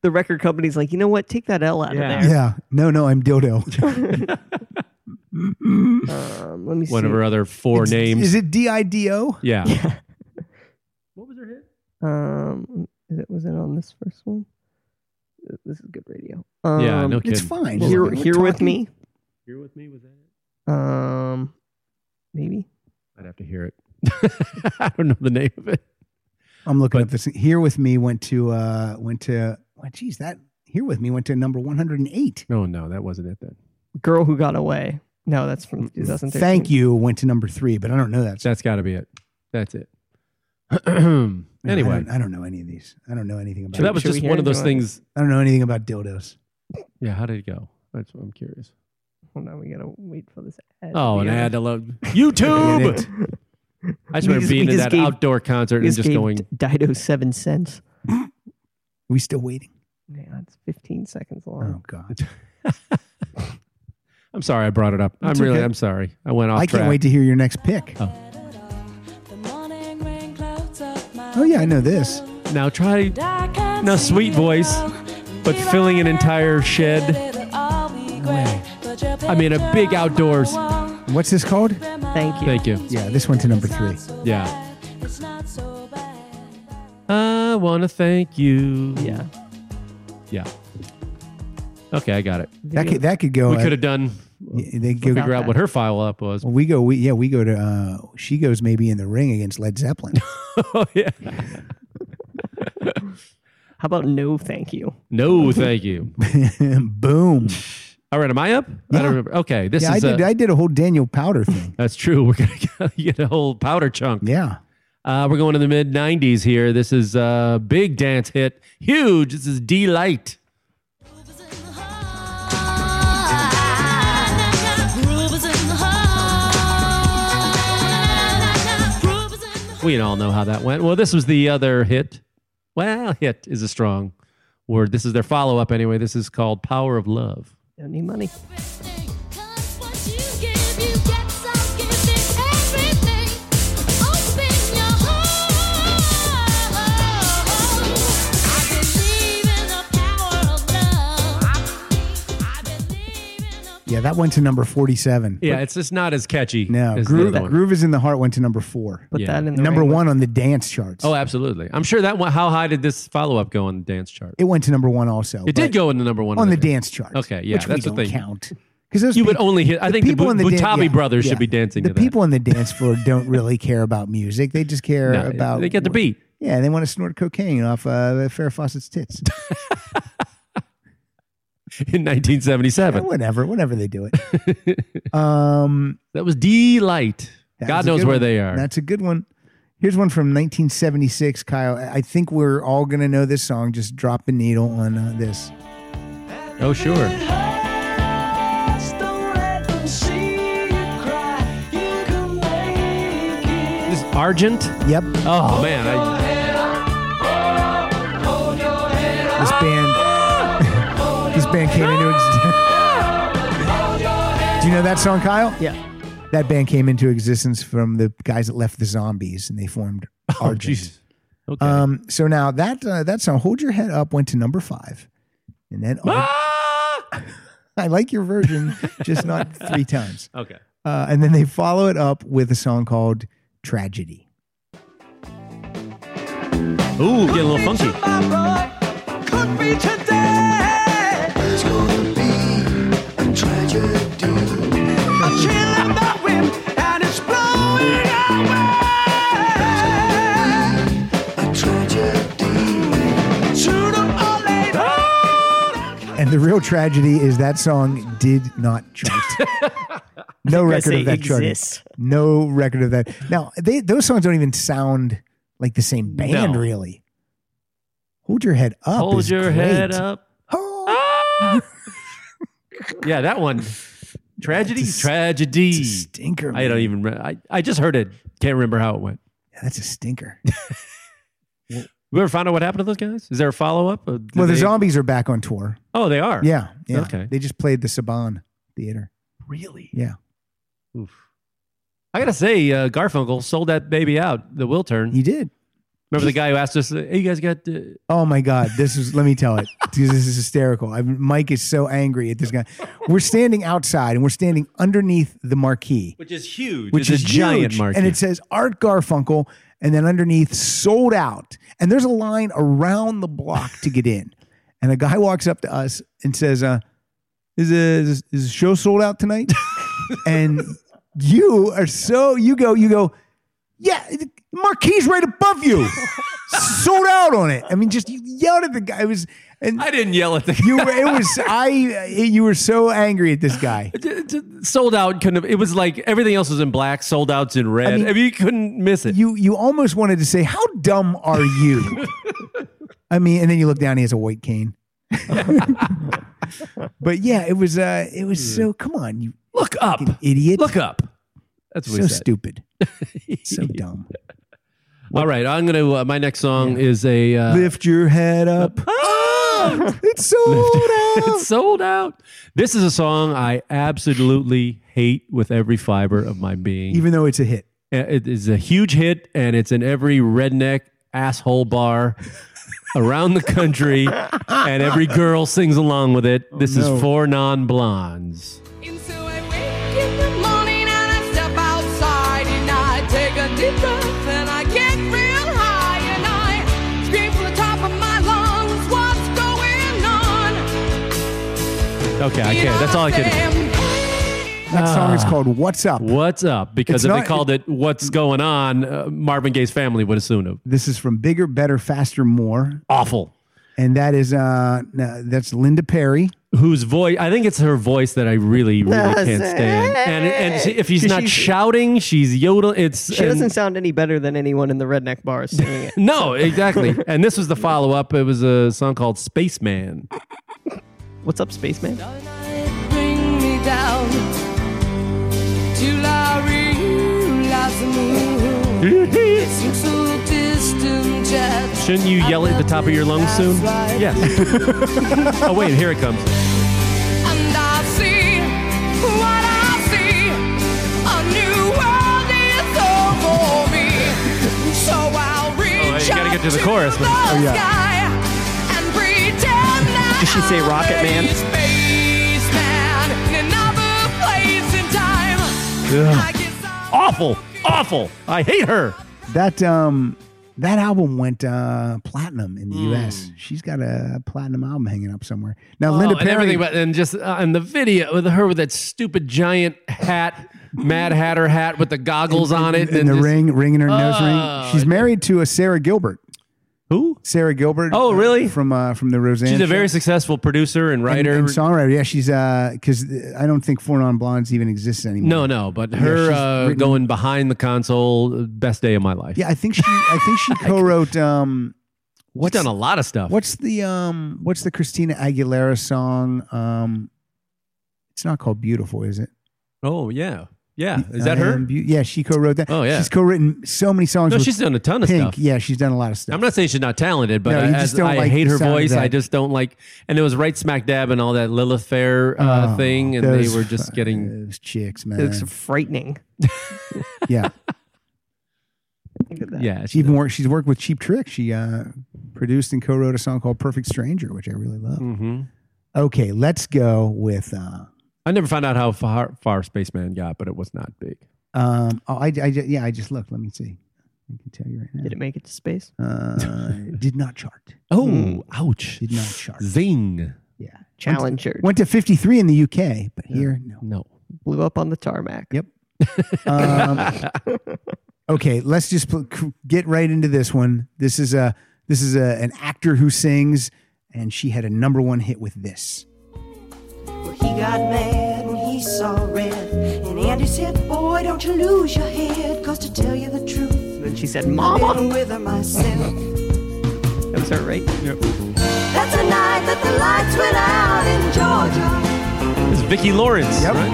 [SPEAKER 4] the record company's like, you know what? Take that L out
[SPEAKER 3] Yeah.
[SPEAKER 4] of there.
[SPEAKER 2] yeah. No, no, I'm dildo.
[SPEAKER 4] Um, let me see.
[SPEAKER 3] One of her other four names.
[SPEAKER 2] Is it D I D O?
[SPEAKER 3] yeah.
[SPEAKER 4] Um, is it was it on this first one? Uh, This is good radio. Um,
[SPEAKER 3] yeah. No kidding.
[SPEAKER 2] It's fine.
[SPEAKER 4] Here,
[SPEAKER 2] We're
[SPEAKER 4] here with
[SPEAKER 2] talking-
[SPEAKER 4] me.
[SPEAKER 3] Here with me was that.
[SPEAKER 4] Um, maybe.
[SPEAKER 3] I'd have to hear it. I don't know the name of it.
[SPEAKER 2] I'm looking
[SPEAKER 3] But-
[SPEAKER 2] up this. Here with me went to uh went to. Well, geez, that here with me went to number 108.
[SPEAKER 3] No, no, that wasn't it then.
[SPEAKER 4] Girl who got away. No, that's
[SPEAKER 3] Mm,
[SPEAKER 4] from 2013.
[SPEAKER 2] Thank you went to number three, but I don't know that. song.
[SPEAKER 3] That's got to be it. That's it.
[SPEAKER 2] No, I
[SPEAKER 3] anyway,
[SPEAKER 2] don't, I don't know any of these. I don't know anything about.
[SPEAKER 3] so that was
[SPEAKER 4] Should we
[SPEAKER 3] just
[SPEAKER 4] hear
[SPEAKER 3] one of
[SPEAKER 4] it?
[SPEAKER 3] those
[SPEAKER 4] Do you
[SPEAKER 3] things.
[SPEAKER 2] I don't know anything about dildos.
[SPEAKER 3] Yeah. How did it go? That's what I'm curious.
[SPEAKER 4] Hold on, we gotta wait for this ad.
[SPEAKER 3] Oh,
[SPEAKER 4] to
[SPEAKER 3] and I
[SPEAKER 4] be
[SPEAKER 3] had
[SPEAKER 4] over.
[SPEAKER 3] to love YouTube. I just
[SPEAKER 4] We
[SPEAKER 3] remember
[SPEAKER 4] just-
[SPEAKER 3] being
[SPEAKER 4] we
[SPEAKER 3] in
[SPEAKER 4] just
[SPEAKER 3] that
[SPEAKER 4] gave-
[SPEAKER 3] outdoor concert
[SPEAKER 4] We
[SPEAKER 3] and
[SPEAKER 4] just
[SPEAKER 3] just
[SPEAKER 4] gave
[SPEAKER 3] going,
[SPEAKER 4] Dido seven cents.
[SPEAKER 2] Are we still waiting?
[SPEAKER 4] Yeah, that's 15 seconds long.
[SPEAKER 2] Oh God!
[SPEAKER 3] "I'm sorry, I brought it up. I'm really,
[SPEAKER 2] okay.
[SPEAKER 3] I'm sorry. I went off
[SPEAKER 2] I
[SPEAKER 3] track."
[SPEAKER 2] can't wait to hear your next pick.
[SPEAKER 9] Oh
[SPEAKER 2] Oh yeah, I know this.
[SPEAKER 3] Now try
[SPEAKER 9] No sweet voice, but filling an entire shed.
[SPEAKER 3] I
[SPEAKER 9] I
[SPEAKER 3] mean, a big outdoors-
[SPEAKER 2] What's this called?
[SPEAKER 4] Thank you.
[SPEAKER 3] Thank you.
[SPEAKER 2] Yeah, this went to number three.
[SPEAKER 3] Yeah. I want to thank you.
[SPEAKER 4] Yeah.
[SPEAKER 3] Yeah. Okay, I got it.
[SPEAKER 2] That could that could go.
[SPEAKER 3] we
[SPEAKER 2] uh,
[SPEAKER 3] could have done
[SPEAKER 2] yeah, they go.
[SPEAKER 3] figure out what her file up was.
[SPEAKER 2] Well, we go. We yeah. We go to. uh She goes maybe in the ring against Led Zeppelin.
[SPEAKER 3] oh yeah.
[SPEAKER 4] How about no thank you?
[SPEAKER 3] No, thank you.
[SPEAKER 2] Boom.
[SPEAKER 3] All right, am I up? I
[SPEAKER 2] Yeah.
[SPEAKER 3] don't remember. Okay, this
[SPEAKER 2] Yeah, I
[SPEAKER 3] is
[SPEAKER 2] did.
[SPEAKER 3] uh,
[SPEAKER 2] I did a whole Daniel Powder thing.
[SPEAKER 3] that's true. We're gonna get a whole powder chunk.
[SPEAKER 2] Yeah.
[SPEAKER 3] Uh, we're going to the mid '90s here. This is a uh, big dance hit, huge. This is Delight. We all know how that went. Well, this was the other hit. Well, hit is a strong word. This is their follow up anyway. This is called Power of Love.
[SPEAKER 4] Don't need money.
[SPEAKER 2] Yeah. That went to number forty-seven.
[SPEAKER 3] Yeah, it's just not as catchy.
[SPEAKER 2] No.
[SPEAKER 3] as the
[SPEAKER 2] Groove,
[SPEAKER 3] other one.
[SPEAKER 2] Groove is in the heart went to number four.
[SPEAKER 4] Put
[SPEAKER 3] Yeah.
[SPEAKER 4] that in the
[SPEAKER 2] Number
[SPEAKER 4] ring.
[SPEAKER 2] one on the dance charts.
[SPEAKER 3] Oh, absolutely. I'm sure that one. How high did this follow up go on the dance chart?
[SPEAKER 2] it went to number one also.
[SPEAKER 3] It
[SPEAKER 2] but
[SPEAKER 3] did go in the number one
[SPEAKER 2] on the dance
[SPEAKER 3] dance.
[SPEAKER 2] charts.
[SPEAKER 3] Okay, yeah,
[SPEAKER 2] which we
[SPEAKER 3] that's the
[SPEAKER 2] don't
[SPEAKER 3] thing.
[SPEAKER 2] Count because
[SPEAKER 3] You would only hit. I think the, Bu- Butabi
[SPEAKER 2] dan- yeah,
[SPEAKER 3] brothers
[SPEAKER 2] yeah.
[SPEAKER 3] should be dancing.
[SPEAKER 2] The
[SPEAKER 3] to that.
[SPEAKER 2] people on the dance floor don't really care about music; they just care
[SPEAKER 3] No,
[SPEAKER 2] about
[SPEAKER 3] they get the beat.
[SPEAKER 2] Yeah, they want to snort cocaine off uh, Farrah Fawcett's tits.
[SPEAKER 3] in
[SPEAKER 2] Yeah,
[SPEAKER 3] 1977.
[SPEAKER 2] whatever, whatever they do it. um,
[SPEAKER 3] That was delight.
[SPEAKER 2] that
[SPEAKER 3] God
[SPEAKER 2] was a
[SPEAKER 3] knows
[SPEAKER 2] good
[SPEAKER 3] where
[SPEAKER 2] one.
[SPEAKER 3] they are.
[SPEAKER 2] That's a good one. Here's one from 1976, Kyle. I I think we're all gonna know this song. Just drop a needle on uh, this.
[SPEAKER 3] oh sure. This Argent.
[SPEAKER 2] Yep,
[SPEAKER 3] Oh man, I,
[SPEAKER 2] this band. this band came into existence. do you know that song, Kyle?
[SPEAKER 4] Yeah.
[SPEAKER 2] That band came into existence from the guys that left the Zombies, and they formed.
[SPEAKER 3] oh
[SPEAKER 2] Argent.
[SPEAKER 3] jeez. Okay.
[SPEAKER 2] Um, so now that uh, that song, "Hold Your Head Up," went to number five, and then on,
[SPEAKER 3] Ah!
[SPEAKER 2] I like your version, just not three times.
[SPEAKER 3] Okay.
[SPEAKER 2] Uh, and then they follow it up with a song called Tragedy.
[SPEAKER 3] Ooh, getting a little funky.
[SPEAKER 5] It's gonna be a tragedy. A tragedy.
[SPEAKER 2] And the real tragedy is that song did not chart. no record
[SPEAKER 4] say
[SPEAKER 2] of that
[SPEAKER 4] exist.
[SPEAKER 2] chart. No record of that. Now, they, those songs don't even sound like the same band,
[SPEAKER 3] No.
[SPEAKER 2] really. Hold your head up.
[SPEAKER 3] Hold
[SPEAKER 2] is
[SPEAKER 3] your
[SPEAKER 2] great.
[SPEAKER 3] head up.
[SPEAKER 2] Oh,
[SPEAKER 3] Yeah, that one. Tragedy,
[SPEAKER 2] It's a s-
[SPEAKER 3] tragedy.
[SPEAKER 2] it's a stinker.
[SPEAKER 3] I don't
[SPEAKER 2] man.
[SPEAKER 3] even. Re- I I just heard it. Can't remember how it went.
[SPEAKER 2] Yeah, that's a stinker.
[SPEAKER 3] We ever found out what happened to those guys? Is there a follow up?
[SPEAKER 2] well, the zombies are back on tour.
[SPEAKER 3] Oh, they are.
[SPEAKER 2] Yeah, yeah.
[SPEAKER 3] Okay.
[SPEAKER 2] They just played the Saban Theater.
[SPEAKER 3] Really?
[SPEAKER 2] Yeah.
[SPEAKER 3] Oof. I gotta say, uh, Garfunkel sold that baby out. The will turn.
[SPEAKER 2] He did.
[SPEAKER 3] Remember the guy who asked us, "Hey, you guys got?" Uh,
[SPEAKER 2] Oh my God! This is let me tell it because this is hysterical. I, Mike is so angry at this guy. We're standing outside and we're standing underneath the marquee,
[SPEAKER 3] which is huge.
[SPEAKER 2] which is
[SPEAKER 3] it's a giant
[SPEAKER 2] huge,
[SPEAKER 3] market.
[SPEAKER 2] and it says Art Garfunkel, and then underneath sold out. And there's a line around the block to get in. And a guy walks up to us and says, uh, "Is is, is the show sold out tonight?" and you are so you go you go yeah the marquee's right above you sold out on it i mean just you yelled at the guy it was and
[SPEAKER 3] I didn't yell at the
[SPEAKER 2] you were it was i you were so angry at this guy
[SPEAKER 3] sold out. Couldn't. have- It was like everything else was in black. Sold out's in red. I
[SPEAKER 2] mean-
[SPEAKER 3] mean, you couldn't miss it.
[SPEAKER 2] you you almost wanted to say how dumb are you i mean and then you look down he has a white cane but yeah it was uh it was so come on you
[SPEAKER 3] look up.
[SPEAKER 2] idiot
[SPEAKER 3] Look up. That's what
[SPEAKER 2] so
[SPEAKER 3] he said.
[SPEAKER 2] stupid so dumb
[SPEAKER 3] All right, I'm gonna. Uh, my next song is a. Uh,
[SPEAKER 2] lift your head up
[SPEAKER 3] Ah!
[SPEAKER 2] it's sold out
[SPEAKER 3] it's sold out. This is a song I absolutely hate with every fiber of my being.
[SPEAKER 2] even though it's a hit
[SPEAKER 3] It is a huge hit, and it's in every redneck asshole bar around the country, and every girl sings along with it. This
[SPEAKER 2] Oh, no.
[SPEAKER 3] is for non blondes.
[SPEAKER 8] And so I wake in the morning and I step outside and I take a deep breath and I get real high and I scream from the top of my lungs, what's going on?
[SPEAKER 3] Okay, I can't. That's all I can.
[SPEAKER 2] That song
[SPEAKER 3] Ah.
[SPEAKER 2] is called "What's Up."
[SPEAKER 3] What's up? Because
[SPEAKER 2] It's
[SPEAKER 3] if
[SPEAKER 2] not-
[SPEAKER 3] they called it "What's Going On," uh, Marvin Gaye's family would assume it
[SPEAKER 2] This is from Bigger, Better, Faster, More,
[SPEAKER 3] awful.
[SPEAKER 2] and that is uh no, that's Linda Perry.
[SPEAKER 3] whose voice I think it's her voice that I really really can't stand. And and she- if she's not
[SPEAKER 4] She's-
[SPEAKER 3] shouting, she's yodeling. It's
[SPEAKER 4] She
[SPEAKER 3] and-
[SPEAKER 4] doesn't sound any better than anyone in the redneck bars singing it.
[SPEAKER 3] No, exactly. and this was the follow up. It was a song called Spaceman.
[SPEAKER 4] What's up, spaceman?
[SPEAKER 8] Bring me down till I realize the moon.
[SPEAKER 3] Shouldn't
[SPEAKER 8] Seems so distant yet.
[SPEAKER 3] you yell at the top of your lungs soon? Yes. oh wait, here it comes.
[SPEAKER 8] And I see what I see. A new world is over me. So I'll reach
[SPEAKER 3] Oh, you gotta
[SPEAKER 8] up
[SPEAKER 3] get to the chorus, but-
[SPEAKER 8] the
[SPEAKER 2] Oh, yeah.
[SPEAKER 8] sky and pretend that
[SPEAKER 4] Did she say
[SPEAKER 8] I'm
[SPEAKER 4] Rocket
[SPEAKER 8] a
[SPEAKER 4] Man?
[SPEAKER 8] spaceman in another place and time. I guess I'm
[SPEAKER 3] Awful, awful. I hate her.
[SPEAKER 2] That um that album went uh platinum in the
[SPEAKER 3] Hmm.
[SPEAKER 2] U.S. She's got a platinum album hanging up somewhere now. Linda
[SPEAKER 3] Oh, and
[SPEAKER 2] Perry.
[SPEAKER 3] everything, but and just uh, and the video with her with that stupid giant hat, Mad Hatter hat with the goggles on it,
[SPEAKER 2] and, the
[SPEAKER 3] just-
[SPEAKER 2] ring, ring in her nose
[SPEAKER 3] Oh,
[SPEAKER 2] ring. She's
[SPEAKER 3] it-
[SPEAKER 2] married to a Sarah Gilbert.
[SPEAKER 3] Who?
[SPEAKER 2] Sarah Gilbert.
[SPEAKER 3] Oh,
[SPEAKER 2] uh,
[SPEAKER 3] really?
[SPEAKER 2] From uh, from the Roseanne.
[SPEAKER 3] She's a
[SPEAKER 2] show.
[SPEAKER 3] very successful producer and
[SPEAKER 2] and,
[SPEAKER 3] writer.
[SPEAKER 2] and songwriter. Yeah, she's uh because I don't think Four Non Blondes even exists anymore.
[SPEAKER 3] No, no, but her
[SPEAKER 2] she's
[SPEAKER 3] uh,
[SPEAKER 2] written-
[SPEAKER 3] going behind the console, uh, best day of my life.
[SPEAKER 2] Yeah, I think she I think she co-wrote um
[SPEAKER 3] what's
[SPEAKER 2] what's
[SPEAKER 3] done a lot of stuff.
[SPEAKER 2] What's the um what's the Christina Aguilera song? Um it's not called Beautiful, is it?
[SPEAKER 3] Oh yeah, yeah. Is that
[SPEAKER 2] I
[SPEAKER 3] her?
[SPEAKER 2] Am Beau- yeah, she co-wrote that.
[SPEAKER 3] Oh, yeah.
[SPEAKER 2] She's co-written so many songs
[SPEAKER 3] No,
[SPEAKER 2] with
[SPEAKER 3] she's done a ton of
[SPEAKER 2] Pink.
[SPEAKER 3] stuff.
[SPEAKER 2] Yeah, she's done a lot of stuff.
[SPEAKER 3] I'm not saying she's not talented, but
[SPEAKER 2] No, you
[SPEAKER 3] as
[SPEAKER 2] just don't
[SPEAKER 3] I
[SPEAKER 2] like
[SPEAKER 3] hate
[SPEAKER 2] the
[SPEAKER 3] her
[SPEAKER 2] sound of
[SPEAKER 3] voice.
[SPEAKER 2] that.
[SPEAKER 3] I just don't like. And it was right smack dab and all that Lilith Fair uh,
[SPEAKER 2] Oh,
[SPEAKER 3] thing, and they
[SPEAKER 2] those
[SPEAKER 3] were just
[SPEAKER 2] fu-
[SPEAKER 3] getting.
[SPEAKER 2] those chicks, man.
[SPEAKER 3] Uh.
[SPEAKER 4] It's frightening.
[SPEAKER 2] yeah.
[SPEAKER 4] Look at that.
[SPEAKER 3] Yeah,
[SPEAKER 2] She even worked she's worked with Cheap Trick. She uh produced and co-wrote a song called Perfect Stranger, which I really love.
[SPEAKER 3] hmm
[SPEAKER 2] Okay, let's go with. Uh,
[SPEAKER 3] I never found out how far, far Spaceman got, but it was not big.
[SPEAKER 2] um, oh, I, I, ju- yeah, I just looked. Let me see. I can tell you right now.
[SPEAKER 4] Did it make it to space?
[SPEAKER 2] Uh, did not chart.
[SPEAKER 3] Oh, ouch.
[SPEAKER 2] Did Hmm. not chart.
[SPEAKER 3] Zing.
[SPEAKER 2] Yeah.
[SPEAKER 4] Challenger
[SPEAKER 2] Went to 53 in the UK, but here, no.
[SPEAKER 3] No.
[SPEAKER 4] blew up on the tarmac.
[SPEAKER 2] Yep. Um, okay, let's just pl- c- get right into this one. This is a this is a, an actor who sings, and she had a number one hit with this.
[SPEAKER 10] He got mad when he saw red. And Andy said, Boy, don't you lose your head. Cause to tell you the truth,
[SPEAKER 4] And then she said,
[SPEAKER 10] I've
[SPEAKER 4] "Mama."
[SPEAKER 10] been with her myself.
[SPEAKER 4] That was her, right?
[SPEAKER 10] That's a night that the lights went out in Georgia.
[SPEAKER 3] It's Vicki Lawrence.
[SPEAKER 2] Yep.
[SPEAKER 3] right?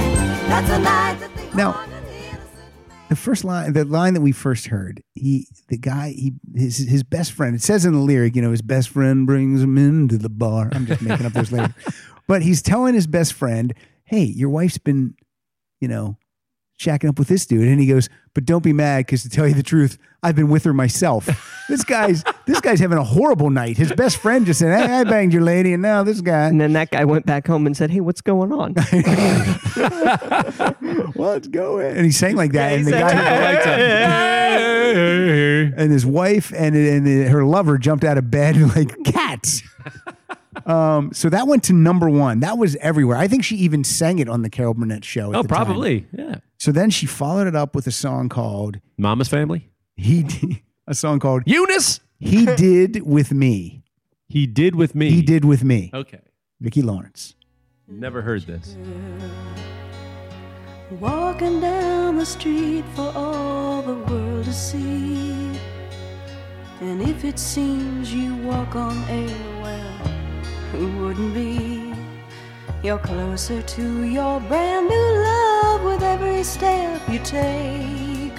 [SPEAKER 10] That's a night that they
[SPEAKER 2] Now-
[SPEAKER 10] hung an innocent
[SPEAKER 2] The first line, the line that we first heard, he the guy, he his his best friend. It says in the lyric, you know, his best friend brings him into the bar. I'm just making up those lyrics, but he's telling his best friend, "Hey, your wife's been, you know." Shacking up with this dude, and he goes, "But don't be mad, because to tell you the truth, I've been with her myself." This guy's this guy's having a horrible night. His best friend just said, "Hey, I banged your lady," and now this guy.
[SPEAKER 4] And then that guy went back home and said, "Hey, what's going on?"
[SPEAKER 2] What's going? And he sang like that, and the
[SPEAKER 4] sang
[SPEAKER 2] guy
[SPEAKER 4] like
[SPEAKER 3] I like that.
[SPEAKER 2] and his wife and and her lover jumped out of bed like cats. um, so that went to number one. That was everywhere. I think she even sang it on the Carol Burnett show. at
[SPEAKER 3] oh,
[SPEAKER 2] the time.
[SPEAKER 3] probably. Yeah.
[SPEAKER 2] So then she followed it up with a song called
[SPEAKER 3] Mama's family.
[SPEAKER 2] "He," Did- a song called
[SPEAKER 3] Eunice.
[SPEAKER 2] "He Did with Me."
[SPEAKER 3] He did with me.
[SPEAKER 2] He did with me. Oh.
[SPEAKER 3] Okay.
[SPEAKER 2] Vicki Lawrence.
[SPEAKER 3] Never heard this.
[SPEAKER 10] Walking down the street for all the world to see. And if it seems you walk on air, well, who wouldn't be? You're closer to your brand new love with every step you take.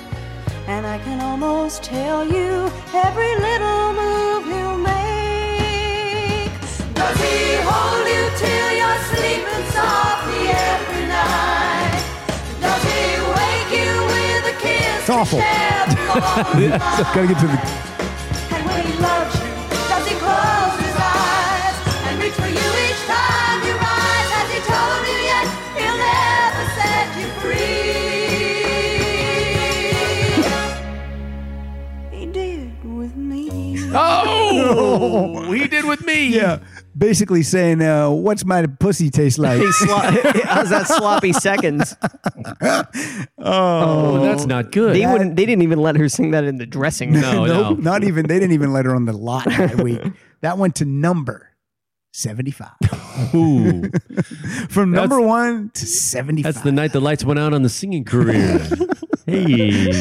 [SPEAKER 10] And I can almost tell you every little move he'll make. Does he hold you till you're sleeping softly every night? Does he wake you with a kiss?
[SPEAKER 2] It's awful. Gotta get to the.
[SPEAKER 10] And when he loves you, does he close his eyes and reach for you each time you rise? Has he told you yet he'll never set you free? He did with me.
[SPEAKER 3] Oh, he did with me.
[SPEAKER 2] Yeah. Basically saying, uh, "What's my pussy taste like?"
[SPEAKER 4] Hey, slo- how's that sloppy seconds?
[SPEAKER 3] Oh, that's not good.
[SPEAKER 4] They wouldn't. They didn't even let her sing that in the dressing room.
[SPEAKER 3] no,
[SPEAKER 2] nope,
[SPEAKER 3] no.
[SPEAKER 2] not even. They didn't even let her on the lot that week. That went to number seventy-five.
[SPEAKER 3] Ooh.
[SPEAKER 2] From
[SPEAKER 3] That's-
[SPEAKER 2] number one to seventy-five.
[SPEAKER 3] That's the night the lights went out on the singing career. hey.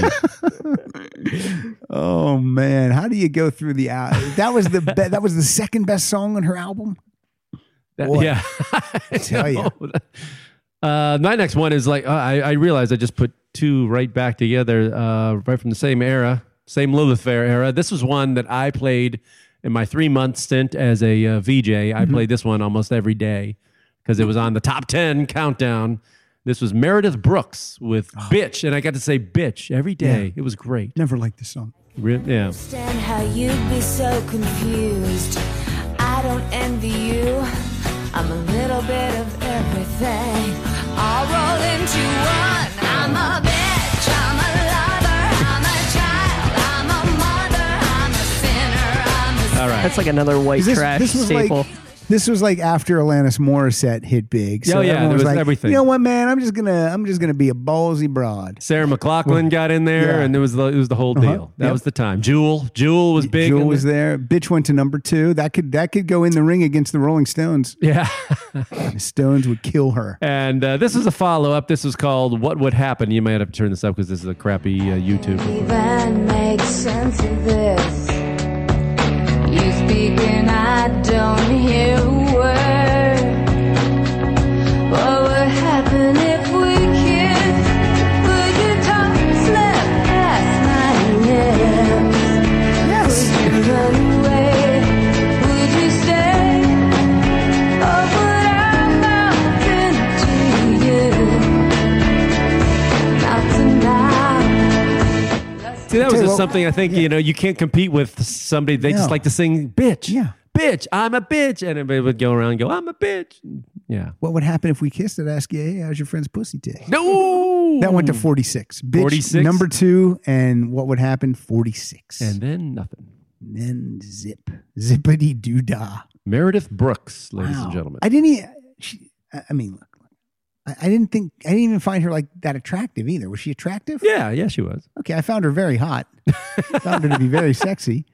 [SPEAKER 2] oh man, how do you go through the hour? That was the be- that was the second best song on her album.
[SPEAKER 3] That-
[SPEAKER 2] Boy,
[SPEAKER 3] yeah. I
[SPEAKER 2] tell ya.
[SPEAKER 3] know. Uh, my next one is like, uh, I, I realized I just put two right back together, uh, right from the same era, same Lilith Fair era. This was one that I played in my three month stint as a uh, VJ. I played this one almost every day because it was on the top 10 countdown. This was Meredith Brooks with Bitch, and I got to say bitch every day. It was great.
[SPEAKER 2] Never liked this song.
[SPEAKER 3] Re- Yeah.
[SPEAKER 11] understand how you'd be so confused. I don't envy you. I'm a little bit of everything. I'll roll into one. I'm a bitch. I'm a lover. I'm a child. I'm a mother. I'm a sinner. I'm a
[SPEAKER 3] All right.
[SPEAKER 4] That's like another white
[SPEAKER 2] 'Cause This,
[SPEAKER 4] trash
[SPEAKER 2] this was
[SPEAKER 4] staple.
[SPEAKER 2] like this was like after Alanis Morissette hit big. So
[SPEAKER 3] Oh, yeah,
[SPEAKER 2] everyone
[SPEAKER 3] there
[SPEAKER 2] was
[SPEAKER 3] was
[SPEAKER 2] like,
[SPEAKER 3] everything.
[SPEAKER 2] You know what, man? I'm just gonna I'm just gonna be a ballsy broad.
[SPEAKER 3] Sarah McLaughlin got in there,
[SPEAKER 2] Yeah.
[SPEAKER 3] and it was the, it was the whole
[SPEAKER 2] Uh-huh.
[SPEAKER 3] deal. That
[SPEAKER 2] Yep.
[SPEAKER 3] was the time. Jewel, Jewel was big.
[SPEAKER 2] Jewel
[SPEAKER 3] in
[SPEAKER 2] was
[SPEAKER 3] the-
[SPEAKER 2] there. Bitch went to number two. That could that could go in the ring against the Rolling Stones.
[SPEAKER 3] Yeah,
[SPEAKER 2] The Stones would kill her.
[SPEAKER 3] and uh, this is a follow up. This is called "What Would Happen." You might have to turn this up because this is a crappy uh, YouTube.
[SPEAKER 11] even make sense of this. You speak and I don't hear a word. What would happen if we kissed? Would your tongue slip past my lips? Would you run away? Would you stay? Or would I melt into you? Not tonight.
[SPEAKER 3] See, that was
[SPEAKER 2] Tell you
[SPEAKER 3] just
[SPEAKER 2] what-
[SPEAKER 3] something I think you know you can't compete with somebody. They
[SPEAKER 2] No.
[SPEAKER 3] just like to sing "bitch."
[SPEAKER 2] Yeah.
[SPEAKER 3] bitch. I'm a bitch. And everybody would go around and go, I'm a bitch. Yeah.
[SPEAKER 2] What would happen if we kissed and asked you, hey, how's your friend's pussy today?
[SPEAKER 3] No.
[SPEAKER 2] That went to 46. Bitch,
[SPEAKER 3] 46?
[SPEAKER 2] Number two. And what would happen? 46.
[SPEAKER 3] And then nothing.
[SPEAKER 2] And then zip. Zippity doo dah.
[SPEAKER 3] Meredith Brooks, ladies and gentlemen.
[SPEAKER 2] I didn't. e- She, I I mean, look, I, I didn't think I didn't even find her like that attractive either. Was she attractive?
[SPEAKER 3] yeah, yeah, she was.
[SPEAKER 2] Okay, I found her very hot. found her to be very sexy.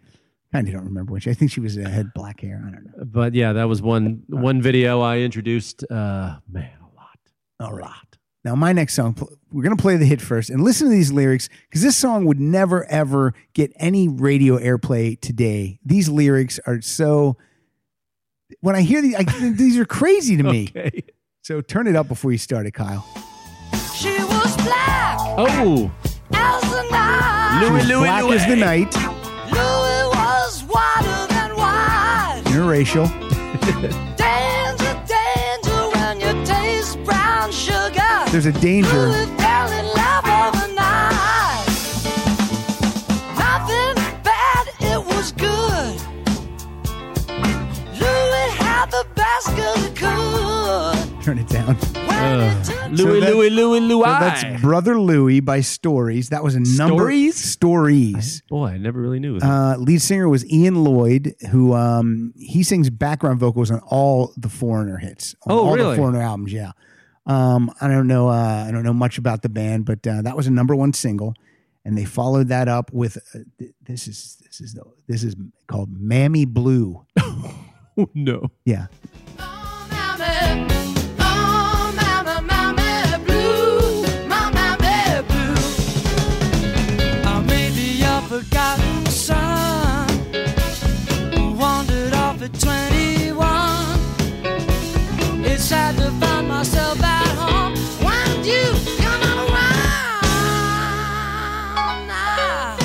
[SPEAKER 2] Kind of don't remember when she. I think she was uh, had black hair. I don't know.
[SPEAKER 3] But yeah, that was one one video I introduced. Uh, man, a lot,
[SPEAKER 2] All
[SPEAKER 3] a
[SPEAKER 2] right.
[SPEAKER 3] lot.
[SPEAKER 2] Now, my next song, pl- we're going to play the hit first and listen to these lyrics because this song would never, ever get any radio airplay today. These lyrics are so. When I hear these, I, these are crazy to me.
[SPEAKER 3] Okay.
[SPEAKER 2] So turn it up before you start it, Kyle.
[SPEAKER 10] She was black
[SPEAKER 3] Oh,
[SPEAKER 10] as the night.
[SPEAKER 2] She was black as the night,
[SPEAKER 10] Louis was whiter than white.
[SPEAKER 2] interracial.
[SPEAKER 10] Danger, danger when you taste brown sugar.
[SPEAKER 2] There's a danger.
[SPEAKER 10] Louis fell in love overnight. Nothing bad, it was good. Louis had the best girl he could.
[SPEAKER 2] Turn it down. So
[SPEAKER 10] When he
[SPEAKER 3] Louis,
[SPEAKER 10] took
[SPEAKER 3] Louis,
[SPEAKER 2] that-
[SPEAKER 3] Louis, Louis,
[SPEAKER 2] that's Brother Louie by Stories. That was a number
[SPEAKER 3] Stories?
[SPEAKER 2] Stories.
[SPEAKER 3] Boy, I never really knew.
[SPEAKER 2] Uh, lead singer was Ian Lloyd, who um, he sings background vocals on all the Foreigner hits. on
[SPEAKER 3] Oh,
[SPEAKER 2] all
[SPEAKER 3] really?
[SPEAKER 2] The Foreigner albums, yeah. Um, I don't know. Uh, I don't know much about the band, but uh, that was a number one single, and they followed that up with uh, th- this is this is the, this is called "Mammy Blue."
[SPEAKER 3] oh, no.
[SPEAKER 2] Yeah,
[SPEAKER 10] Oh, Mammy. Oh, Mammy, Mammy Blue. My Mammy Blue.
[SPEAKER 1] I may be a forgotten son who wandered off at 21. It's sad to find myself at home when you come around. Ah,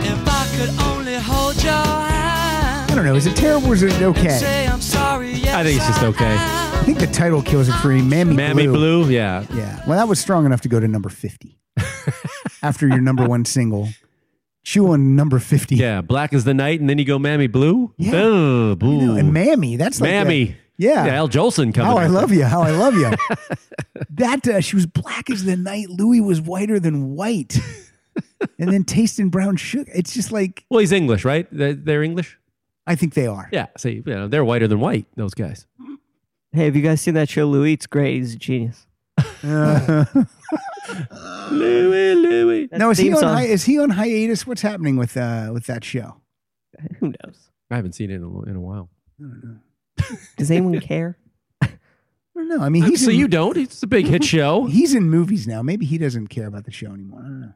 [SPEAKER 1] If I could only hold your hand
[SPEAKER 2] I don't know. Is it terrible? or Is it
[SPEAKER 1] and
[SPEAKER 2] okay?
[SPEAKER 1] say I'm sorry. Yes,
[SPEAKER 3] I think it's just
[SPEAKER 1] I
[SPEAKER 3] okay.
[SPEAKER 1] am.
[SPEAKER 2] I think the title kills it for me. "Mammy,
[SPEAKER 3] Mammy Blue, yeah.
[SPEAKER 2] Yeah. Well, that was strong enough to go to number 50 after your number one single. Chew on number 50.
[SPEAKER 3] Yeah, black as the night, and then you go Mammy Blue.
[SPEAKER 2] Yeah.
[SPEAKER 3] Oh,
[SPEAKER 2] You know,
[SPEAKER 3] boo.
[SPEAKER 2] and Mammy, that's like a-
[SPEAKER 3] Mammy.
[SPEAKER 2] yeah.
[SPEAKER 3] yeah. Al Jolson coming.
[SPEAKER 2] How I
[SPEAKER 3] up.
[SPEAKER 2] love you. How I love you. that uh, she was black as the night. Louis was whiter than white. and then tasting brown sugar. It's just like
[SPEAKER 3] Well, he's English, right? They're, they're English.
[SPEAKER 2] I think they are.
[SPEAKER 3] Yeah. See, you know, they're whiter than white. Those guys.
[SPEAKER 4] Hey, have you guys seen that show, Louis? It's great. He's a genius.
[SPEAKER 2] Uh,
[SPEAKER 3] Louis, Louis.
[SPEAKER 4] That's
[SPEAKER 2] no, is he
[SPEAKER 4] theme
[SPEAKER 2] on
[SPEAKER 4] song.
[SPEAKER 2] hi- is he on hiatus? What's happening with uh, with that show?
[SPEAKER 4] Who knows?
[SPEAKER 3] I haven't seen it in a, in a while.
[SPEAKER 4] Does anyone care?
[SPEAKER 2] I don't know. I mean, he's
[SPEAKER 3] so
[SPEAKER 2] in,
[SPEAKER 3] you don't. It's a big hit show.
[SPEAKER 2] he's in movies now. Maybe he doesn't care about the show anymore. I don't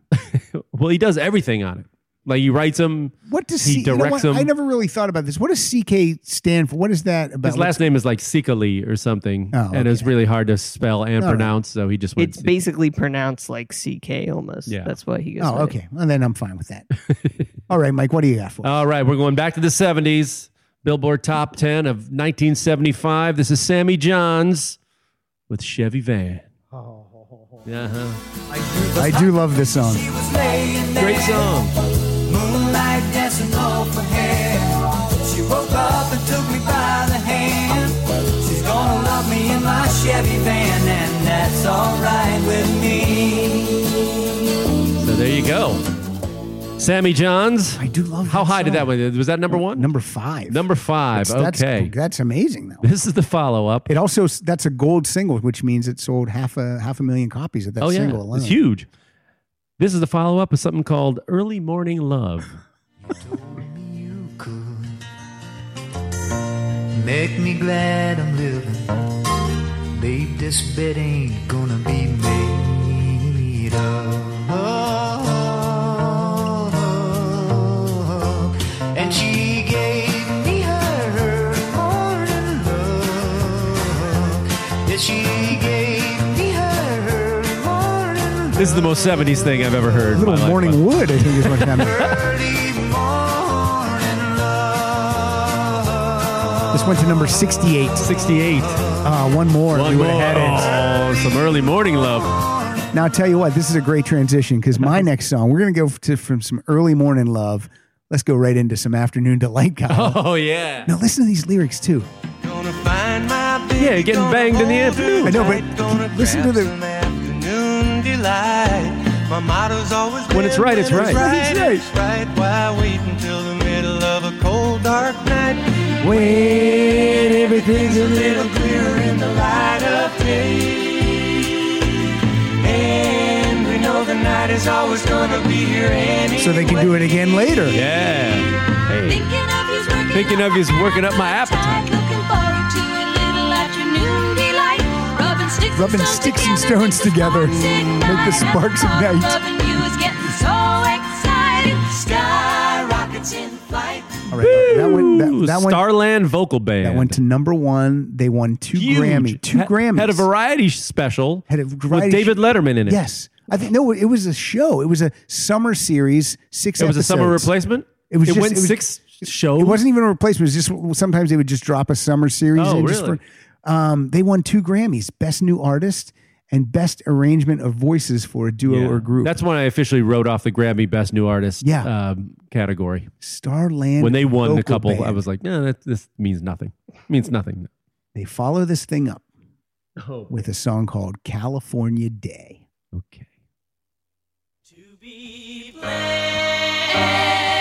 [SPEAKER 2] know.
[SPEAKER 3] well, he does everything on it. Like he writes them.
[SPEAKER 2] What does
[SPEAKER 3] He
[SPEAKER 2] C- you know
[SPEAKER 3] directs
[SPEAKER 2] what? I
[SPEAKER 3] them.
[SPEAKER 2] never really thought about this. What does CK stand for? What is that about?
[SPEAKER 3] His last name is like Sikali or something,
[SPEAKER 2] Oh,
[SPEAKER 3] and it's
[SPEAKER 2] okay.
[SPEAKER 3] really hard to spell and
[SPEAKER 2] All right.
[SPEAKER 3] pronounce. So he just went.
[SPEAKER 4] It's
[SPEAKER 3] Sik-
[SPEAKER 4] basically pronounced like CK almost.
[SPEAKER 3] Yeah.
[SPEAKER 4] That's why he goes.
[SPEAKER 2] Oh,
[SPEAKER 4] by.
[SPEAKER 2] okay. Well, then I'm fine with that. All right, Mike. What do you got for? us?
[SPEAKER 3] All right, we're going back to the '70s. Billboard Top 10 of 1975. This is Sammy Johns with Chevy Van.
[SPEAKER 2] Oh.
[SPEAKER 3] Uh-huh.
[SPEAKER 2] I do love this song.
[SPEAKER 1] was laying there,
[SPEAKER 3] Great song.
[SPEAKER 1] moonlight dancing off her hair. She woke up and took me by the hand. She's gonna love me in my Chevy van, and that's alright with me.
[SPEAKER 3] So there you go. Sammy Johns.
[SPEAKER 2] I do love.
[SPEAKER 3] How
[SPEAKER 2] that
[SPEAKER 3] high did that
[SPEAKER 2] song.
[SPEAKER 3] one? Was that number one?
[SPEAKER 2] Number five.
[SPEAKER 3] Number five.
[SPEAKER 2] That's,
[SPEAKER 3] okay.
[SPEAKER 2] That's amazing though.
[SPEAKER 3] This is the follow up.
[SPEAKER 2] It also that's a gold single, which means it sold half a half a million copies of that
[SPEAKER 3] Oh, yeah.
[SPEAKER 2] single alone.
[SPEAKER 3] It's huge. This is the follow up of something called Early Morning Love.
[SPEAKER 8] You could make me glad I'm living. Babe, this bed ain't gonna be made of. And she gave me her morning love. Yeah, she gave me her morning love.
[SPEAKER 3] This is the most 70s thing I've ever heard. in my
[SPEAKER 2] Little
[SPEAKER 3] life.
[SPEAKER 2] morning wood, I think is what happened.
[SPEAKER 8] Early morning love.
[SPEAKER 2] this went to number sixty-eight.
[SPEAKER 3] 68.
[SPEAKER 2] Uh, one more.
[SPEAKER 3] One
[SPEAKER 2] we
[SPEAKER 3] more.
[SPEAKER 2] would've Had
[SPEAKER 3] Oh, some early morning love.
[SPEAKER 2] it. Now I'll tell you what, this is a great transition because my next song we're gonna go to from some early morning love Let's go right into some afternoon delight, Kyle.
[SPEAKER 3] Oh yeah.
[SPEAKER 2] Now listen to these lyrics too.
[SPEAKER 3] Yeah, you're getting banged in the afternoon.
[SPEAKER 2] I know, but listen to the
[SPEAKER 12] Afternoon delight. My motto's always
[SPEAKER 3] When it's
[SPEAKER 12] been,
[SPEAKER 3] right, it's right.
[SPEAKER 2] It's right.
[SPEAKER 12] It's right. Why wait until the middle of a cold, dark night?
[SPEAKER 3] when everything's a
[SPEAKER 12] Little
[SPEAKER 3] little
[SPEAKER 12] clearer in the light of day. And we know the night is always gonna be here anyway.
[SPEAKER 2] so they can do it again later.
[SPEAKER 3] yeah. Hey.
[SPEAKER 10] Thinking of you's working
[SPEAKER 3] Thinking of you's working up my appetite.
[SPEAKER 10] Looking forward to a little afternoon delight. Rubbing sticks and
[SPEAKER 2] Rubbing
[SPEAKER 10] stones
[SPEAKER 2] sticks and
[SPEAKER 10] together,
[SPEAKER 2] stones together, make the sparks ignite.
[SPEAKER 10] Loving you is getting so exciting. Sky rockets in flight.
[SPEAKER 2] All right, that went that, that went
[SPEAKER 3] Starland Vocal Band.
[SPEAKER 2] that went to number one. They won two
[SPEAKER 3] Huge.
[SPEAKER 2] Grammy, two
[SPEAKER 3] Ha-
[SPEAKER 2] Grammys.
[SPEAKER 3] Had a variety special.
[SPEAKER 2] Had a variety
[SPEAKER 3] with David Letterman in it.
[SPEAKER 2] Yes, I think no, it was a show. It was a summer series, six.
[SPEAKER 3] It was a summer
[SPEAKER 2] episodes.
[SPEAKER 3] replacement.
[SPEAKER 2] It was just-
[SPEAKER 3] went
[SPEAKER 2] it was-
[SPEAKER 3] six shows.
[SPEAKER 2] It wasn't even a replacement. It was just sometimes they would just drop a summer series.
[SPEAKER 3] Oh,
[SPEAKER 2] in just
[SPEAKER 3] really?
[SPEAKER 2] for- um, they won two Grammys: Best New Artist and Best Arrangement of Voices for a Duo
[SPEAKER 3] Yeah.
[SPEAKER 2] or Group.
[SPEAKER 3] That's when I officially wrote off the Grammy Best New Artist
[SPEAKER 2] Yeah.
[SPEAKER 3] um, category.
[SPEAKER 2] Starland.
[SPEAKER 3] when they won the
[SPEAKER 2] Vocal
[SPEAKER 3] couple, I
[SPEAKER 2] Band.
[SPEAKER 3] was like, no, that, this means nothing. means nothing.
[SPEAKER 2] They follow this thing up with a song called "California Day."
[SPEAKER 3] Okay.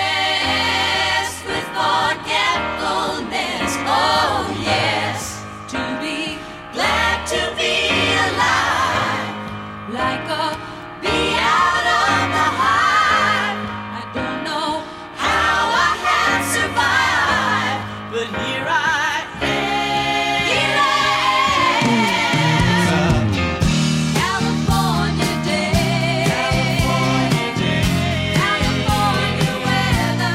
[SPEAKER 11] blessed with forgetfulness. Oh, yes, to be glad to be alive, like a bee out of the hive. I don't know how I have survived, but here I am. Here I am. California Day. California Day. California weather.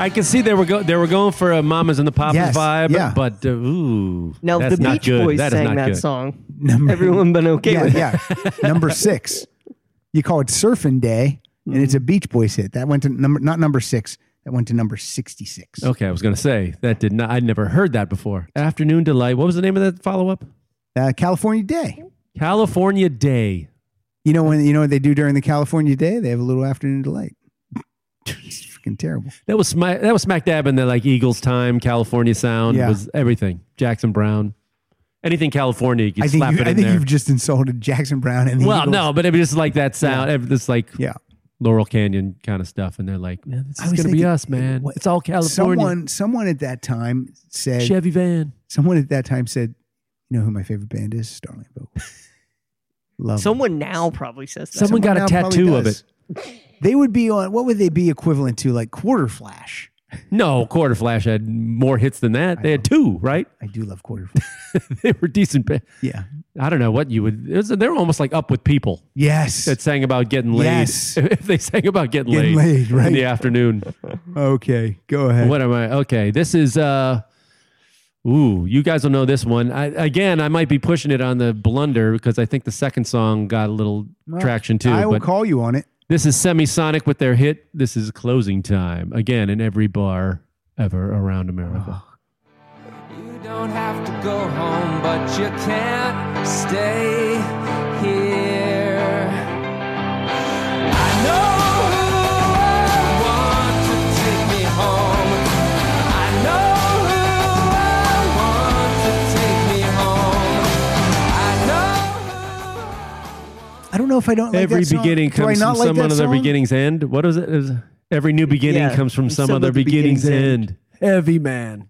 [SPEAKER 3] I can see they were go- they were going for a Mamas and the Papas
[SPEAKER 2] Yes,
[SPEAKER 3] vibe,
[SPEAKER 2] yeah.
[SPEAKER 3] but uh, ooh,
[SPEAKER 4] Now
[SPEAKER 3] that's
[SPEAKER 4] the
[SPEAKER 3] not
[SPEAKER 4] Beach
[SPEAKER 3] good.
[SPEAKER 4] Boys
[SPEAKER 3] that is
[SPEAKER 4] sang
[SPEAKER 3] not
[SPEAKER 4] that
[SPEAKER 3] good.
[SPEAKER 4] song.
[SPEAKER 2] Number-
[SPEAKER 4] Everyone been okay
[SPEAKER 2] yeah,
[SPEAKER 4] with it.
[SPEAKER 2] yeah. number six. You call it Surfing Day, and it's a
[SPEAKER 3] Mm-hmm.
[SPEAKER 2] Beach Boys hit. That went to number not number six. That went to number sixty-six.
[SPEAKER 3] Okay, I was gonna say that did not. I'd never heard that before. Afternoon delight. What was the name of that follow up?
[SPEAKER 2] Uh, California Day.
[SPEAKER 3] California Day.
[SPEAKER 2] You know when you know what they do during the California Day? They have a little afternoon delight. It's freaking terrible.
[SPEAKER 3] That was smack. That was smack dab in the like Eagles time. California sound
[SPEAKER 2] Yeah.
[SPEAKER 3] was everything. Jackson Brown, anything California, you could
[SPEAKER 2] I think
[SPEAKER 3] slap
[SPEAKER 2] you,
[SPEAKER 3] it in
[SPEAKER 2] I think
[SPEAKER 3] there.
[SPEAKER 2] you've just insulted Jackson Brown and the
[SPEAKER 3] well,
[SPEAKER 2] Eagles.
[SPEAKER 3] no, but it was just like that sound. It's like
[SPEAKER 2] Yeah.
[SPEAKER 3] Laurel Canyon kind of stuff, and they're like, "Man, this
[SPEAKER 2] I
[SPEAKER 3] is
[SPEAKER 2] was
[SPEAKER 3] gonna be
[SPEAKER 2] thinking,
[SPEAKER 3] us, man.
[SPEAKER 2] what-
[SPEAKER 3] it's all California."
[SPEAKER 2] Someone someone at that time said
[SPEAKER 3] Chevy van.
[SPEAKER 2] someone at that time said, You know who my favorite band is? Starling Vocal. Love 'em.
[SPEAKER 4] Someone now probably says that.
[SPEAKER 3] Someone got a
[SPEAKER 2] now probably
[SPEAKER 3] tattoo of
[SPEAKER 2] does.
[SPEAKER 3] it.
[SPEAKER 2] They would be on what would they be equivalent to like quarter flash?
[SPEAKER 3] No, Quarter Flash had more hits than that. They had two, right?
[SPEAKER 2] I do love quarter flash.
[SPEAKER 3] they were decent. ba-
[SPEAKER 2] yeah.
[SPEAKER 3] I don't know what you would. It was, they were almost like up with people
[SPEAKER 2] Yes.
[SPEAKER 3] that sang about getting laid.
[SPEAKER 2] Yes.
[SPEAKER 3] If they sang about getting,
[SPEAKER 2] Getting laid, right.
[SPEAKER 3] in the afternoon.
[SPEAKER 2] okay. Go ahead.
[SPEAKER 3] what am I? Okay, this is. uh Ooh, you guys will know this one. I, again, I might be pushing it on the blunder because I think the second song got a little
[SPEAKER 2] Well,
[SPEAKER 3] traction too.
[SPEAKER 2] I will
[SPEAKER 3] but
[SPEAKER 2] call you on it.
[SPEAKER 3] this is Semisonic with their hit. This is closing time again in every bar ever around America.
[SPEAKER 2] Oh,
[SPEAKER 12] You don't have to go home, but you can't stay here. I know who I want to take me home. I know who I want to take me home. I know. Who
[SPEAKER 2] I don't know if I don't like
[SPEAKER 3] every
[SPEAKER 2] that song.
[SPEAKER 3] beginning
[SPEAKER 2] Do I
[SPEAKER 3] comes
[SPEAKER 2] not like
[SPEAKER 3] from some
[SPEAKER 2] that
[SPEAKER 3] other
[SPEAKER 2] song?
[SPEAKER 3] beginning's end. What is it? Is- every new beginning
[SPEAKER 4] Yeah,
[SPEAKER 3] comes from some, other beginning's, end. Heavy man.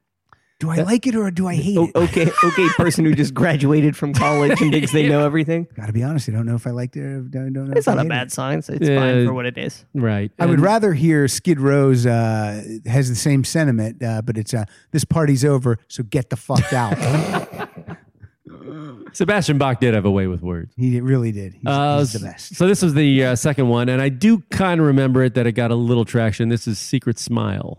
[SPEAKER 2] Do I like it or do I hate
[SPEAKER 4] Oh,
[SPEAKER 2] it?
[SPEAKER 4] okay, okay, person who just graduated from college and thinks they know everything.
[SPEAKER 2] Gotta be honest, I don't know if I liked it or don't, don't know.
[SPEAKER 4] It's
[SPEAKER 2] if I
[SPEAKER 4] not
[SPEAKER 2] hated
[SPEAKER 4] a bad
[SPEAKER 2] it.
[SPEAKER 4] song. It's, it's
[SPEAKER 3] Yeah.
[SPEAKER 4] fine for what it is.
[SPEAKER 3] Right.
[SPEAKER 2] I would
[SPEAKER 3] And
[SPEAKER 2] rather hear Skid Row's uh, has the same sentiment, uh, but it's uh, this party's over, so get the fuck out.
[SPEAKER 3] Sebastian Bach did have a way with words.
[SPEAKER 2] he really did. He's,
[SPEAKER 3] Uh,
[SPEAKER 2] he's the best.
[SPEAKER 3] So this was the uh, second one, and I do kind of remember it that it got a little traction. This is Secret Smile.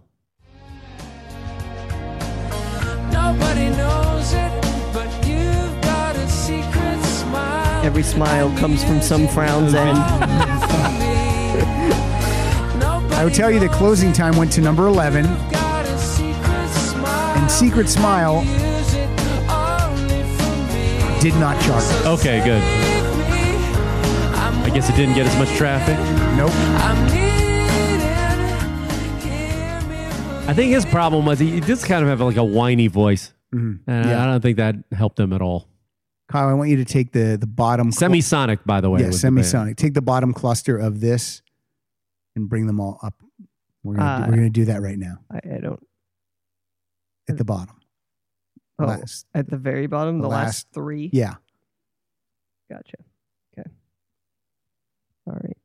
[SPEAKER 8] Nobody knows it, but you've got a secret smile.
[SPEAKER 4] Every smile comes from some frown's end.
[SPEAKER 2] I would tell you that closing time went to number eleven,
[SPEAKER 8] Got a secret smile.
[SPEAKER 2] and Secret Smile
[SPEAKER 8] Use it only for me.
[SPEAKER 2] did not chart.
[SPEAKER 3] Okay, good.
[SPEAKER 8] Leave me. I'm
[SPEAKER 3] I guess it didn't get as much traffic.
[SPEAKER 2] Nope.
[SPEAKER 3] I think his problem was he he just kind of have like a whiny voice. And I-
[SPEAKER 2] Yeah.
[SPEAKER 3] I don't think that helped him at all.
[SPEAKER 2] Mm-hmm. Kyle, I want you to take the the bottom cl-
[SPEAKER 3] Semisonic, by the way.
[SPEAKER 2] yeah,
[SPEAKER 3] was the band.
[SPEAKER 2] semisonic. Take the bottom cluster of this and bring them all up. We're gonna,
[SPEAKER 4] Uh,
[SPEAKER 2] do, we're gonna do that right now
[SPEAKER 4] I, I don't.
[SPEAKER 2] at the bottom.
[SPEAKER 4] Oh,
[SPEAKER 2] Last.
[SPEAKER 4] at the very bottom, the,
[SPEAKER 2] The
[SPEAKER 4] last,
[SPEAKER 2] last-
[SPEAKER 4] three.
[SPEAKER 2] Yeah.
[SPEAKER 4] Gotcha. Okay. All right.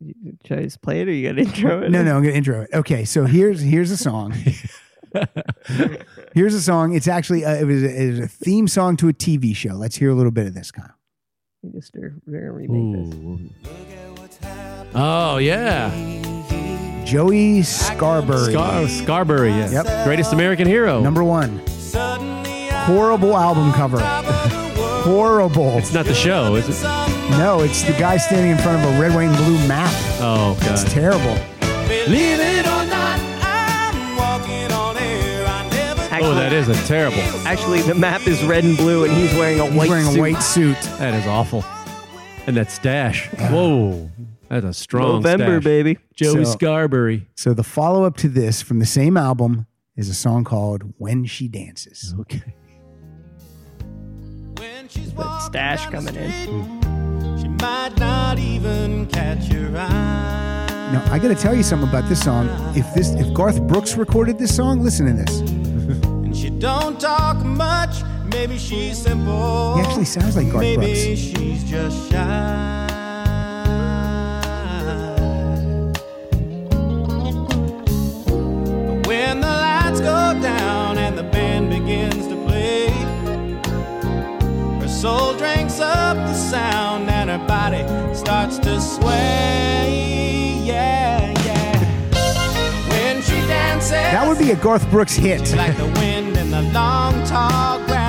[SPEAKER 4] You- Should I just play it, or you got to intro it?
[SPEAKER 2] No, no, I'm gonna intro it. Okay, so here's here's a song. here's a song. It's actually uh, it, was a, it was a theme song to a TV show. Let's hear a little bit of this, Kyle.
[SPEAKER 4] You just are, they're gonna remake this.
[SPEAKER 3] Oh, yeah.
[SPEAKER 2] Joey Scarberry,
[SPEAKER 3] Scar- Scarberry, yeah.
[SPEAKER 2] Yep.
[SPEAKER 3] Greatest American hero.
[SPEAKER 2] number one. Horrible album cover. Horrible.
[SPEAKER 3] it's not the show, is it?
[SPEAKER 2] No, it's the guy standing in front of a red, white, and blue map.
[SPEAKER 3] Oh,
[SPEAKER 2] It's
[SPEAKER 3] God.
[SPEAKER 2] terrible.
[SPEAKER 3] Leave it or not.
[SPEAKER 4] Actually,
[SPEAKER 3] Oh, that is a terrible.
[SPEAKER 4] Actually, the map is red and blue, and he's wearing a
[SPEAKER 2] He's
[SPEAKER 4] white
[SPEAKER 2] wearing
[SPEAKER 4] suit.
[SPEAKER 2] a white suit.
[SPEAKER 3] That is awful. And that stash. Whoa. That's a strong
[SPEAKER 4] November,
[SPEAKER 3] stash.
[SPEAKER 4] baby.
[SPEAKER 3] Joey
[SPEAKER 2] So-
[SPEAKER 3] Scarberry.
[SPEAKER 2] So the follow up to this from the same album is a song called "When She Dances."
[SPEAKER 3] Okay.
[SPEAKER 8] When she's
[SPEAKER 4] That stash coming in.
[SPEAKER 8] she might not even catch your eye.
[SPEAKER 2] Now I got to tell you something about this song. If this, if Garth Brooks recorded this song, listen to this.
[SPEAKER 8] And she don't talk much. Maybe she's simple.
[SPEAKER 2] He actually sounds like Garth
[SPEAKER 8] Maybe
[SPEAKER 2] Brooks.
[SPEAKER 8] she's just shy. But when the lights go down and the band begins to play, her soul drinks up the sound and her body starts to sway. Yeah, yeah. When she dances.
[SPEAKER 2] That would be a Garth Brooks hit.
[SPEAKER 8] Like the wind in the long tall grass.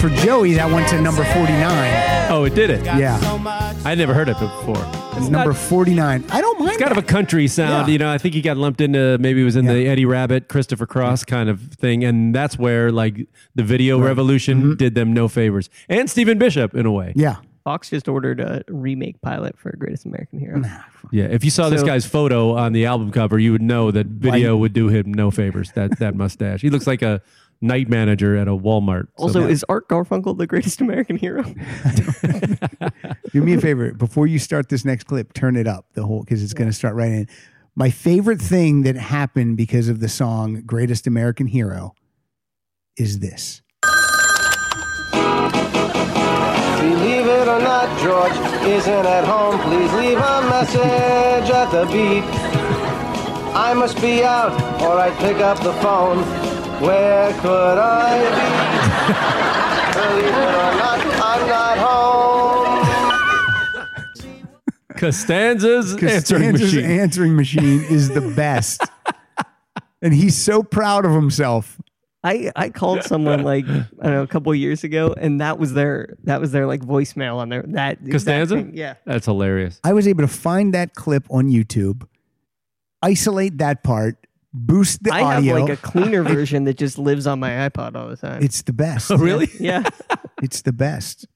[SPEAKER 2] For Joey, that went to number 49.
[SPEAKER 3] Oh, it did it.
[SPEAKER 8] Got
[SPEAKER 2] Yeah.
[SPEAKER 8] so much
[SPEAKER 3] I never heard it before.
[SPEAKER 2] It's number 49. I don't mind.
[SPEAKER 3] It's kind of a country sound,
[SPEAKER 2] Yeah.
[SPEAKER 3] you know. I think he got lumped into maybe it was in the Eddie Rabbit, Christopher Cross kind of thing, and that's where like the video revolution
[SPEAKER 2] Mm-hmm.
[SPEAKER 3] did them no favors, and Stephen Bishop in a way.
[SPEAKER 2] that. Yeah.
[SPEAKER 4] Fox just ordered a remake pilot for Greatest American Hero.
[SPEAKER 3] Yeah, if you saw this
[SPEAKER 4] So-
[SPEAKER 3] guy's photo on the album cover, you would know that video would do him no favors. That that mustache, he looks like a night manager at a Walmart. So-
[SPEAKER 4] Also, is Art Garfunkel the greatest American hero?
[SPEAKER 2] Do me a favor before you start this next clip, turn it up the whole because it's going to start right in. My favorite thing that happened because of the song "Greatest American Hero" is this.
[SPEAKER 13] Believe it or not, George isn't at home. Please leave a message at the beep. I must be out, or I'd pick up the phone. Where could I be? Believe it or not, I'm not home.
[SPEAKER 3] Costanza's, answering
[SPEAKER 2] Costanza's
[SPEAKER 3] machine.
[SPEAKER 2] answering machine is the best. and he's so proud of himself.
[SPEAKER 4] I, I called someone like I don't know a couple of years ago, and that was their that was their like voicemail on their that exact
[SPEAKER 3] Costanza?
[SPEAKER 4] thing. Yeah,
[SPEAKER 3] That's hilarious.
[SPEAKER 2] I was able to find that clip on YouTube, isolate that part, boost the
[SPEAKER 4] I
[SPEAKER 2] audio.
[SPEAKER 4] have like a cleaner version that just lives on my iPod all the time.
[SPEAKER 2] it's the best.
[SPEAKER 3] Oh, really?
[SPEAKER 4] yeah,
[SPEAKER 2] It's the best.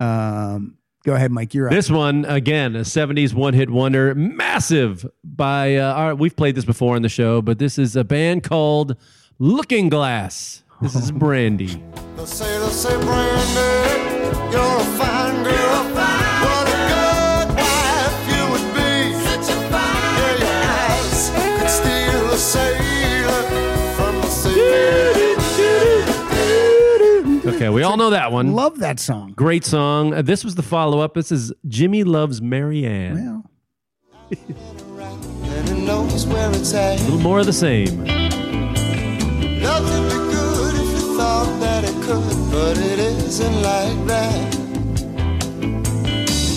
[SPEAKER 2] Um, go ahead, Mike. You're up.
[SPEAKER 3] This one again, a '70s one-hit wonder, massive. By uh, our, we've played this before on the show, but this is a band called Looking Glass. This
[SPEAKER 4] Oh.
[SPEAKER 3] is Brandy.
[SPEAKER 6] They say, they say, Brandy, you're a fine girl. What a good wife you would be. Such a fine Yeah, your eyes could steal a sailor from the sea.
[SPEAKER 3] Okay, we all know that one.
[SPEAKER 2] Love that song.
[SPEAKER 3] Great song. Uh, This was the follow-up. This is Jimmy Loves Marianne.
[SPEAKER 2] Well,
[SPEAKER 6] And it knows where it's at.
[SPEAKER 3] A little more of the same.
[SPEAKER 6] Nothing be good if you thought that it could, but it isn't like that.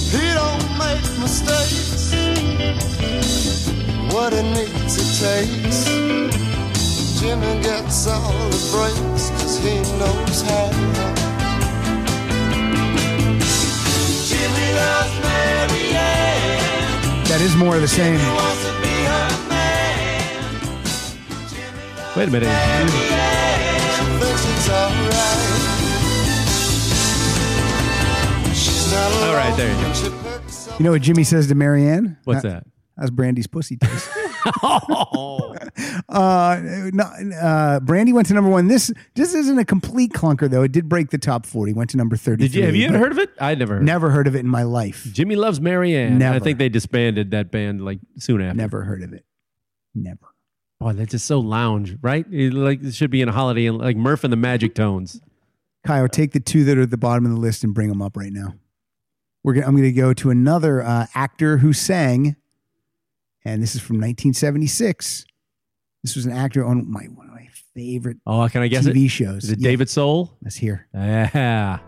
[SPEAKER 6] He don't make mistakes. What it needs, it takes. Jimmy gets all the breaks, cause he knows how. Jimmy loves Mary Ann,
[SPEAKER 2] that is more of the same.
[SPEAKER 6] wants to be her man.
[SPEAKER 3] Wait a minute.
[SPEAKER 6] She thinks it's alright.
[SPEAKER 3] right, there you go.
[SPEAKER 2] You know what Jimmy says to Marianne?
[SPEAKER 3] What's
[SPEAKER 2] How-
[SPEAKER 3] that?
[SPEAKER 2] How's Brandy's pussy taste? Oh. uh, no, uh, Brandy went to number one. This this isn't a complete clunker though. It did break the top forty. Went to number thirty.
[SPEAKER 3] Did you have you ever heard of it? I never heard.
[SPEAKER 2] Never heard of it in my life.
[SPEAKER 3] Jimmy loves Marianne.
[SPEAKER 2] Never.
[SPEAKER 3] I think they disbanded that band like soon after.
[SPEAKER 2] Never heard of it. Never.
[SPEAKER 3] Boy, that's just so lounge, right? It, like it should be in a holiday and like Murph and the Magic Tones.
[SPEAKER 2] Kyle, take the two that are at the bottom of the list and bring them up right now. We're gonna, I'm going to go to another uh, actor who sang, and this is from 1976. This was an actor on my one of my favorite
[SPEAKER 3] Oh, can I guess it?
[SPEAKER 2] TV shows.
[SPEAKER 3] Is it
[SPEAKER 2] Yeah.
[SPEAKER 3] David Soul?
[SPEAKER 2] Let's hear.
[SPEAKER 3] Yeah.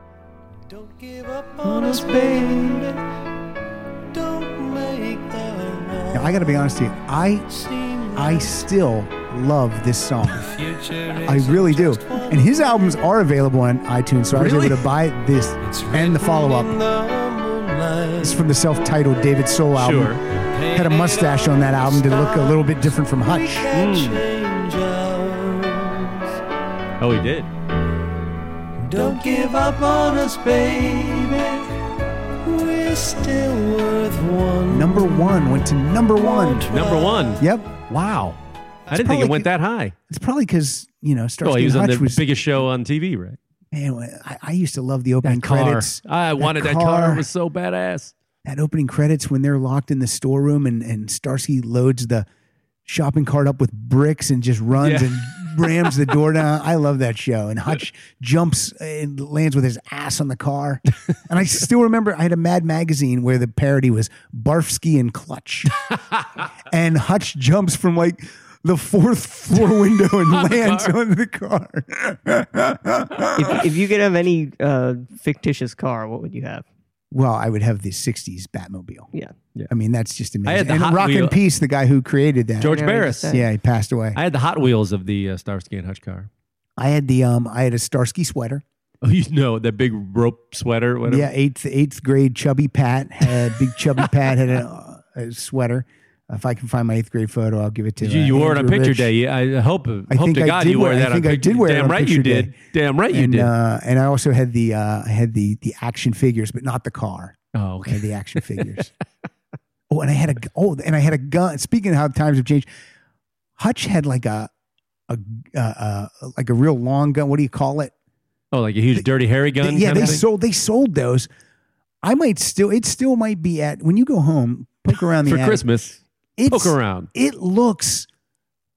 [SPEAKER 8] On us, baby. Don't make the
[SPEAKER 2] Now I got to be honest with you. I I still love this song. I really do. And his albums are available on iTunes, so I was
[SPEAKER 8] Really?
[SPEAKER 2] able to buy this and the follow up. It's from the self-titled David Soul album.
[SPEAKER 8] Sure.
[SPEAKER 2] Had a mustache on that album to look a little bit different from Hutch.
[SPEAKER 3] Oh, he did.
[SPEAKER 8] Don't give up on us, baby. We're still worth one.
[SPEAKER 2] Number one went to number one.
[SPEAKER 3] Number one.
[SPEAKER 2] Yep.
[SPEAKER 3] Wow. I didn't think it
[SPEAKER 2] probably-
[SPEAKER 3] went that high.
[SPEAKER 2] It's probably because you know
[SPEAKER 3] Oh,
[SPEAKER 2] Starsky
[SPEAKER 3] he was
[SPEAKER 2] and
[SPEAKER 3] on
[SPEAKER 2] Hutch
[SPEAKER 3] the
[SPEAKER 2] was.
[SPEAKER 3] biggest show on TV, right?
[SPEAKER 2] Man, I, I used to love the opening
[SPEAKER 3] Car.
[SPEAKER 2] credits.
[SPEAKER 3] I wanted that car. It was so badass.
[SPEAKER 2] that opening credits when they're locked in the storeroom and, and Starsky loads the shopping cart up with bricks and just runs
[SPEAKER 3] Yeah.
[SPEAKER 2] and rams the door down. I love that show. And Hutch jumps and lands with his ass on the car. And I still remember I had a Mad Magazine where the parody was Barfsky and Clutch. and Hutch jumps from like the fourth floor window and
[SPEAKER 8] On the
[SPEAKER 2] lands
[SPEAKER 8] car.
[SPEAKER 2] on the car.
[SPEAKER 4] if, if you could have any uh, fictitious car, what would you have?
[SPEAKER 2] well, I would have the 60s Batmobile.
[SPEAKER 4] Yeah.
[SPEAKER 2] I mean, that's just amazing.
[SPEAKER 3] I had the
[SPEAKER 2] and
[SPEAKER 3] Hot
[SPEAKER 2] Rock
[SPEAKER 3] Wheel-
[SPEAKER 2] and Peace, the guy who created that,
[SPEAKER 3] George I know, I just Barris. said.
[SPEAKER 2] Yeah, he passed away.
[SPEAKER 3] I had the Hot Wheels of the uh, Starsky and Hutch car.
[SPEAKER 2] I had the um, I had a Starsky sweater.
[SPEAKER 3] Oh, you know that big rope sweater, whatever.
[SPEAKER 2] Yeah, eighth eighth grade chubby Pat had big chubby Pat had a, a sweater. If I can find my eighth grade photo, I'll give it to
[SPEAKER 3] Did you,
[SPEAKER 2] uh,
[SPEAKER 3] you wore it on
[SPEAKER 2] Andrew
[SPEAKER 3] picture
[SPEAKER 2] Rich.
[SPEAKER 3] day. I hope. uh,
[SPEAKER 2] I
[SPEAKER 3] hope
[SPEAKER 2] think
[SPEAKER 3] to
[SPEAKER 2] I
[SPEAKER 3] God
[SPEAKER 2] did
[SPEAKER 3] you
[SPEAKER 2] wear-
[SPEAKER 3] wore
[SPEAKER 2] I
[SPEAKER 3] that. on
[SPEAKER 2] think I
[SPEAKER 3] picture-
[SPEAKER 2] did wear it
[SPEAKER 3] Damn
[SPEAKER 2] on
[SPEAKER 3] right you
[SPEAKER 2] picture
[SPEAKER 3] did.
[SPEAKER 2] day.
[SPEAKER 3] Damn right you
[SPEAKER 2] and,
[SPEAKER 3] did.
[SPEAKER 2] Uh, and I also had the uh, I had the the action figures, but not the car.
[SPEAKER 3] oh,
[SPEAKER 2] I had
[SPEAKER 3] okay.
[SPEAKER 2] the action figures. oh, and I had a gu- oh, and I had a gun. Speaking of how times have changed, Hutch had like a a uh, uh, like a real long gun. What do you call it?
[SPEAKER 3] Oh, like a huge dirty hairy gun.
[SPEAKER 2] They- yeah,
[SPEAKER 3] kind
[SPEAKER 2] they
[SPEAKER 3] of thing?
[SPEAKER 2] sold they sold those. I might still it still might be at when you go home, poke around the
[SPEAKER 3] for
[SPEAKER 2] attic.
[SPEAKER 3] Christmas.
[SPEAKER 2] It's-
[SPEAKER 3] poke around.
[SPEAKER 2] It looks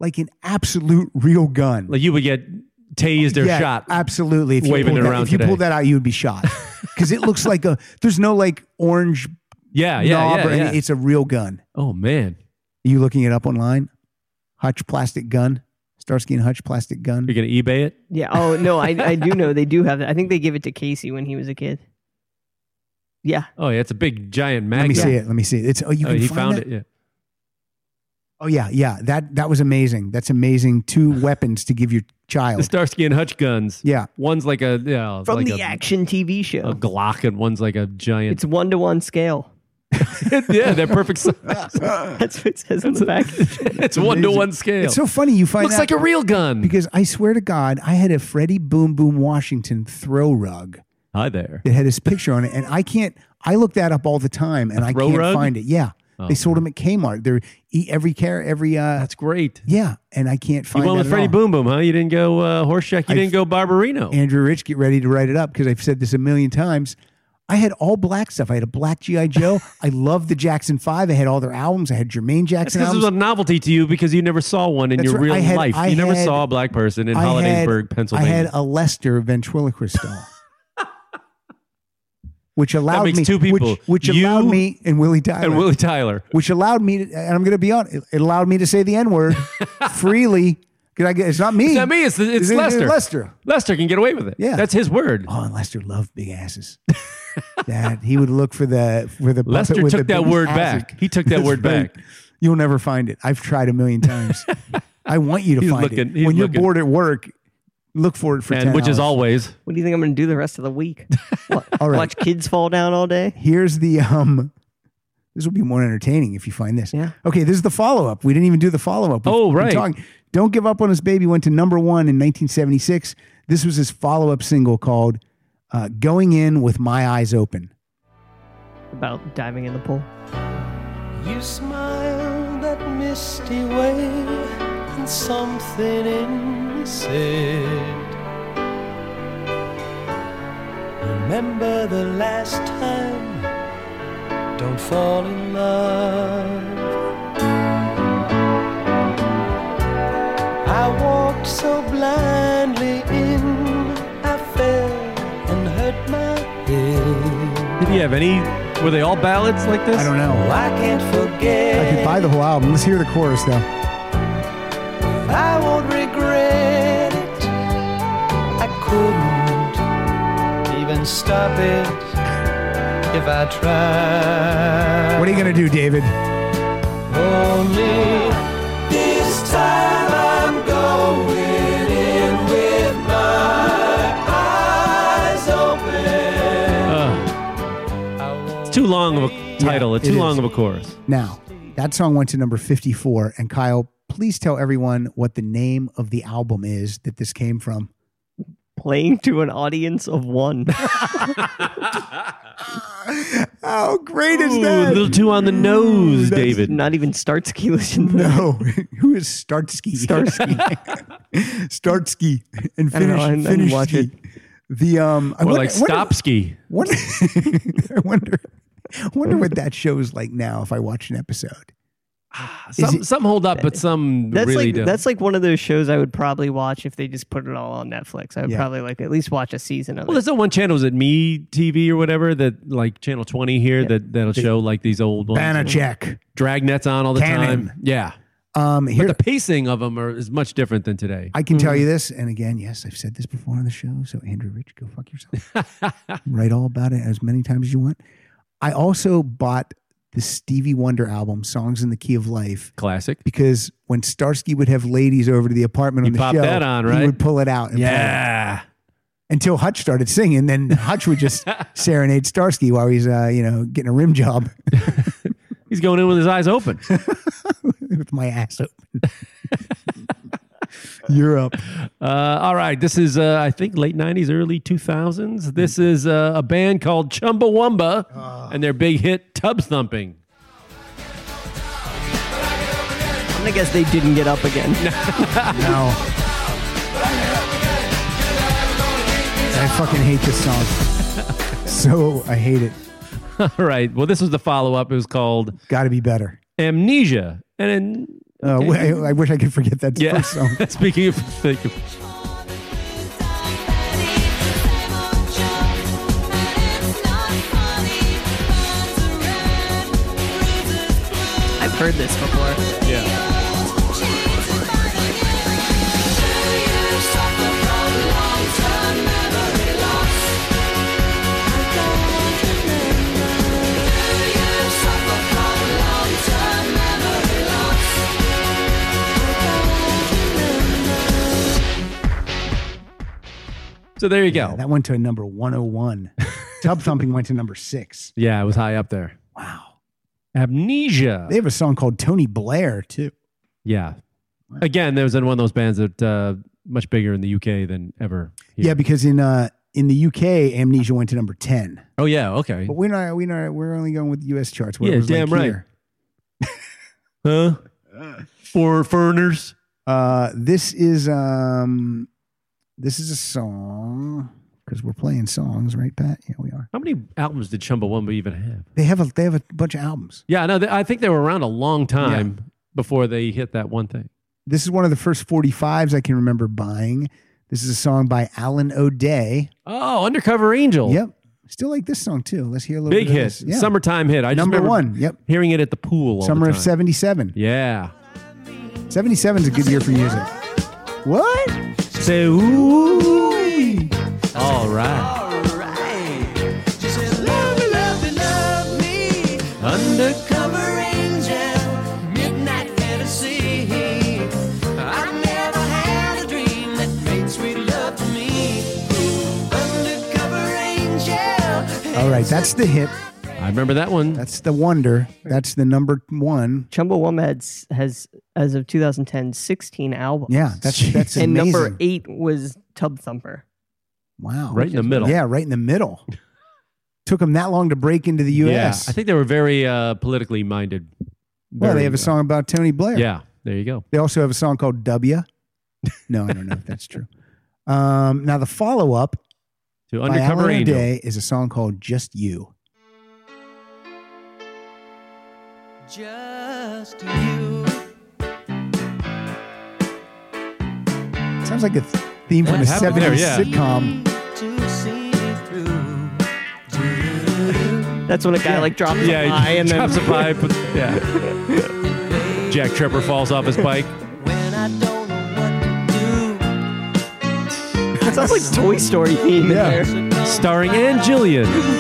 [SPEAKER 2] like an absolute real gun.
[SPEAKER 3] Like you would get tased or
[SPEAKER 2] yeah,
[SPEAKER 3] shot.
[SPEAKER 2] Absolutely. If you
[SPEAKER 3] waving
[SPEAKER 2] pulled
[SPEAKER 3] it
[SPEAKER 2] that,
[SPEAKER 3] around
[SPEAKER 2] if you
[SPEAKER 3] today.
[SPEAKER 2] pulled that out, you would be shot. Because it looks like a there's no like orange
[SPEAKER 3] Yeah, yeah,
[SPEAKER 2] knob
[SPEAKER 3] yeah.
[SPEAKER 2] or
[SPEAKER 3] yeah.
[SPEAKER 2] any, it's a real gun.
[SPEAKER 3] oh man,
[SPEAKER 2] Are you looking it up online? Hutch plastic gun. Starsky and Hutch plastic gun.
[SPEAKER 3] you're gonna eBay it.
[SPEAKER 4] Yeah. Oh no, I I do know they do have that. I think they give it to Casey when he was a kid. Yeah.
[SPEAKER 3] Oh yeah, it's a big giant magnet.
[SPEAKER 2] Let me see it. Let me see it. It's oh you
[SPEAKER 3] Oh,
[SPEAKER 2] can
[SPEAKER 3] he
[SPEAKER 2] find
[SPEAKER 3] found
[SPEAKER 2] that?
[SPEAKER 3] it. Yeah.
[SPEAKER 2] Oh yeah, yeah. That that was amazing. That's amazing. Two weapons to give your
[SPEAKER 3] The
[SPEAKER 2] child.
[SPEAKER 3] Starsky and Hutch guns.
[SPEAKER 2] Yeah.
[SPEAKER 3] One's like a yeah,
[SPEAKER 4] From
[SPEAKER 3] like a,
[SPEAKER 4] the action TV show.
[SPEAKER 3] a Glock, and one's like a giant.
[SPEAKER 4] It's one to one scale.
[SPEAKER 3] yeah, they're perfect size.
[SPEAKER 4] That's what it says on the back.
[SPEAKER 3] it's one to one scale.
[SPEAKER 2] It's so funny you find
[SPEAKER 3] Looks
[SPEAKER 2] out
[SPEAKER 3] like a real gun.
[SPEAKER 2] because I swear to God, I had a Freddie Boom Boom Washington throw rug
[SPEAKER 3] Hi there.
[SPEAKER 2] that had his picture on it, and I can't. I look that up all the time, and I
[SPEAKER 3] throw
[SPEAKER 2] can't
[SPEAKER 3] rug?
[SPEAKER 2] find it. Yeah,
[SPEAKER 3] Oh.
[SPEAKER 2] they sold them at Kmart. They're e- every care every uh
[SPEAKER 3] That's great.
[SPEAKER 2] yeah, and I can't
[SPEAKER 3] You
[SPEAKER 2] find.
[SPEAKER 3] went
[SPEAKER 2] that
[SPEAKER 3] with
[SPEAKER 2] at
[SPEAKER 3] Freddie
[SPEAKER 2] all.
[SPEAKER 3] Boom Boom, huh? You didn't go uh, Horseshack.
[SPEAKER 2] I-
[SPEAKER 3] You didn't go Barbarino.
[SPEAKER 2] Andrew Rich, get ready to write it up because I've said this a million times. I had all black stuff. I had a black GI Joe. I loved the Jackson Five. I had all their albums. I had Jermaine
[SPEAKER 3] That's
[SPEAKER 2] Jackson
[SPEAKER 3] because it was
[SPEAKER 2] albums.
[SPEAKER 3] a novelty to you because you never saw one in
[SPEAKER 2] That's
[SPEAKER 3] your
[SPEAKER 2] right.
[SPEAKER 3] real
[SPEAKER 2] I had-
[SPEAKER 3] life.
[SPEAKER 2] I
[SPEAKER 3] you never
[SPEAKER 2] had-
[SPEAKER 3] saw a black person in
[SPEAKER 2] I had-
[SPEAKER 3] Hollidaysburg, Pennsylvania.
[SPEAKER 2] I had a Lester ventriloquist doll, which allowed
[SPEAKER 3] makes
[SPEAKER 2] me
[SPEAKER 3] two people.
[SPEAKER 2] Which, which
[SPEAKER 3] You
[SPEAKER 2] allowed me and Willie Tyler.
[SPEAKER 3] and Willie Tyler.
[SPEAKER 2] which allowed me to, and I'm going to be honest, it allowed me to say the N word freely. Because I get it's not me.
[SPEAKER 3] It's not me. It's, it's Lester.
[SPEAKER 2] Lester.
[SPEAKER 3] Lester can get away with it.
[SPEAKER 2] Yeah.
[SPEAKER 3] That's his word.
[SPEAKER 2] Oh, and Lester loved big asses. that he would look for the for the puppet
[SPEAKER 3] Lester
[SPEAKER 2] with the
[SPEAKER 3] took that
[SPEAKER 2] biggest
[SPEAKER 3] word
[SPEAKER 2] asses.
[SPEAKER 3] back. He took that
[SPEAKER 2] That's
[SPEAKER 3] word
[SPEAKER 2] right.
[SPEAKER 3] back.
[SPEAKER 2] You'll never find it. I've tried a million times. I want you to
[SPEAKER 3] He's
[SPEAKER 2] find
[SPEAKER 3] looking-
[SPEAKER 2] it.
[SPEAKER 3] he's
[SPEAKER 2] When you're
[SPEAKER 3] looking.
[SPEAKER 2] bored at work, look for it for
[SPEAKER 3] And
[SPEAKER 2] 10
[SPEAKER 3] which is
[SPEAKER 2] hours.
[SPEAKER 3] always
[SPEAKER 4] What do you think I'm going to do the rest of the week? What,
[SPEAKER 2] All right.
[SPEAKER 4] Watch kids fall down all day.
[SPEAKER 2] Here's the um. This will be more entertaining if you find this.
[SPEAKER 4] Yeah.
[SPEAKER 2] Okay, this is the follow up. We didn't even do the follow up.
[SPEAKER 3] Oh, right.
[SPEAKER 2] Don't give up on us, baby. Went to number one in 1976. This was his follow up single called uh, "Going In with My Eyes Open."
[SPEAKER 4] about diving in the pool?
[SPEAKER 14] You smile that misty way, and something in me said. Remember the last time, don't fall in love. I walked so blindly in, I fell and hurt my
[SPEAKER 3] Did he have any? Were they all ballads like this? I don't
[SPEAKER 2] know.
[SPEAKER 14] I can't forget.
[SPEAKER 2] I could buy the whole album. Let's hear the chorus though.
[SPEAKER 14] I won't regret it. I couldn't even stop it if I tried.
[SPEAKER 2] What are you gonna do, David?
[SPEAKER 14] Only this time I'm going in with my eyes open.
[SPEAKER 3] It's too long of a title. it's
[SPEAKER 2] it
[SPEAKER 3] too
[SPEAKER 2] is.
[SPEAKER 3] long of a chorus.
[SPEAKER 2] Now, that song went to number 54. And Kyle, please tell everyone what the name of the album is that this came from.
[SPEAKER 4] Playing to an audience of one.
[SPEAKER 2] How great is
[SPEAKER 4] Ooh,
[SPEAKER 2] that?
[SPEAKER 4] a little too on the nose,
[SPEAKER 3] David.
[SPEAKER 4] Not even Startsky listened to
[SPEAKER 2] No. Who is Startsky? Startsky. Startsky. And
[SPEAKER 4] I don't know,
[SPEAKER 2] finish,
[SPEAKER 4] I didn't
[SPEAKER 2] finish
[SPEAKER 4] watch
[SPEAKER 2] the, the um I
[SPEAKER 3] Or
[SPEAKER 2] wonder-
[SPEAKER 3] like
[SPEAKER 2] wonder-
[SPEAKER 3] Stopski.
[SPEAKER 2] wonder- I wonder wonder what that show's like now if I watch an episode.
[SPEAKER 3] Some, some hold up, but some
[SPEAKER 4] That's
[SPEAKER 3] really
[SPEAKER 4] like
[SPEAKER 3] don't.
[SPEAKER 4] that's like one of those shows I would probably watch if they just put it all on Netflix. I would
[SPEAKER 3] Yeah.
[SPEAKER 4] probably like at least watch a season of
[SPEAKER 3] well,
[SPEAKER 4] it.
[SPEAKER 3] there's that one channel, is it Me TV or whatever, that like channel 20 here that, that'll show like these old ones.
[SPEAKER 2] Banachek.
[SPEAKER 3] Dragnet's on all the
[SPEAKER 2] Cannon.
[SPEAKER 3] time. Yeah.
[SPEAKER 2] Um
[SPEAKER 3] But
[SPEAKER 2] here
[SPEAKER 3] the Hmm. pacing of them are, is much different than today.
[SPEAKER 2] I can tell you this, and again, yes, I've said this before on the show. So Andrew Rich, go fuck yourself. Write all about it as many times as you want. I also bought the Stevie Wonder album, "Songs in the Key of Life,"
[SPEAKER 3] classic,
[SPEAKER 2] because when Starsky would have ladies over to the apartment
[SPEAKER 3] You
[SPEAKER 2] on the
[SPEAKER 3] pop
[SPEAKER 2] show,
[SPEAKER 3] that on, right?
[SPEAKER 2] He would pull it out, and play it.
[SPEAKER 3] Yeah.
[SPEAKER 2] Until Hutch started singing, then Hutch would just serenade Starsky while he's, uh, you know, getting a rim job
[SPEAKER 3] He's going in with his eyes open.
[SPEAKER 2] with my ass open. You're up.
[SPEAKER 3] Uh, all right. This is, uh, I think, late 90s, early 2000s. This is uh, a band called Chumbawamba and their big hit, Tub Thumping.
[SPEAKER 4] I guess they didn't get up again.
[SPEAKER 2] no. I fucking hate this song. so I hate it.
[SPEAKER 3] All right. Well, this was the follow up. It was called
[SPEAKER 2] Got to Be Better.
[SPEAKER 3] Amnesia. And then.
[SPEAKER 2] Uh,
[SPEAKER 3] Okay.
[SPEAKER 2] I, I wish I could forget that
[SPEAKER 3] yeah.
[SPEAKER 2] first song.
[SPEAKER 3] Speaking of. Thank you.
[SPEAKER 4] I've heard this before.
[SPEAKER 3] Yeah. So there you go.
[SPEAKER 2] that went to number 101. Tub Thumping went to number six.
[SPEAKER 3] Yeah, it was high up there. Wow. Amnesia.
[SPEAKER 2] They have a song called Tony Blair, too.
[SPEAKER 3] Yeah. Again, there was in one of those bands that uh, much bigger in the UK than ever.
[SPEAKER 2] Yeah, because in uh, in the UK, Amnesia went to number 10.
[SPEAKER 3] Oh yeah, okay.
[SPEAKER 2] But we're not, we're not, we're only going with US charts. where it
[SPEAKER 3] yeah,
[SPEAKER 2] was like
[SPEAKER 3] damn right.
[SPEAKER 2] here.
[SPEAKER 3] huh? For foreigners.
[SPEAKER 2] Uh, this is um, this is a song because we're playing songs, right, Pat? Yeah, we are.
[SPEAKER 3] How many albums did Chumbawamba even have?
[SPEAKER 2] They have a they have a bunch of albums.
[SPEAKER 3] Yeah, no, they, I think they were around a long time before they hit that one thing.
[SPEAKER 2] This is one of the first forty fives I can remember buying. This is a song by Alan O'Day.
[SPEAKER 3] Oh, Undercover Angel.
[SPEAKER 2] Yep, still like this song too. Let's hear a little
[SPEAKER 3] Big
[SPEAKER 2] bit of
[SPEAKER 3] hit.
[SPEAKER 2] this. Yeah.
[SPEAKER 3] Summertime hit. I just
[SPEAKER 2] Number
[SPEAKER 3] remember
[SPEAKER 2] one, yep.
[SPEAKER 3] Hearing it at the pool. All
[SPEAKER 2] Summer
[SPEAKER 3] the
[SPEAKER 2] of
[SPEAKER 3] time.
[SPEAKER 2] seventy seven.
[SPEAKER 3] Yeah.
[SPEAKER 2] Seventy seven is a good year for music. What?
[SPEAKER 3] Say ooh. All right.
[SPEAKER 8] She said, Love me, love me, love me. Undercover angel, midnight fantasy. I've never had a dream that made sweet love to me. Undercover angel.
[SPEAKER 2] All right, that's the hit.
[SPEAKER 3] I remember that one.
[SPEAKER 2] That's the wonder. That's the number one.
[SPEAKER 4] Chumbawamba has, has as of 2010 16 albums.
[SPEAKER 2] Yeah, that's that's
[SPEAKER 4] and
[SPEAKER 2] amazing.
[SPEAKER 4] number 8 was Tub Thumper.
[SPEAKER 2] Wow.
[SPEAKER 3] Right in the middle.
[SPEAKER 2] Yeah, right in the middle. took them that long to break into the U.S.
[SPEAKER 3] Yeah, I think they were very uh, politically minded.
[SPEAKER 2] well, they
[SPEAKER 3] Very,
[SPEAKER 2] have
[SPEAKER 3] uh,
[SPEAKER 2] a song about Tony Blair.
[SPEAKER 3] Yeah, there you go.
[SPEAKER 2] They also have a song called W. No, I don't know if that's true. Um, now the follow up
[SPEAKER 3] To Undercover Angel.
[SPEAKER 2] Day is a song called Just You.
[SPEAKER 15] Just you.
[SPEAKER 2] Sounds like a th- theme from a
[SPEAKER 15] What happened
[SPEAKER 2] '70s
[SPEAKER 15] there? Yeah.
[SPEAKER 2] sitcom.
[SPEAKER 15] To see through.
[SPEAKER 4] That's when a guy like drops a pie and then
[SPEAKER 3] drops a pie. but- yeah. Jack Tripper falls off his bike.
[SPEAKER 15] When I don't know what to
[SPEAKER 4] It sounds like Toy Story theme
[SPEAKER 3] Yeah.
[SPEAKER 4] in there.
[SPEAKER 3] Starring Ann Jillian.
[SPEAKER 15] do. Before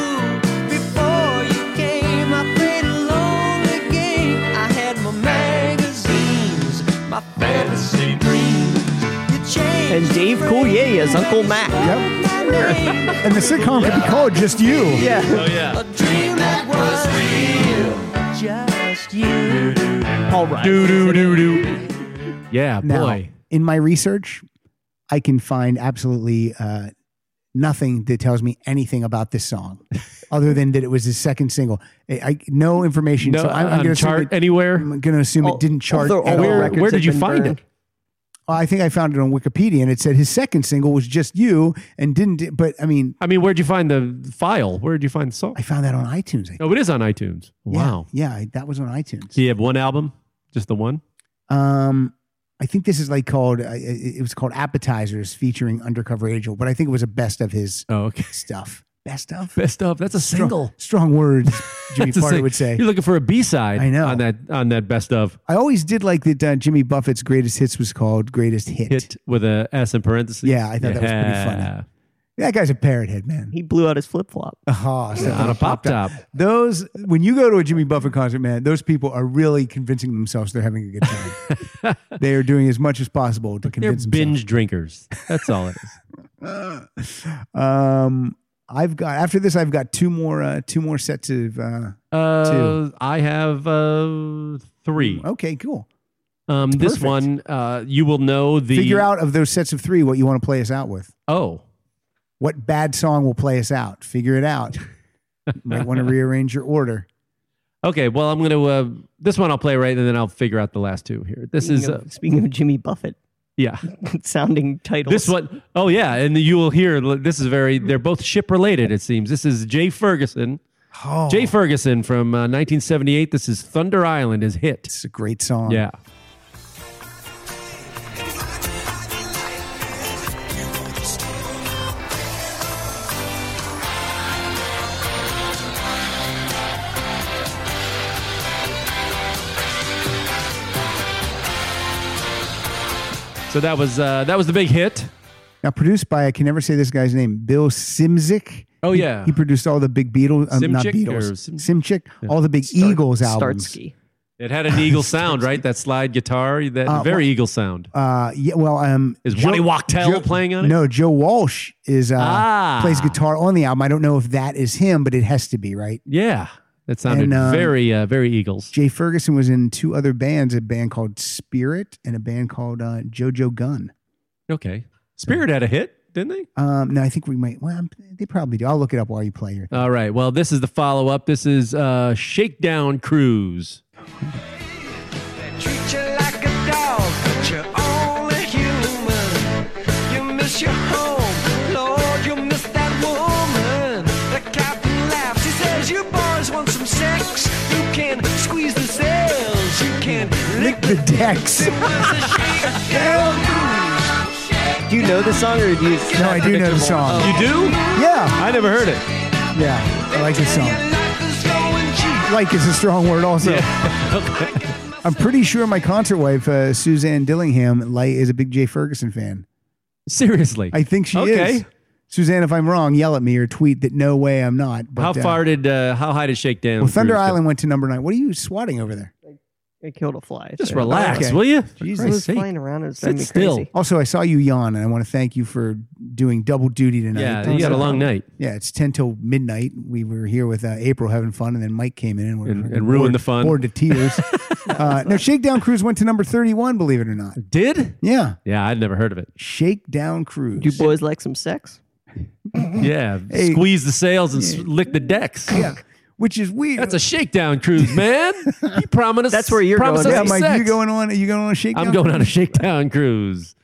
[SPEAKER 15] you came, I played a lonely game. I had my magazines, my fantasy dreams. You changed
[SPEAKER 4] And Dave Coulier is Uncle Mac.
[SPEAKER 2] Yep. and the sitcom could be called Just You.
[SPEAKER 4] Yeah. Oh,
[SPEAKER 3] yeah.
[SPEAKER 15] a dream that was real. Just you.
[SPEAKER 4] All right.
[SPEAKER 3] Do do do do. Yeah,
[SPEAKER 2] Now,
[SPEAKER 3] boy.
[SPEAKER 2] in my research, I can find absolutely uh, nothing that tells me anything about this song, other than that it was his second single. I, I- no information.
[SPEAKER 3] No,
[SPEAKER 2] so I'm,
[SPEAKER 3] on
[SPEAKER 2] going to
[SPEAKER 3] chart
[SPEAKER 2] That,
[SPEAKER 3] anywhere. Oh,
[SPEAKER 2] I'm going to assume it didn't chart.
[SPEAKER 4] Oh, although all
[SPEAKER 2] at
[SPEAKER 4] the
[SPEAKER 2] all.
[SPEAKER 3] Where,
[SPEAKER 4] records
[SPEAKER 3] where
[SPEAKER 4] have
[SPEAKER 3] did you
[SPEAKER 4] been
[SPEAKER 3] find
[SPEAKER 4] burned.
[SPEAKER 3] it?
[SPEAKER 2] I think I found it on Wikipedia, and it said his second single was "Just You," and didn't. But I mean,
[SPEAKER 3] I mean, where would you find the file? Where did you find the song?
[SPEAKER 2] I found that on iTunes. I think.
[SPEAKER 3] Oh, it is on iTunes. Wow.
[SPEAKER 2] Yeah, I- that was on iTunes.
[SPEAKER 3] So you have one album, just the one.
[SPEAKER 2] Um, I think this is like called. I- I- It was called "Appetizers" featuring Undercover Angel, but I think it was a best of his
[SPEAKER 3] Oh, okay.
[SPEAKER 2] stuff. Best of.
[SPEAKER 3] Best of. That's a single.
[SPEAKER 2] Strong words, Jimmy
[SPEAKER 3] That's a
[SPEAKER 2] Carter
[SPEAKER 3] sing-
[SPEAKER 2] would say.
[SPEAKER 3] You're looking for a B side.
[SPEAKER 2] I know.
[SPEAKER 3] On that on that best of
[SPEAKER 2] I always did like that uh, Jimmy Buffett's greatest hits was called Greatest Hit.
[SPEAKER 3] hit with a S in parentheses.
[SPEAKER 2] Yeah, I thought that was pretty funny. That guy's a parrot head, man.
[SPEAKER 4] He blew out his flip flop.
[SPEAKER 2] Oh,
[SPEAKER 3] Yeah, on a pop top.
[SPEAKER 2] Those, when you go to a Jimmy Buffett concert, man, those people are really convincing themselves they're having a good time. they are doing as much as possible to
[SPEAKER 3] They're
[SPEAKER 2] convince
[SPEAKER 3] binge drinkers. That's all it is.
[SPEAKER 2] themselves. um, I've got after this, I've got two more, uh, two more sets of. Uh,
[SPEAKER 3] Uh, I have uh, three.
[SPEAKER 2] okay, cool.
[SPEAKER 3] Um, this
[SPEAKER 2] Oh, Perfect.
[SPEAKER 3] one, uh, you will know the
[SPEAKER 2] Figure out of those sets of three what you want to play us out with.
[SPEAKER 3] Oh,
[SPEAKER 2] What bad song will play us out? Figure it out. Might want to rearrange your order.
[SPEAKER 3] okay. Well, I'm gonna uh, this one I'll play right, and then I'll figure out the last two here. This
[SPEAKER 4] Speaking
[SPEAKER 3] is uh,
[SPEAKER 4] of, speaking of Jimmy Buffett,
[SPEAKER 3] yeah.
[SPEAKER 4] sounding titles.
[SPEAKER 3] This one, oh yeah, and you will hear. This is very. They're both ship related. It seems. This is Jay Ferguson.
[SPEAKER 2] Oh,
[SPEAKER 3] Jay Ferguson from uh, 1978. This is Thunder Island. His hit.
[SPEAKER 2] it's a great song.
[SPEAKER 3] Yeah. So that was uh, that was the big hit.
[SPEAKER 2] Now produced by I can never say this guy's name, Bill Simzik.
[SPEAKER 3] Oh,
[SPEAKER 2] He-
[SPEAKER 3] yeah.
[SPEAKER 2] he, produced all the big Beatles, um, not
[SPEAKER 3] Simchick or
[SPEAKER 2] Beatles,
[SPEAKER 3] Sim-
[SPEAKER 2] Simchick, all the big
[SPEAKER 4] Star-
[SPEAKER 2] Eagles albums.
[SPEAKER 4] Starsky.
[SPEAKER 3] It had an eagle sound, right? That slide guitar, that
[SPEAKER 2] Uh,
[SPEAKER 3] very
[SPEAKER 2] well-
[SPEAKER 3] eagle sound.
[SPEAKER 2] Uh, yeah, well, um,
[SPEAKER 3] Is Johnny Wachtel playing on it?
[SPEAKER 2] No, Joe Walsh is uh,
[SPEAKER 3] Ah.
[SPEAKER 2] plays guitar on the album. I don't know if that is him, but it has to be right.
[SPEAKER 3] Yeah, that sounded
[SPEAKER 2] And, uh,
[SPEAKER 3] very uh, very eagles.
[SPEAKER 2] Jay Ferguson was in two other bands, a band called Spirit and a band called uh, JoJo Gun.
[SPEAKER 3] Okay, Spirit had a hit, didn't they?
[SPEAKER 2] Um, no, I think we might. Well, I'm- they probably do. I'll look it up while you play your.
[SPEAKER 3] All right. Well, this is the follow up. This is uh, Shakedown Cruise.
[SPEAKER 15] Treat you like a dog, but you're only human. You miss your home, Lord, you miss that woman. The captain laughs, he says, You boys want some sex? You can squeeze the sails, you can lick
[SPEAKER 2] The decks.
[SPEAKER 15] the shakedown cruise.
[SPEAKER 4] Do you know the song or do you?
[SPEAKER 2] No, I do know the song.
[SPEAKER 3] You do?
[SPEAKER 2] Yeah,
[SPEAKER 3] I never heard it.
[SPEAKER 2] yeah, I like this song.
[SPEAKER 15] Your life is going cheap.
[SPEAKER 2] like is a strong word also i'm pretty sure my concert wife uh, suzanne dillingham like is a big jay ferguson fan
[SPEAKER 3] Seriously.
[SPEAKER 2] i think she
[SPEAKER 3] Okay.
[SPEAKER 2] is suzanne if i'm wrong yell at me or tweet that no way i'm not but,
[SPEAKER 3] how
[SPEAKER 2] uh,
[SPEAKER 3] far did uh, how high did Shakedown?
[SPEAKER 2] well thunder
[SPEAKER 3] Cruise go?
[SPEAKER 2] island went to number nine what are you swatting over there
[SPEAKER 4] It killed a fly.
[SPEAKER 3] Just
[SPEAKER 4] so-
[SPEAKER 3] relax,
[SPEAKER 2] Okay.
[SPEAKER 3] will you? For
[SPEAKER 4] It
[SPEAKER 3] Christ's
[SPEAKER 4] was
[SPEAKER 3] sake.
[SPEAKER 4] flying around. It was
[SPEAKER 3] Sit
[SPEAKER 4] driving me
[SPEAKER 3] still.
[SPEAKER 4] crazy.
[SPEAKER 2] also i saw you yawn and i want to thank you for doing double duty tonight
[SPEAKER 3] Yeah, you had a long night
[SPEAKER 2] yeah it's 10 till midnight we were here with uh, april having fun and then mike came in and, we
[SPEAKER 3] And- and ruined the fun.
[SPEAKER 2] bored to tears uh, no shakedown cruise went to number 31 believe it or not
[SPEAKER 3] Did?
[SPEAKER 2] yeah
[SPEAKER 3] Yeah, I'd never heard of it.
[SPEAKER 2] shakedown cruise
[SPEAKER 4] Do boys like some sex?
[SPEAKER 3] Yeah,
[SPEAKER 2] Hey.
[SPEAKER 3] squeeze the sails and s lick the decks. Yeah,
[SPEAKER 2] which is weird.
[SPEAKER 3] That's a shakedown cruise, man. You promised.
[SPEAKER 2] That's where you're
[SPEAKER 3] promised
[SPEAKER 2] going.
[SPEAKER 3] us
[SPEAKER 2] Yeah, Mike,
[SPEAKER 3] sex.
[SPEAKER 2] you going on? You going on a shakedown?
[SPEAKER 3] I'm going on a
[SPEAKER 2] cruise?
[SPEAKER 3] shakedown cruise.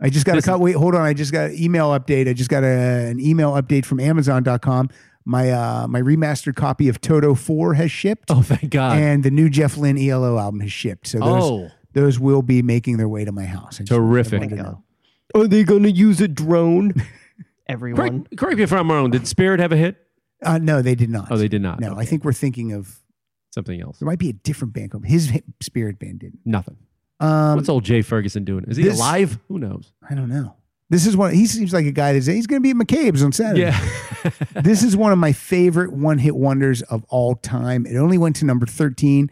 [SPEAKER 2] I just got a
[SPEAKER 3] This-
[SPEAKER 2] cut. Wait, hold on. I just got an email update. I just got a, an email update from Amazon.com. My uh, my remastered copy of Toto Four has shipped.
[SPEAKER 3] Oh, thank God!
[SPEAKER 2] And the new Jeff Lynne ELO album has shipped. So those
[SPEAKER 3] Oh.
[SPEAKER 2] those will be making their way to my house. I just-
[SPEAKER 3] Terrific.
[SPEAKER 2] I wanted to know.
[SPEAKER 4] Are they going to use a drone? Everyone.
[SPEAKER 3] Correct, correct me if I'm wrong. Did Spirit have a hit?
[SPEAKER 2] Uh, no, they did not.
[SPEAKER 3] Oh, they did not.
[SPEAKER 2] No, I think we're thinking of
[SPEAKER 3] Something else.
[SPEAKER 2] there might be a different band. called- His Spirit Band didn't.
[SPEAKER 3] Nothing.
[SPEAKER 2] Um,
[SPEAKER 3] What's old Jay Ferguson doing? Is he
[SPEAKER 2] this-
[SPEAKER 3] alive? Who knows?
[SPEAKER 2] I don't know. This is one. He seems like a guy that's he's going to be at McCabe's on Saturday.
[SPEAKER 3] Yeah.
[SPEAKER 2] this is one of my favorite one-hit wonders of all time. It only went to number thirteen.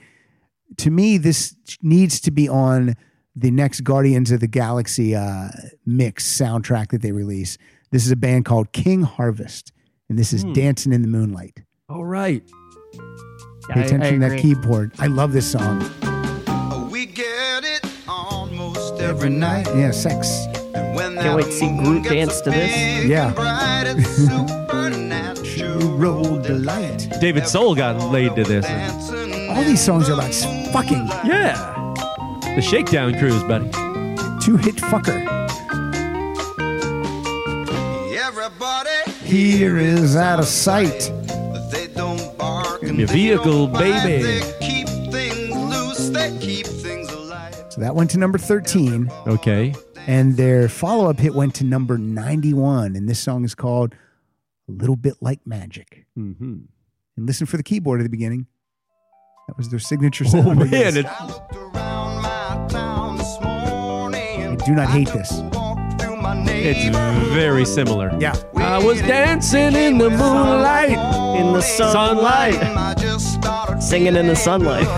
[SPEAKER 2] To me, this needs to be on the next Guardians of the Galaxy uh, mix soundtrack that they release. This is a band called King Harvest, and this is
[SPEAKER 3] Hmm.
[SPEAKER 2] Dancing in the Moonlight.
[SPEAKER 3] All right.
[SPEAKER 2] Pay attention to that keyboard. I love this song.
[SPEAKER 6] We get it almost every night.
[SPEAKER 2] Yeah, sex.
[SPEAKER 6] When
[SPEAKER 4] Can't wait to see Groot dance to this.
[SPEAKER 2] Yeah.
[SPEAKER 6] Roll delight.
[SPEAKER 3] David Soul got laid to this.
[SPEAKER 2] All these songs are about s- fucking
[SPEAKER 3] Yeah. The Shakedown Cruise, buddy.
[SPEAKER 2] two hit fucker.
[SPEAKER 6] Everybody,
[SPEAKER 2] Here is out of sight.
[SPEAKER 6] they don't bark
[SPEAKER 3] Your
[SPEAKER 6] and they
[SPEAKER 3] vehicle,
[SPEAKER 6] don't bite.
[SPEAKER 3] baby.
[SPEAKER 6] They keep things loose. They keep things alive.
[SPEAKER 2] So that went to number 13.
[SPEAKER 3] Okay.
[SPEAKER 2] And their follow up hit went to number 91. And this song is called A Little Bit Like Magic.
[SPEAKER 3] Mm-hmm.
[SPEAKER 2] And listen for the keyboard at the beginning. That was their signature
[SPEAKER 3] Oh,
[SPEAKER 2] sound. I
[SPEAKER 3] man,
[SPEAKER 2] guess.
[SPEAKER 3] it-
[SPEAKER 6] I looked around my town this
[SPEAKER 2] I
[SPEAKER 6] morning.
[SPEAKER 2] do not hate this.
[SPEAKER 6] through my neighborhood.
[SPEAKER 3] It's very similar.
[SPEAKER 2] Yeah.
[SPEAKER 3] I was dancing in the moonlight.
[SPEAKER 4] In the sunlight.
[SPEAKER 6] I just started
[SPEAKER 4] Singing in the sunlight.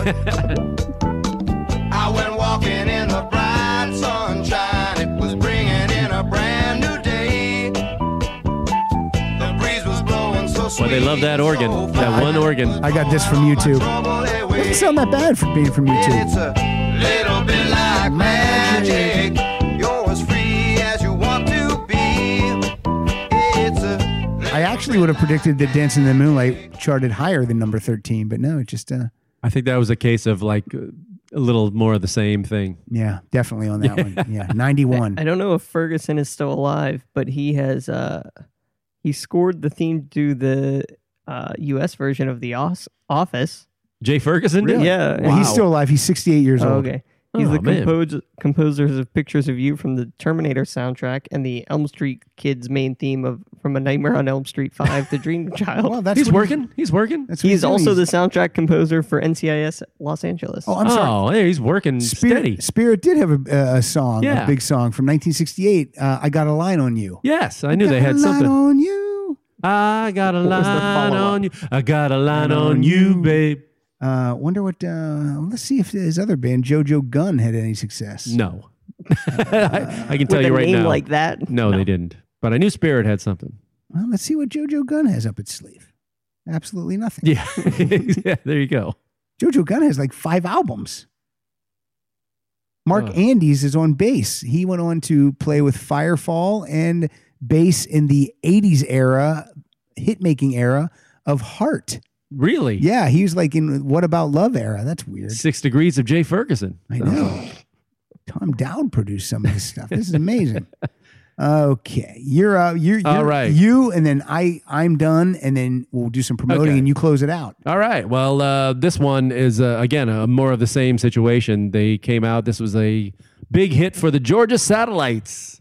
[SPEAKER 6] I went walking in the bright sunshine. It was bringing in a brand new day. The breeze was blowing so sweet.
[SPEAKER 3] Well, they love that organ. That one organ.
[SPEAKER 2] I got this from YouTube. Doesn't
[SPEAKER 6] It's
[SPEAKER 2] sound that bad for being from YouTube.
[SPEAKER 6] a little bit like magic. You're as free as you want to be. It's a
[SPEAKER 2] I actually would have predicted that Dancing in the Moonlight charted higher than number 13, but no, it just, uh,
[SPEAKER 3] I think that was a case of like uh, a little more of the same thing.
[SPEAKER 2] yeah, definitely on that one. Yeah, 91.
[SPEAKER 4] I don't know if Ferguson is still alive, but he has uh he scored the theme to the uh US version of The Os- Office.
[SPEAKER 3] Jay Ferguson did?
[SPEAKER 4] Yeah.
[SPEAKER 2] Well, He's still alive. He's 68 years
[SPEAKER 4] Oh,
[SPEAKER 2] old.
[SPEAKER 4] okay. He's
[SPEAKER 3] Oh,
[SPEAKER 4] the
[SPEAKER 3] man.
[SPEAKER 4] compos- composers of Pictures of You from the Terminator soundtrack and the Elm Street Kids main theme of From A Nightmare on Elm Street 5, The Dream Child.
[SPEAKER 2] Well, that's
[SPEAKER 3] He's
[SPEAKER 2] what he-
[SPEAKER 3] working. He's working.
[SPEAKER 2] that's what
[SPEAKER 4] he's
[SPEAKER 2] doing.
[SPEAKER 4] also the soundtrack composer for NCIS Los Angeles.
[SPEAKER 2] Oh, I'm sorry.
[SPEAKER 3] Oh, hey, he's working
[SPEAKER 2] Spirit,
[SPEAKER 3] steady.
[SPEAKER 2] Spirit did have a, a song, a
[SPEAKER 3] Yeah.
[SPEAKER 2] big song from 1968. Uh, I got a line on you.
[SPEAKER 3] Yes, I knew
[SPEAKER 2] Got
[SPEAKER 3] they
[SPEAKER 2] a
[SPEAKER 3] had
[SPEAKER 2] line
[SPEAKER 3] something.
[SPEAKER 2] on you.
[SPEAKER 3] I got a
[SPEAKER 4] was the
[SPEAKER 3] line
[SPEAKER 4] follow-up?
[SPEAKER 3] on you. I got a line on you, babe.
[SPEAKER 2] Uh, wonder what. Uh, let's see if his other band, JoJo Gunn, had any success.
[SPEAKER 3] No. I, I can tell
[SPEAKER 4] With
[SPEAKER 3] you
[SPEAKER 4] a
[SPEAKER 3] right
[SPEAKER 4] name
[SPEAKER 3] now.
[SPEAKER 4] like that.
[SPEAKER 3] no, they didn't. But I knew Spirit had something.
[SPEAKER 2] Well, let's see what JoJo Gunn has up its sleeve. Absolutely nothing.
[SPEAKER 3] Yeah. yeah there you go.
[SPEAKER 2] JoJo Gunn has like five albums. Mark
[SPEAKER 3] Wow.
[SPEAKER 2] Andes is on bass. He went on to play with Firefall and bass in the 80s era, hit making era of Heart.
[SPEAKER 3] Really?
[SPEAKER 2] Yeah, he was like in What About Love era. That's weird.
[SPEAKER 3] Six Degrees of Jay Ferguson. Oh.
[SPEAKER 2] I know. Tom Dowd produced some of this stuff. This is amazing. Okay, you're uh, you're,
[SPEAKER 3] All
[SPEAKER 2] you're-
[SPEAKER 3] right.
[SPEAKER 2] You and then I I'm done, and then we'll do some promoting,
[SPEAKER 3] Okay.
[SPEAKER 2] and you close it out.
[SPEAKER 3] All right. Well, uh, this one is uh, again uh, more of the same situation. They came out. This was a big hit for the Georgia Satellites.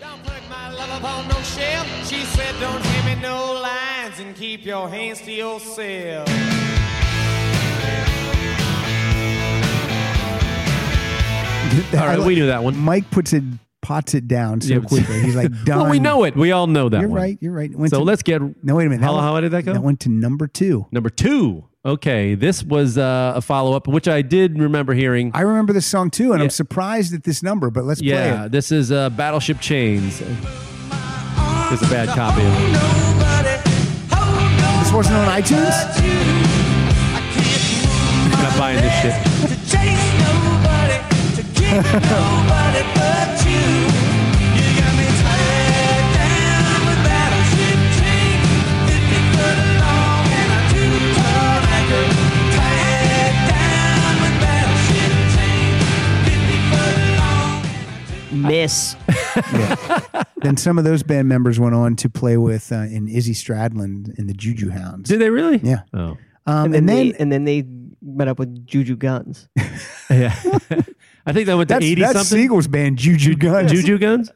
[SPEAKER 16] Don't put my love upon no shelf. She said, don't give me no lines and keep your hands to yourself.
[SPEAKER 3] All right, we knew that one.
[SPEAKER 2] Mike puts it pots it down so
[SPEAKER 3] Yeah.
[SPEAKER 2] quickly. He's like done.
[SPEAKER 3] Well, we know it. We all know that
[SPEAKER 2] You're
[SPEAKER 3] one.
[SPEAKER 2] right. You're right. It went
[SPEAKER 3] So
[SPEAKER 2] to-
[SPEAKER 3] let's get
[SPEAKER 2] No, wait a minute.
[SPEAKER 3] How-
[SPEAKER 2] went-
[SPEAKER 3] how did that go?
[SPEAKER 2] That went to number two.
[SPEAKER 3] number two. Okay, this was uh, a follow up, which I did remember hearing.
[SPEAKER 2] I remember this song too, and I'm surprised at this number. But let's
[SPEAKER 3] yeah,
[SPEAKER 2] play it.
[SPEAKER 3] this is uh, Battleship Chains. It's a bad copy of it.
[SPEAKER 2] This wasn't on iTunes.
[SPEAKER 3] I'm not buying this shit.
[SPEAKER 7] Nobody to kick nobody but you. You got me tired.
[SPEAKER 2] then some of those band members went on to play with uh, in Izzy Stradlin in the Juju Hounds. Did
[SPEAKER 3] they really?
[SPEAKER 2] Yeah.
[SPEAKER 3] Oh.
[SPEAKER 2] Um, and
[SPEAKER 4] and, then
[SPEAKER 2] then
[SPEAKER 4] they, and then they met up with Juju Guns.
[SPEAKER 3] yeah, I think that went to
[SPEAKER 2] that's,
[SPEAKER 3] eighty
[SPEAKER 2] that's
[SPEAKER 3] something.
[SPEAKER 2] Siegel's band, Juju Guns.
[SPEAKER 3] Juju Guns.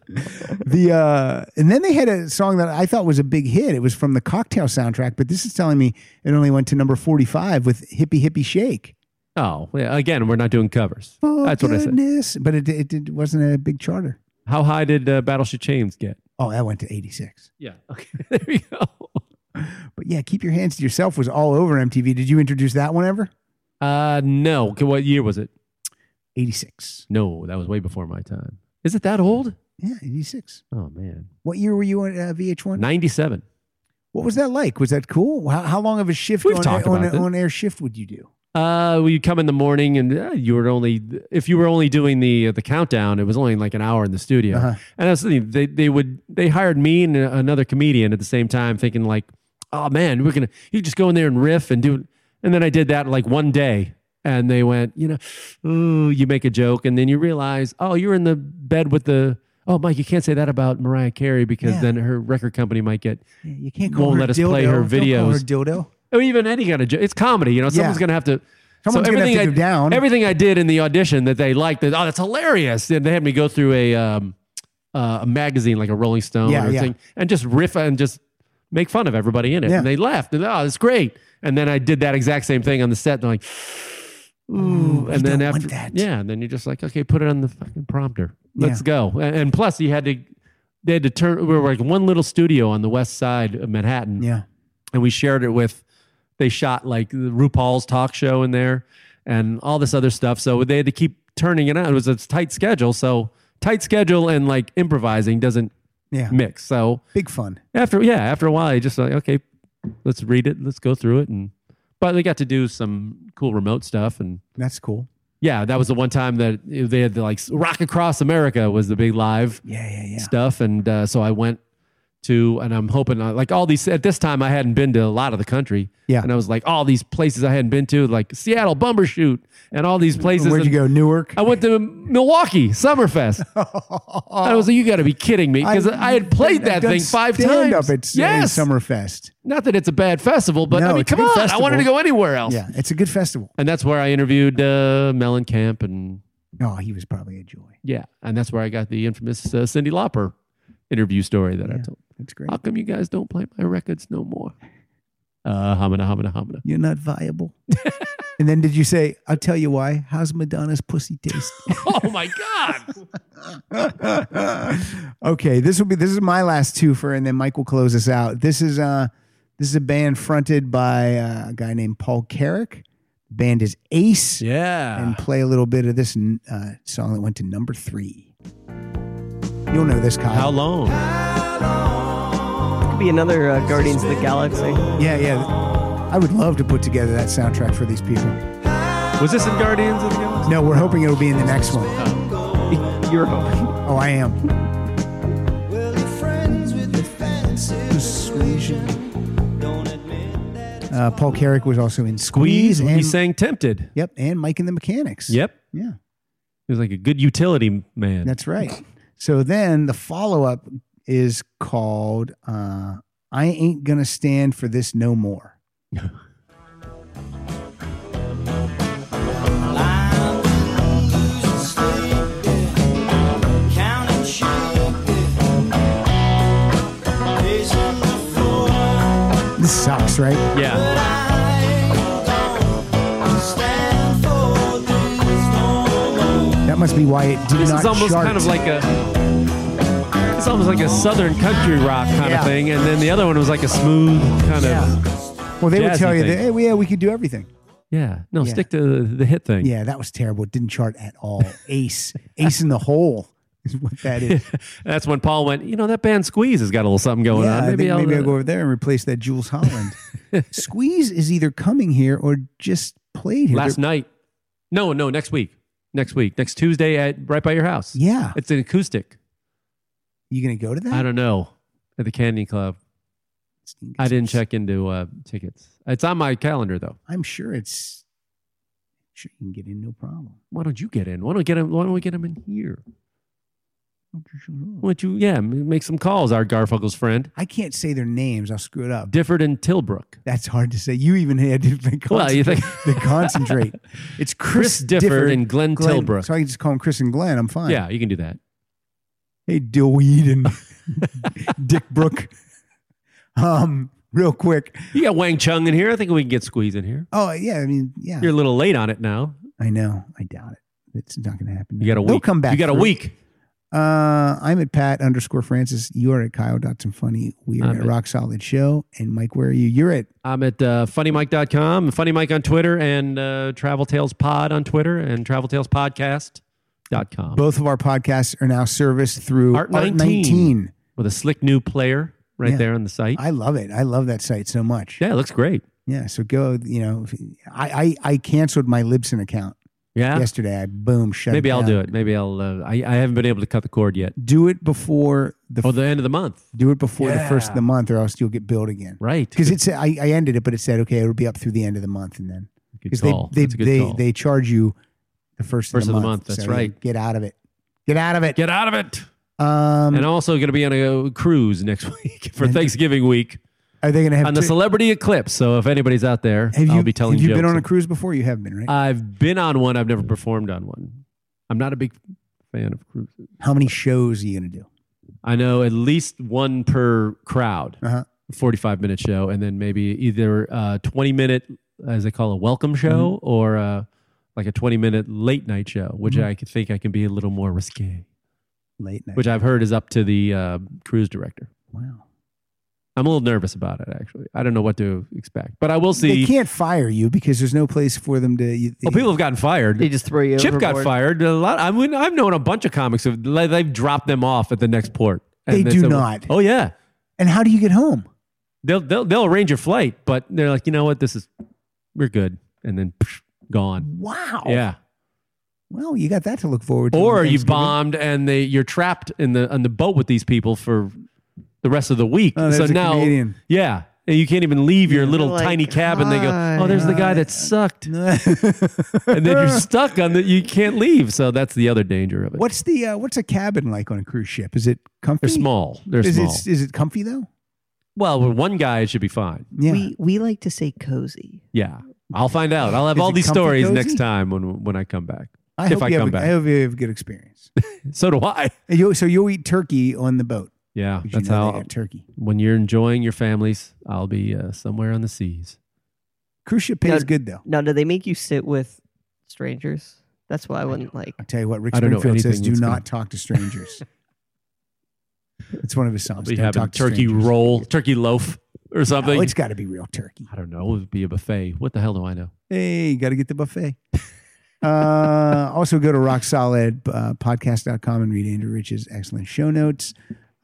[SPEAKER 2] the uh, and then they had a song that I thought was a big hit. It was from the Cocktail soundtrack, but this is telling me it only went to number forty-five with "Hippie Hippie Shake."
[SPEAKER 3] Oh, yeah. Again, we're not doing covers.
[SPEAKER 2] Oh,
[SPEAKER 3] That's what I said.
[SPEAKER 2] goodness. But it, it, it wasn't a big charter.
[SPEAKER 3] How high did uh, Battleship Chains get?
[SPEAKER 2] Oh, that went to eighty-six.
[SPEAKER 3] Yeah. Okay.
[SPEAKER 2] But yeah, "Keep Your Hands to Yourself" was all over MTV. Did you introduce that one ever?
[SPEAKER 3] Uh, no. Okay, What year was it?
[SPEAKER 2] Eighty-six.
[SPEAKER 3] No, that was way before my time. Is it that old?
[SPEAKER 2] Yeah, eighty-six.
[SPEAKER 3] Oh man,
[SPEAKER 2] What year were you on uh, VH1?
[SPEAKER 3] ninety-seven.
[SPEAKER 2] What was that like? Was that cool? How, how long of a shift
[SPEAKER 3] We've
[SPEAKER 2] on,
[SPEAKER 3] talked
[SPEAKER 2] on,
[SPEAKER 3] about it.
[SPEAKER 2] on air shift would you do?
[SPEAKER 3] Uh, well, you come in the morning, and uh, you were only if you were only doing the uh, the countdown, it was only like an hour in the studio.
[SPEAKER 2] Uh-huh.
[SPEAKER 3] And I was thinking they they would they hired me and uh, another comedian at the same time, thinking like, oh man, we're gonna you just go in there and riff and do. And then I did that like one day, and they went, you know, ooh, you make a joke, and then you realize, oh, you're in the bed with the. Oh, Mike, you can't say that about Mariah Carey because
[SPEAKER 2] Yeah.
[SPEAKER 3] then her record company might get
[SPEAKER 2] You can't call
[SPEAKER 3] won't
[SPEAKER 2] her
[SPEAKER 3] let us
[SPEAKER 2] dildo.
[SPEAKER 3] play her
[SPEAKER 2] Don't call her
[SPEAKER 3] videos.
[SPEAKER 2] dildo.
[SPEAKER 3] Or Oh, even any kind of joke. It's comedy, you know. Someone's
[SPEAKER 2] Yeah.
[SPEAKER 3] gonna have to.
[SPEAKER 2] Someone's gonna have
[SPEAKER 3] everything
[SPEAKER 2] to
[SPEAKER 3] I,
[SPEAKER 2] go down.
[SPEAKER 3] Everything I did in the audition that they liked, that oh, that's hilarious. And they had me go through a um, uh, a magazine like a Rolling Stone
[SPEAKER 2] Yeah,
[SPEAKER 3] or
[SPEAKER 2] yeah.
[SPEAKER 3] thing, and just riff and just make fun of everybody in it.
[SPEAKER 2] Yeah.
[SPEAKER 3] And they laughed. And, oh, that's great. And then I did that exact same thing on the set. And they're like, ooh.
[SPEAKER 2] we
[SPEAKER 3] and
[SPEAKER 2] Mm,
[SPEAKER 3] then
[SPEAKER 2] don't
[SPEAKER 3] after
[SPEAKER 2] want that.
[SPEAKER 3] yeah, and then you're just like, okay, put it on the fucking prompter.
[SPEAKER 2] Yeah.
[SPEAKER 3] Let's go. A- And, plus, you had to. They had to turn. We were like one little studio on the west side of Manhattan
[SPEAKER 2] Yeah.
[SPEAKER 3] and we shared it with they shot like RuPaul's talk show in there and all this other stuff. So they had to keep turning it out. It was a tight schedule. So tight schedule and like improvising doesn't
[SPEAKER 2] Yeah.
[SPEAKER 3] mix. So
[SPEAKER 2] Big fun.
[SPEAKER 3] after yeah, after a while you just like, okay, let's read it, let's go through it and but they got to do some cool remote stuff and
[SPEAKER 2] That's cool.
[SPEAKER 3] yeah, that was the one time that they had the, like Rock Across America was the big live
[SPEAKER 2] Yeah, yeah, yeah.
[SPEAKER 3] stuff, and uh, so I went to, and I'm hoping uh, like all these at this time I hadn't been to a lot of the country,
[SPEAKER 2] Yeah.
[SPEAKER 3] and I was like all these places I hadn't been to, like Seattle Bumbershoot, and all these places.
[SPEAKER 2] Where'd you
[SPEAKER 3] and
[SPEAKER 2] go? Newark.
[SPEAKER 3] I went to Milwaukee Summerfest. I was like, you got to be kidding me, because I, had played that
[SPEAKER 2] I've done
[SPEAKER 3] thing five
[SPEAKER 2] stand
[SPEAKER 3] times.
[SPEAKER 2] Up at,
[SPEAKER 3] yes,
[SPEAKER 2] in Summerfest.
[SPEAKER 3] not that it's a bad festival, but I
[SPEAKER 2] No,
[SPEAKER 3] mean,
[SPEAKER 2] it's a
[SPEAKER 3] come
[SPEAKER 2] good
[SPEAKER 3] on, I
[SPEAKER 2] festival.
[SPEAKER 3] wanted to go anywhere else.
[SPEAKER 2] Yeah, it's a good festival.
[SPEAKER 3] And that's where I interviewed uh, Mellencamp and
[SPEAKER 2] Oh, he was probably a joy.
[SPEAKER 3] Yeah, and that's where I got the infamous uh, Cindy Lauper interview story that I told.
[SPEAKER 2] That's great.
[SPEAKER 3] How come you guys don't play my records no more? Uh, hamina, hamina, hamina.
[SPEAKER 2] You're not viable. and then did you say, I'll tell you why? How's Madonna's pussy taste?
[SPEAKER 3] Oh my god!
[SPEAKER 2] okay, this will be this is my last twofer, and then Mike will close us out. This is uh this is a band fronted by uh, a guy named Paul Carrick. The band is Ace.
[SPEAKER 3] Yeah.
[SPEAKER 2] and play a little bit of this uh, song that went to number three. You'll know this, Kyle.
[SPEAKER 3] How long?
[SPEAKER 4] Could be another uh, Guardians of the Galaxy.
[SPEAKER 2] Yeah, yeah. I would love to put together that soundtrack for these people.
[SPEAKER 3] Was this in Guardians of the Galaxy?
[SPEAKER 2] No, we're hoping it'll be in the next one.
[SPEAKER 4] You're hoping.
[SPEAKER 2] Oh, I am. Uh, Paul Carrick was also in Squeeze. and,
[SPEAKER 3] He sang "Tempted."
[SPEAKER 2] Yep, and Mike and the Mechanics.
[SPEAKER 3] Yep,
[SPEAKER 2] Yeah,
[SPEAKER 3] he was like a good utility man.
[SPEAKER 2] that's right. So then the follow up is called uh, I Ain't Gonna Stand for This No More. This sucks, right?
[SPEAKER 3] yeah,
[SPEAKER 2] That must be why it did
[SPEAKER 3] this
[SPEAKER 2] not
[SPEAKER 3] is almost
[SPEAKER 2] chart.
[SPEAKER 3] kind of like a. It's almost like a southern country rock kind
[SPEAKER 2] Yeah.
[SPEAKER 3] of thing, and then the other one was like a smooth kind of.
[SPEAKER 2] well, they would
[SPEAKER 3] jazzy
[SPEAKER 2] tell you that
[SPEAKER 3] thing.
[SPEAKER 2] hey, we- yeah, we could do everything.
[SPEAKER 3] Yeah, no,
[SPEAKER 2] Yeah.
[SPEAKER 3] stick to the, the hit thing.
[SPEAKER 2] Yeah, that was terrible. It didn't chart at all. Ace, ace in the hole is what that is.
[SPEAKER 3] That's when Paul went, you know, that band Squeeze has got a little something going
[SPEAKER 2] yeah,
[SPEAKER 3] on.
[SPEAKER 2] I think maybe,
[SPEAKER 3] I'll,
[SPEAKER 2] I'll,
[SPEAKER 3] uh,
[SPEAKER 2] go over there and replace that Jules Holland. Squeeze is either coming here or just played here.
[SPEAKER 3] last
[SPEAKER 2] They're-
[SPEAKER 3] night. No, no, next week. Next week. Next Tuesday at right by your house.
[SPEAKER 2] Yeah,
[SPEAKER 3] It's an acoustic.
[SPEAKER 2] you gonna go to that?
[SPEAKER 3] I don't know. At the Candy Club. I didn't check into uh, tickets. It's on my calendar though.
[SPEAKER 2] I'm sure it's. Sure, you can get in, no problem.
[SPEAKER 3] Why don't you get in? Why don't we get him? Why don't we get him in here? Would you? Yeah, m- make some calls. Our Garfunkel's friend
[SPEAKER 2] I can't say their names. I'll screw it up.
[SPEAKER 3] Difford and Tilbrook.
[SPEAKER 2] That's hard to say. You even had to concentrate.
[SPEAKER 3] Well, you think-
[SPEAKER 2] to concentrate. It's Chris,
[SPEAKER 3] Chris Difford and Glenn Tilbrook.
[SPEAKER 2] So I can just call him Chris and Glenn. I'm fine.
[SPEAKER 3] Yeah, you can do that.
[SPEAKER 2] Hey, Dillweed and Dick Brook. Um, real quick.
[SPEAKER 3] You got Wang Chung in here. I think we can get Squeeze in here.
[SPEAKER 2] Oh yeah, I mean yeah.
[SPEAKER 3] You're a little late on it now.
[SPEAKER 2] I know. I doubt it. It's not going to happen.
[SPEAKER 3] You got a
[SPEAKER 2] They'll
[SPEAKER 3] week.
[SPEAKER 2] come back.
[SPEAKER 3] You got a
[SPEAKER 2] for it.
[SPEAKER 3] week.
[SPEAKER 2] Uh, I'm at Pat underscore Francis. You are at Kyle Dotson Funny. We are
[SPEAKER 3] I'm
[SPEAKER 2] at
[SPEAKER 3] at-
[SPEAKER 2] Rock Solid Show. And Mike, where are you? You're at
[SPEAKER 3] I'm at uh, funnymike.com, Funny Mike on Twitter, and uh, Travel Tales Pod on Twitter, and Travel Tales Podcast.com.
[SPEAKER 2] both of our podcasts are now serviced through
[SPEAKER 3] Art 19, with a slick new player right
[SPEAKER 2] Yeah.
[SPEAKER 3] there on the site.
[SPEAKER 2] I love it. I love that site so much.
[SPEAKER 3] Yeah, it looks great.
[SPEAKER 2] Yeah. So go. You know, if- I I, I canceled my Libsyn account
[SPEAKER 3] Yeah.
[SPEAKER 2] yesterday. I boom shut.
[SPEAKER 3] Maybe
[SPEAKER 2] it
[SPEAKER 3] I'll
[SPEAKER 2] down.
[SPEAKER 3] do it. Maybe I'll. Uh, I, I haven't been able to cut the cord yet.
[SPEAKER 2] Do it before the
[SPEAKER 3] Oh, the end of the month.
[SPEAKER 2] do it before the first of
[SPEAKER 3] Yeah.
[SPEAKER 2] the month, or else you'll get billed again.
[SPEAKER 3] Right.
[SPEAKER 2] Because it's I, I ended it, but it said okay, it'll be up through the end of the month, and then
[SPEAKER 3] Good
[SPEAKER 2] because they
[SPEAKER 3] call.
[SPEAKER 2] they
[SPEAKER 3] That's a good
[SPEAKER 2] they,
[SPEAKER 3] call.
[SPEAKER 2] they charge you the first,
[SPEAKER 3] First
[SPEAKER 2] of the month.
[SPEAKER 3] that's
[SPEAKER 2] so
[SPEAKER 3] right.
[SPEAKER 2] Get out of it. Get out of it.
[SPEAKER 3] Get out of it.
[SPEAKER 2] Um,
[SPEAKER 3] and also going to be on a cruise next week for Thanksgiving week
[SPEAKER 2] are they going to have
[SPEAKER 3] on the
[SPEAKER 2] two-
[SPEAKER 3] Celebrity Eclipse. So if anybody's out there,
[SPEAKER 2] Have you
[SPEAKER 3] I'll be telling
[SPEAKER 2] have you been
[SPEAKER 3] jokes. Uh,
[SPEAKER 2] on a cruise before? You have been, right?
[SPEAKER 3] I've been on one. I've never performed on one. I'm not a big fan of cruises.
[SPEAKER 2] How many shows are you going to do?
[SPEAKER 3] I know at least one per crowd,
[SPEAKER 2] Uh-huh.
[SPEAKER 3] 45 minute show, and then maybe either a 20 minute, as they call a welcome show,
[SPEAKER 2] Mm-hmm.
[SPEAKER 3] or uh like a 20 minute late night show, which
[SPEAKER 2] Mhm.
[SPEAKER 3] I could think I can be a little more risque,
[SPEAKER 2] Late night.
[SPEAKER 3] which I've heard is up to the uh, cruise director.
[SPEAKER 2] wow.
[SPEAKER 3] I'm a little nervous about it, actually. I don't know what to expect, but I will
[SPEAKER 2] They
[SPEAKER 3] see.
[SPEAKER 2] can't fire you because there's no place for them to. You,
[SPEAKER 3] Well, people have gotten fired.
[SPEAKER 4] They just throw you
[SPEAKER 3] Chip got
[SPEAKER 4] overboard.
[SPEAKER 3] fired. A lot. I mean, I've known a bunch of comics who they've dropped them off at the next port.
[SPEAKER 2] They do
[SPEAKER 3] said,
[SPEAKER 2] not.
[SPEAKER 3] Oh yeah,
[SPEAKER 2] and how do you get home?
[SPEAKER 3] they'll they'll they'll arrange your flight, but they're like, you know what, this is we're good, and then psh, gone.
[SPEAKER 2] Wow.
[SPEAKER 3] Yeah.
[SPEAKER 2] Well, you got that to look forward to.
[SPEAKER 3] Or
[SPEAKER 2] on
[SPEAKER 3] you
[SPEAKER 2] Oh. Thanksgiving.
[SPEAKER 3] bombed and they you're trapped in the on the boat with these people for the rest of the week.
[SPEAKER 2] Oh, there's
[SPEAKER 3] so
[SPEAKER 2] a
[SPEAKER 3] now,
[SPEAKER 2] Canadian.
[SPEAKER 3] yeah, and you can't even leave your little
[SPEAKER 4] Like,
[SPEAKER 3] tiny cabin. They go, oh, there's the guy that sucked, and then you're stuck on the you can't leave. So that's the other danger of it.
[SPEAKER 2] What's the uh, what's a cabin like on a cruise ship? Is it comfy?
[SPEAKER 3] They're small. They're
[SPEAKER 2] is
[SPEAKER 3] small.
[SPEAKER 2] It, is it comfy though?
[SPEAKER 3] well, with one guy, it should be fine.
[SPEAKER 2] Yeah.
[SPEAKER 4] We we like to say cozy.
[SPEAKER 3] Yeah, I'll find out. I'll have
[SPEAKER 2] Is
[SPEAKER 3] all
[SPEAKER 2] it
[SPEAKER 3] these
[SPEAKER 2] comfy
[SPEAKER 3] stories
[SPEAKER 2] cozy?
[SPEAKER 3] next time when when I come back.
[SPEAKER 2] I
[SPEAKER 3] if
[SPEAKER 2] hope
[SPEAKER 3] I
[SPEAKER 2] you have
[SPEAKER 3] come
[SPEAKER 2] a,
[SPEAKER 3] back,
[SPEAKER 2] I hope you have a good experience.
[SPEAKER 3] so do I.
[SPEAKER 2] And you- so you'll eat turkey on the boat.
[SPEAKER 3] Yeah,
[SPEAKER 2] 'cause you
[SPEAKER 3] Oh, that's
[SPEAKER 2] know they
[SPEAKER 3] how.
[SPEAKER 2] got turkey.
[SPEAKER 3] When you're enjoying your families, I'll be uh, somewhere on the seas.
[SPEAKER 2] Cruise ship pays
[SPEAKER 4] No.
[SPEAKER 2] good though.
[SPEAKER 4] Now, do they make you sit with strangers? That's why I wouldn't like.
[SPEAKER 2] I'll tell you what, Rick
[SPEAKER 3] I don't know
[SPEAKER 2] Springfield says,
[SPEAKER 3] anything
[SPEAKER 2] "Do
[SPEAKER 3] that's
[SPEAKER 2] not talk to strangers." it's one of his songs.
[SPEAKER 3] I'll be
[SPEAKER 2] Don't
[SPEAKER 3] having
[SPEAKER 2] talk to
[SPEAKER 3] turkey
[SPEAKER 2] strangers.
[SPEAKER 3] roll, turkey loaf, or something.
[SPEAKER 2] Oh, it's got to be real turkey.
[SPEAKER 3] I don't know. It would be a buffet. What the hell do I know?
[SPEAKER 2] Hey, you got to get the buffet. uh, also, go to uh, rocksolidpodcast.com and read Andrew Rich's excellent show notes.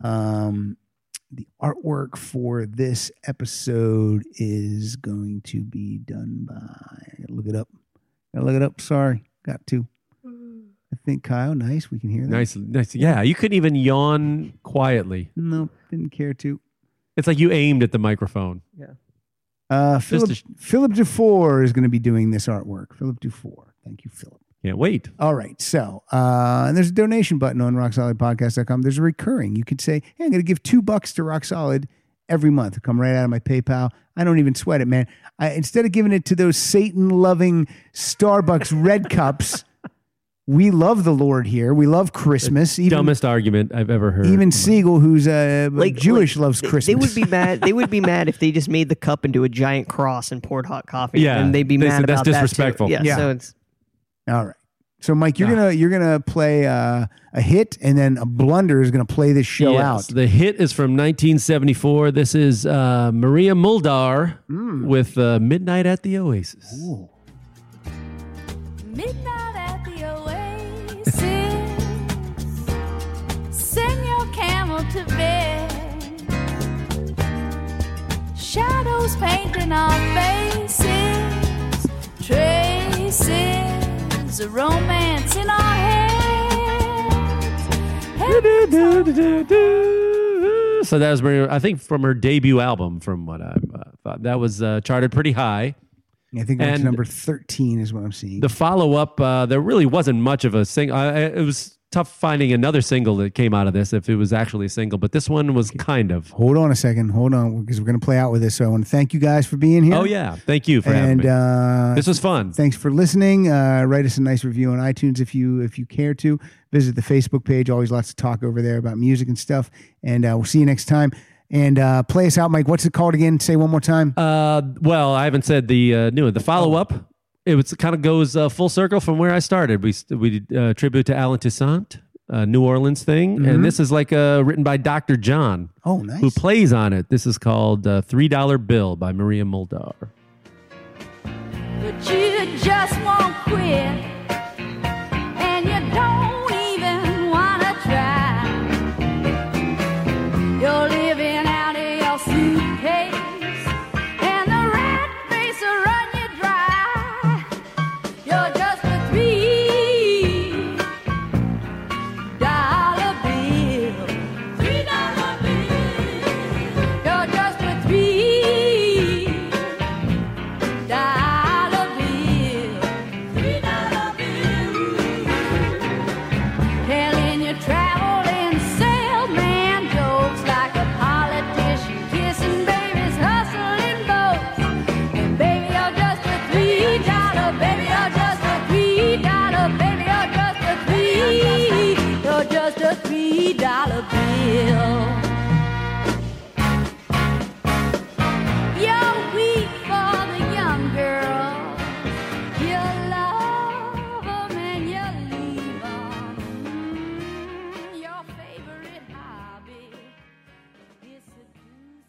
[SPEAKER 2] Um, the artwork for this episode is going to be done by. I gotta look it up. Gotta look it up. Sorry, got to. I think Kyle. Nice. We can hear that.
[SPEAKER 3] Nice, nice. Yeah, you couldn't even yawn quietly.
[SPEAKER 2] Nope. Didn't care to.
[SPEAKER 3] It's like you aimed at the microphone.
[SPEAKER 2] Uh,
[SPEAKER 3] a
[SPEAKER 2] Philip
[SPEAKER 3] sh-
[SPEAKER 2] Philip Dufour is going to be doing this artwork. Philip Dufour. Thank you, Philip.
[SPEAKER 3] Can't wait.
[SPEAKER 2] All right. So, uh, and there's a donation button on rocksolidpodcast.com. There's a recurring. You could say, hey, I'm going to give two bucks to Rock Solid every month. It'll come right out of my PayPal. I don't even sweat it, man. I, instead of giving it to those Satan loving Starbucks red cups, we love the Lord here. We love Christmas. Even,
[SPEAKER 3] Dumbest argument I've ever heard.
[SPEAKER 2] even Siegel, who's uh,
[SPEAKER 4] Like
[SPEAKER 2] Jewish,
[SPEAKER 4] like,
[SPEAKER 2] loves
[SPEAKER 4] they-
[SPEAKER 2] Christmas.
[SPEAKER 4] They would be mad. They would be mad if they just made the cup into a giant cross and poured hot coffee.
[SPEAKER 3] Yeah,
[SPEAKER 4] and they'd be
[SPEAKER 3] they
[SPEAKER 4] mad
[SPEAKER 3] said that's
[SPEAKER 4] about that, too.
[SPEAKER 3] disrespectful.
[SPEAKER 4] Yeah,
[SPEAKER 2] Yeah.
[SPEAKER 4] So it's
[SPEAKER 2] All right. So, Mike, you're gonna you're gonna play uh, a hit, and then a blunder is gonna play this show out.
[SPEAKER 3] Yes, The hit is from 1974. This is uh, Maria Muldar
[SPEAKER 2] Mm.
[SPEAKER 3] with uh, Midnight at the Oasis.
[SPEAKER 11] Midnight at the oasis. Send your camel to bed. Shadows painting our faces. Traces of romance in our heads.
[SPEAKER 3] So that was Maria, I think, from her debut album, from what I uh, thought. That was uh, charted pretty high.
[SPEAKER 2] I think that's
[SPEAKER 3] And-
[SPEAKER 2] number 13 is what I'm seeing.
[SPEAKER 3] The follow up, uh, there really wasn't much of a single. Uh, it was tough finding another single that came out of this if it was actually a single, but this one was kind of.
[SPEAKER 2] Hold on a second. Hold on, because we're going to play out with this. So I want to thank you guys for being here.
[SPEAKER 3] Oh, yeah. Thank you for having
[SPEAKER 2] and,
[SPEAKER 3] me.
[SPEAKER 2] Uh,
[SPEAKER 3] This was fun.
[SPEAKER 2] Thanks for listening. Uh, write us a nice review on iTunes if you if you care to. Visit the Facebook page. Always lots of talk over there about music and stuff. And uh, we'll see you next time. And uh, play us out, Mike. What's it called again? Say one more time.
[SPEAKER 3] Uh, well, I haven't said the uh, new one. The follow up, it was kind of goes uh, full circle from where I started. We we did uh, tribute to Alan Toussaint, uh, New Orleans thing,
[SPEAKER 2] Mhm.
[SPEAKER 3] and this is like uh, written by Dr. John,
[SPEAKER 2] oh, nice.
[SPEAKER 3] who plays on it. This is called uh, Three Dollar Bill by Maria Muldaur.
[SPEAKER 11] But you just won't quit. And you don't even want to try. You're living out of your suitcase. And the rat face will run you dry. You're just a three dollar bill. Three dollar bill. You're just a three dollar bill. Three dollar bill. Telling your traveling salesman jokes like a politician kissing babies, hustling folks. And baby, you're just a three dollar. Baby, you're just a three dollar. Baby, you're just a three. You're just a three dollar bill. You're weak for the young girl. You love 'em and you leave 'em. Mm, Your favorite hobby is to do